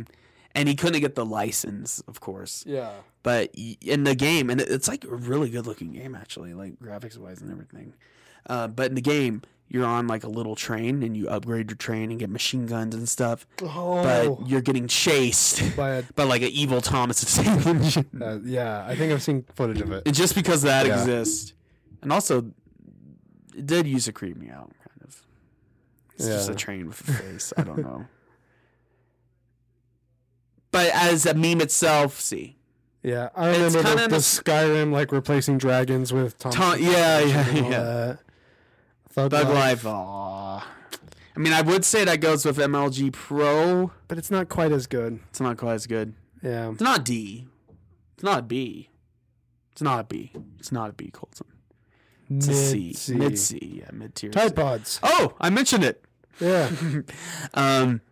and he couldn't get the license, of course.
yeah.
But y- in the game, and it- it's like a really good looking game actually, like graphics wise and everything. Uh, but in the game, you're on like a little train, and you upgrade your train and get machine guns and stuff.
Oh.
But you're getting chased
By a-
by like an evil Thomas Tankinger.
Uh, yeah, I think I've seen footage of it.
And just because that
Yeah.
exists, and also, it did used to creep me out, kind of. It's just a
Yeah.
train with a face. I don't know. But as a meme itself, see,
Yeah, I
It's
remember
kinda
the,
in
the
a-
Skyrim like replacing dragons with Thomas.
Tom, yeah, yeah,
and all
yeah.
that. Thug,
Oh, Bug
life.
Life, aw. I mean, I would say that goes with MLG Pro.
but it's not quite as good.
It's not quite as good.
Yeah,
It's not D. It's not a B. It's not a B. It's not a B, Colton. It's a C.
Mid-C.
Mid C. Yeah, mid tier.
Tide Pods.
Oh, I mentioned it.
Yeah,
Um,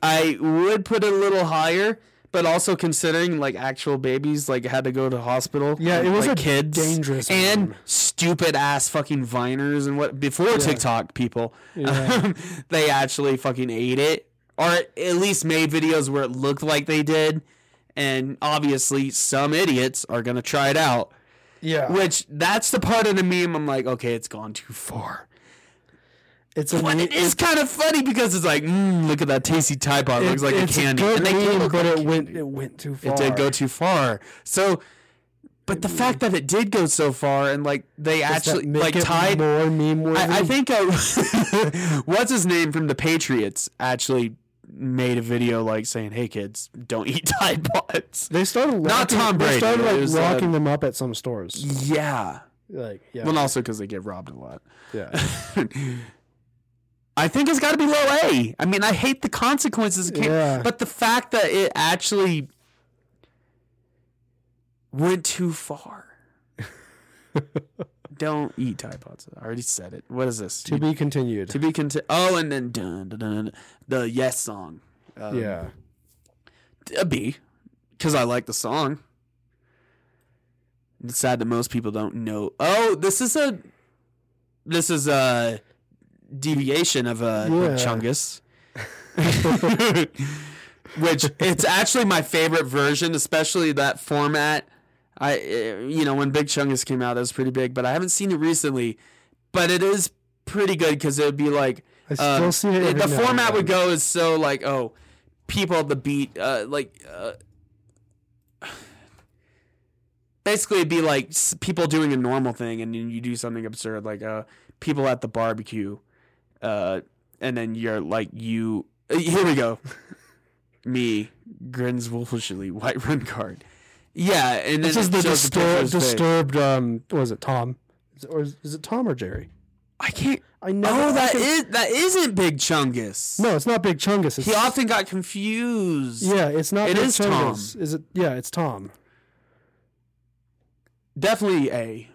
I would put it a little higher, but also considering like actual babies like had to go to hospital.
Yeah, it was
like,
a dangerous
and
meme.
stupid ass fucking viners and what before TikTok people, um, they actually fucking ate it or at least made videos where it looked like they did. And obviously, some idiots are gonna try it out.
yeah.
Which that's the part of the meme I'm like, okay, it's gone too far.
it's a
But
me-
it is kind of funny because it's like, mm, look at that tasty Tide Pod. It looks like a
it's
candy.
good
and they do
meme,
look
but
like
it
candy.
went it went too far.
It did go too far. So, but the fact that it did go so far and like they
Does that
actually
make
like
it
Tide.
more meme worthy.
I, I think uh what's his name from the Patriots actually made a video like saying, "Hey kids, don't eat Tide Pods."
they started locking,
Not Tom
They
Brady,
started
it
like
was, uh,
locking them up at some stores.
Yeah.
Like yeah,
Well, also because they get robbed a lot.
yeah.
I think it's got to be low A. I mean, I hate the consequences, it came-
Yeah.
but the fact that it actually went too far. Don't eat Tide Pods. I already said it. What is this?
to be continued.
to be conti- Oh, and then dun, dun, dun, dun, the Yes song. Um,
yeah,
A B, because I like the song. It's sad that most people don't know. Oh, this is a, this is a deviation of a
Yeah.
Chungus. Which it's actually my favorite version, especially that format. I, eh, you know, when Big Chungus came out, it was pretty big, but I haven't seen it recently. But it is pretty good because it would be like
I still see it every
Uh, The
now and
format would
then.
go is so like oh, people at the beat, uh, like uh, basically it'd be like s- people doing a normal thing and then you do something absurd like uh people at the barbecue uh and then you're like you uh, here we go me grins wolfishly white run card Yeah, and then
This is
it
the
shows the picture of
distur-
his face.
disturbed. Um, was it Tom? Is it, or is, is it Tom or Jerry?
I can't.
I never.
Oh, that
fucking-
is that isn't Big Chungus.
No, it's not Big Chungus. It's,
He often got confused.
yeah, it's not.
It
Big
is
Chungus. Is it? Yeah, it's Tom.
Definitely A.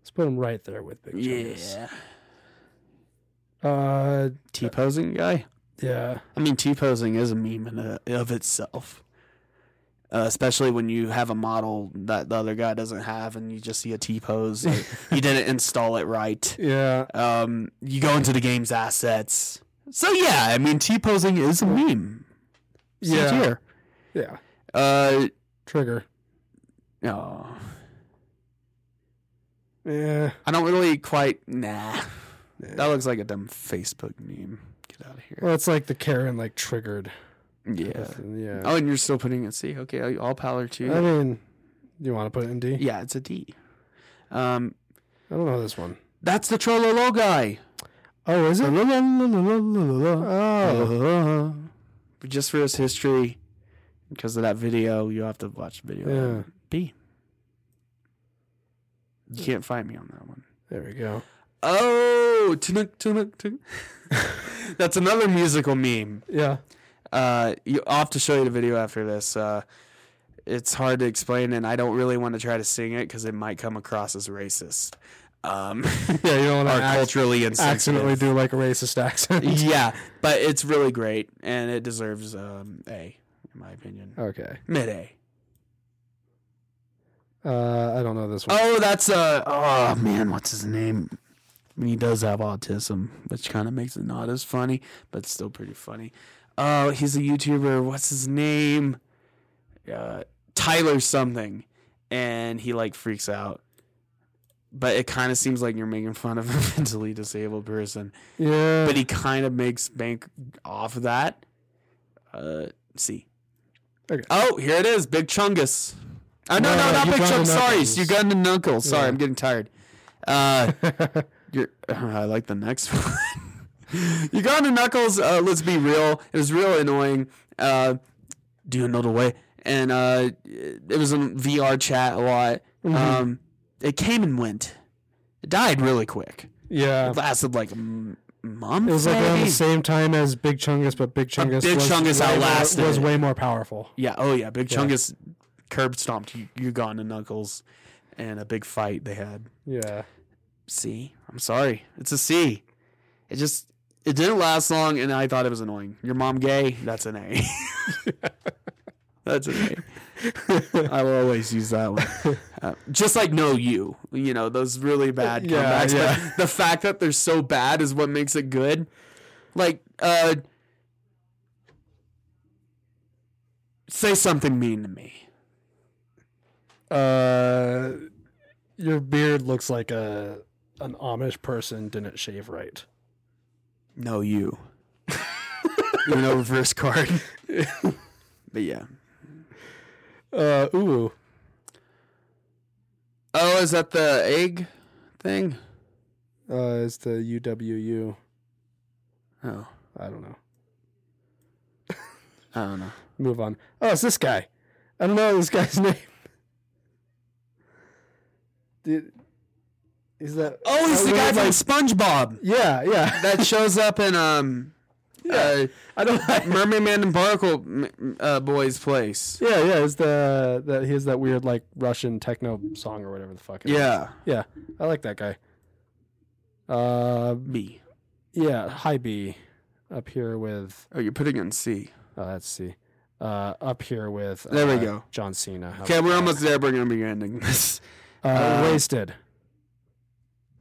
Let's put him right there with Big Chungus.
Yeah.
Uh,
T posing guy.
yeah.
I mean, T posing is a meme in a, of itself. Uh, especially when you have a model that the other guy doesn't have, and you just see a T pose. like, he didn't install it right.
Yeah.
Um, you go into the game's assets. So yeah, I mean, T posing is a meme. See it
Yeah.
here.
Yeah.
Uh,
Trigger.
no, Oh.
Yeah.
I don't really quite. Nah, that looks like a dumb Facebook meme. Get out of here.
Well, it's like the Karen, like triggered.
Yeah.
Yeah.
Oh, and you're still putting it C. Okay, I- all power to you.
I mean, you want to put it in D?
yeah, it's a D. Um,
I don't know this one.
that's the Trololo guy.
Oh, is it? Oh.
But just for his history, because of that video, you have to watch the video.
Yeah.
B. You can't find me on that one.
There we go.
Oh, tunuk, tunuk, tunuk. that's another musical meme.
Yeah.
uh, you, I'll have to show you the video after this. Uh, it's hard to explain, and I don't really want to try to sing it because it might come across as racist um,
Yeah, you don't
or
want to
culturally
accidentally
insensitive.
do like a racist accent.
Yeah, but it's really great, and it deserves um, A, in my opinion.
okay.
Mid A.
Uh, I don't know this one.
Oh, that's uh oh man, what's his name? I mean, he does have autism, which kind of makes it not as funny, but still pretty funny. Oh, he's a YouTuber. What's his name? Uh, Tyler something, and he like freaks out. But it kind of seems like you're making fun of a mentally disabled person.
yeah.
But he kind of makes bank off of that. Uh, see.
Okay.
Oh, here it is, Big Chungus. Oh, no,
No,
no,
no,
not Big
Uganda
Chungus. Sorry,
Knuckles.
Uganda Knuckles. Sorry,
Yeah.
I'm getting tired. Uh, you're, uh, I like the next one. Uganda Knuckles. Uh, let's be real. It was real annoying. Uh, do you know the way? And uh, it was in VR chat a lot.
Mm-hmm.
Um, it came and went. It died really quick.
yeah.
It lasted like a m- month.
It was like around
maybe?
the same time as Big Chungus, but Big Chungus,
Big
was
Chungus
way more-
outlasted
was
it.
way more powerful.
Yeah. Oh yeah. Big Chungus curb stomped U- Uganda Knuckles, and a big fight they had.
Yeah.
C. I'm sorry. It's a C. It just it didn't last long, and I thought it was annoying. Your mom gay? That's an A. That's an A. I will always use that one. Uh, just like no you, you know those really bad
Yeah,
comebacks.
yeah.
But the fact that they're so bad is what makes it good. Like, uh, say something mean to me.
Uh, your beard looks like a an Amish person didn't shave right.
No, you. Even though reverse card. but yeah.
Uh, ooh.
Oh, is that the egg thing?
Uh, it's the UWU.
Oh,
I don't know.
I don't know.
Move on. Oh, it's this guy. I don't know this guy's name. Dude, is that?
Oh, he's
that
the guy
weird,
from
like-
SpongeBob
yeah, yeah.
that shows up in um, uh,
I don't.
Mermaid Man and Barnacle m- uh, Boy's place.
yeah, yeah. It's the that he has that weird like Russian techno song or whatever the fuck. It is.
Yeah,
yeah. I like that guy. Uh,
B.
yeah. High B, up here with.
Oh, you're putting it in C.
Uh, let's see. Uh, up here with.
There we
uh,
go.
John Cena. How
Okay,
about
we're
that?
almost there. We're gonna be ending this.
Uh,
Uh,
wasted.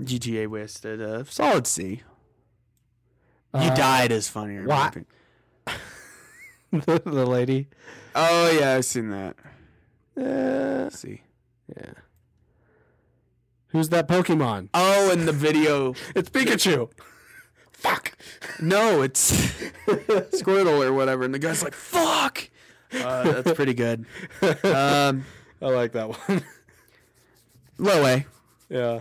GTA wasted a solid C. you
Uh,
died is funnier. in my
what?
opinion.
the, the lady.
Oh yeah, I've seen that.
Uh,
C.
yeah. Who's that Pokemon?
Oh, and the video.
It's Pikachu. Fuck.
No, it's Squirtle or whatever. And the guy's like, fuck. Uh, that's pretty good. Um,
I like that one.
low A.
yeah.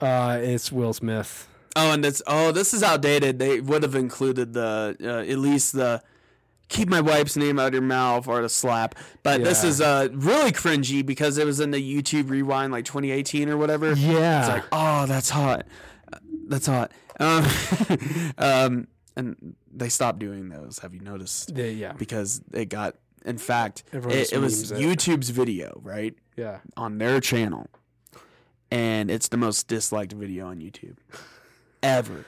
Uh, it's Will Smith.
Oh, and this oh, this is outdated. They would have included the uh, at least the keep my wife's name out of your mouth or the slap. But this
Yeah.
is uh really cringy because it was in the YouTube Rewind like 2018 or whatever.
Yeah.
It's like, oh, that's hot. Uh, That's hot. Um, um, and they stopped doing those. Have you noticed?
yeah, yeah.
Because it got, in fact,
Everyone
it,
just
it was
memes it.
YouTube's video, right?
Yeah.
On their channel. And it's the most disliked video on YouTube ever.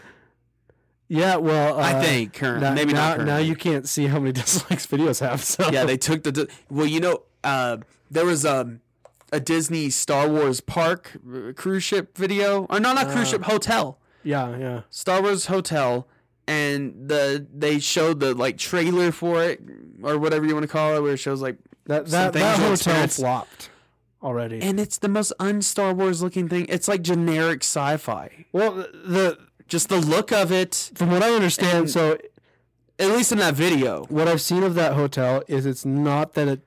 Yeah, well, uh,
I think current,
now,
maybe
now,
not.
now
currently.
you can't see how many dislikes videos have. So
yeah, they took the. Di- well, you know, uh, there was um, a Disney Star Wars park uh, cruise ship video, or no, not cruise
Uh.
ship hotel,
yeah, yeah.
Star Wars hotel, and the they showed the like trailer for it or whatever you want to call it, where it shows like
That
Some
that,
things
that
you
hotel
experience-
flopped already.
and it's the most un Star Wars looking thing. It's like generic sci fi.
well, the
Just the look of it,
from what I understand,
And-
so
at least in that video.
what I've seen of that hotel is it's not that it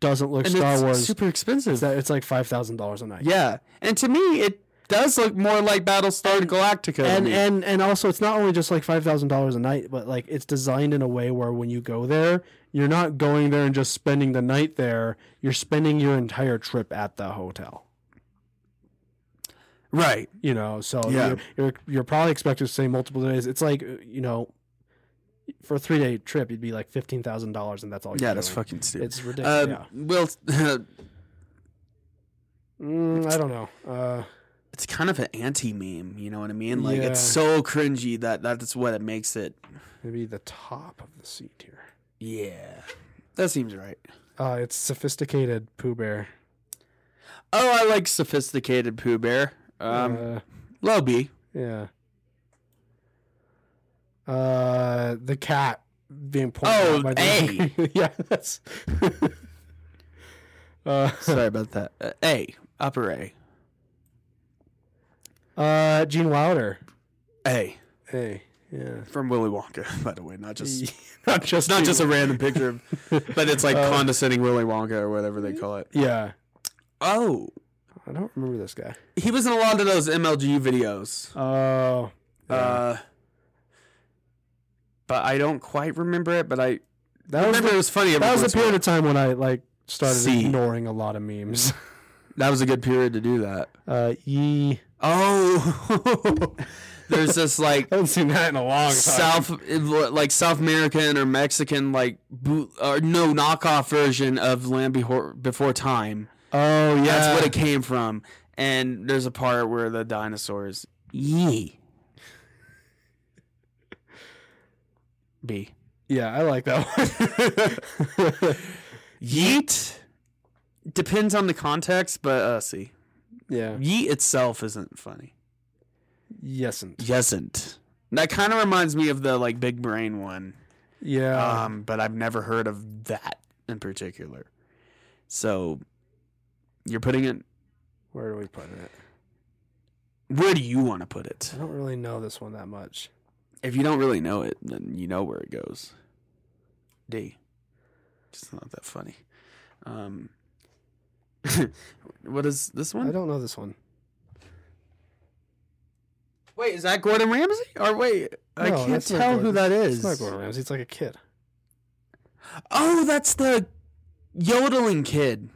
doesn't look
And
Star
it's
Wars.
super expensive.
it's that it's like five thousand dollars a night.
yeah. And to me, it does look more like Battlestar Galactica. to
and
me.
and and also it's not only just like five thousand dollars a night, but like it's designed in a way where when you go there, you're not going there and just spending the night there. You're spending your entire trip at the hotel.
right.
You know, so
Yeah.
you're, you're you're probably expected to stay multiple days. It's like you know, for a three day trip, you'd be like fifteen thousand dollars, and that's all. You're
Yeah, that's
doing.
fucking stupid.
It's ridiculous.
Um,
yeah.
Will,
Mm, I don't know. Uh,
it's kind of an anti meme. You know what I mean? Like it's
Yeah.
so cringy that that's what it makes it.
maybe the top of the seat here.
Yeah, that seems right.
Uh, it's sophisticated Pooh Bear.
Oh, I like sophisticated Pooh Bear. Um,
uh,
low B.
yeah. Uh, the cat being pointed
Oh,
out by the yeah, that's. uh,
Sorry about that. Uh, a upper A.
uh, Gene Wilder.
A
Hey, yeah.
from Willy Wonka, by the way, not just
not just Um,
not just a random picture, of, but it's like condescending Willy Wonka or whatever they call it.
Yeah,
Oh,
I don't remember this guy.
he was in a lot of those MLG videos.
Oh,
Uh, but I don't quite remember it. But I
that was
remember it
the,
was funny. every
that was a
once in a
period of time when I like started
See.
ignoring a lot of memes.
while. that was a good period to do that.
Uh, ye.
Oh, there's this like
I haven't seen that in a long time.
South, like South American or Mexican, like boot or no knockoff version of Land Before, Before Time.
oh yeah,
That's what it came from. And there's a part where the dinosaurs yee. B.
yeah. I like that one.
Yeet depends on the context, but uh, see,
yeah.
yeet itself isn't funny.
Yesn't.
Yesn't. That kind of reminds me of the like big brain one,
Yeah.
um, but I've never heard of that in particular. So you're putting it.
Where do we put it?
Where do you want to put it?
I don't really know this one that much.
If you don't really know it, then you know where it goes. D. Just not that funny. Um, what is this
I
one?
don't know this one.
Wait, is that Gordon Ramsay? Or wait, I
No,
can't
that's not
tell who
Gordon.
that
It's
is.
not Gordon Ramsay. It's like a kid.
Oh, that's the yodeling kid.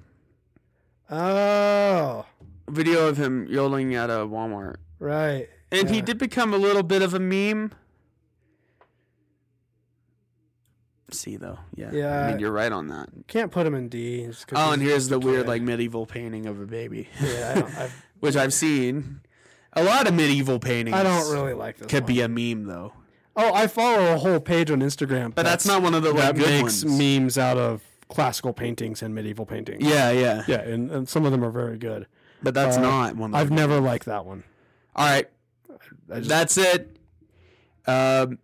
Oh,
Video of him yodeling at a Walmart.
right.
And he
Yeah.
did become a little bit of a meme. See though, yeah,
Yeah.
I mean, you're right on that.
Can't put him in D. just 'cause
Oh, and
he's
here's the
just a
weird,
kid.
like medieval painting of a baby,
Yeah, I don't, I've,
which I've seen. A lot of medieval paintings.
I don't really like this.
could
one.
be a meme though,
Oh, I follow a whole page on Instagram,
but that's, not one of the like
that
good ones.
makes memes out of classical paintings and medieval paintings.
Yeah, yeah,
yeah, and, and some of them are very good.
but that's
Uh,
not one. Of
I've
the-
never liked that one.
All right,
I just,
That's it. Um,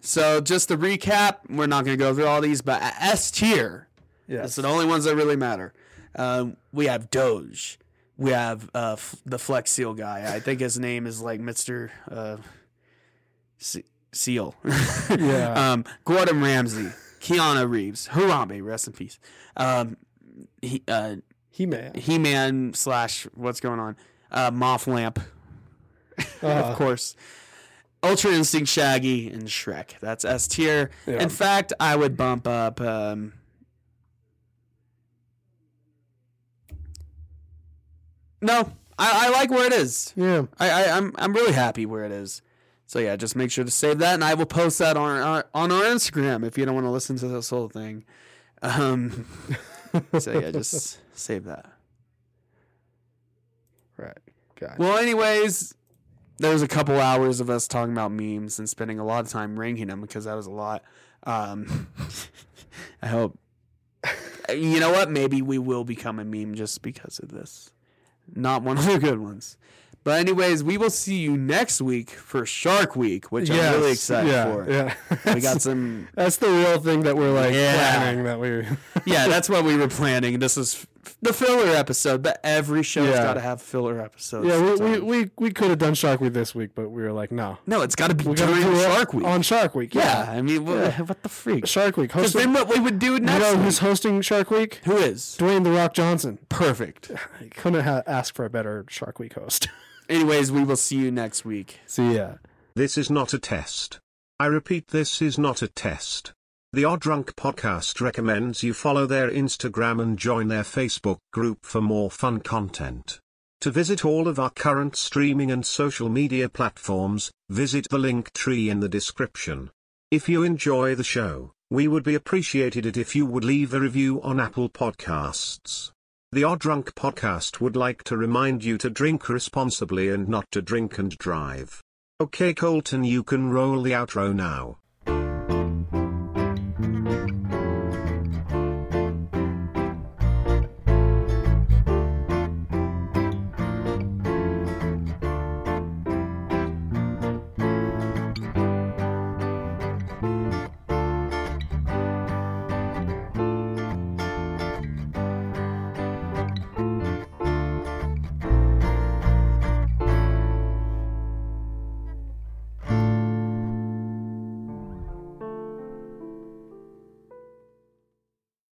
so just to recap, we're not going to go through all these, but a- S tier.
yes.
That's the only ones that really matter. Um, we have Doge. We have uh, f- the Flex Seal guy. I think his name is like Mister uh, Se- Seal.
Yeah.
um, Gordon Ramsay, Keanu Reeves, Harambe, rest in peace. Um, he uh,
He Man.
He Man slash what's going on? Uh, Moth Lamp.
Uh-huh. Uh,
of course. Ultra Instinct, Shaggy, and Shrek. That's S tier. In fact, I would bump up. Um, no, I, I like where it is.
Yeah.
I, I I'm I'm really happy where it is. So yeah, just make sure to save that, and I will post that on our, on our Instagram if you don't want to listen to this whole thing. Um, so yeah, just save that.
Right. Got
Well, anyways, there's a couple hours of us talking about memes and spending a lot of time ranking them because that was a lot. Um, I hope. You know what? Maybe we will become a meme just because of this. Not one of the good ones. But anyways, we will see you next week for Shark Week, which
Yes,
I'm really excited
yeah,
for.
Yeah.
We got some.
That's the real thing that we're like
Yeah.
planning that we.
Yeah, that's what we were planning. This is f- the filler episode, but every show's
Yeah.
got to have filler episodes.
yeah, we, we,
sometimes.
we, we could have done Shark Week this week, but we were like, no.
no, it's got to be
We gotta
during
do it
Shark Week.
On Shark Week.
Yeah,
Yeah.
I mean, wha- what the freak?
Shark Week.
Because
Hosting,
then what we would do
you
next?
know
week-
who's hosting Shark Week?
who is
Dwayne The Rock Johnson.
perfect?
I couldn't ha- ask for a better Shark Week host.
Anyways, we will see you next week.
See ya.
This is not a test. I repeat, this is not a test. The Odd Drunk podcast recommends you follow their Instagram and join their Facebook group for more fun content. To visit all of our current streaming and social media platforms, visit the link tree in the description. If you enjoy the show, we would be appreciated it if you would leave a review on Apple Podcasts. The Odd Drunk podcast would like to remind you to drink responsibly and not to drink and drive. Okay, Colton, you can roll the outro now.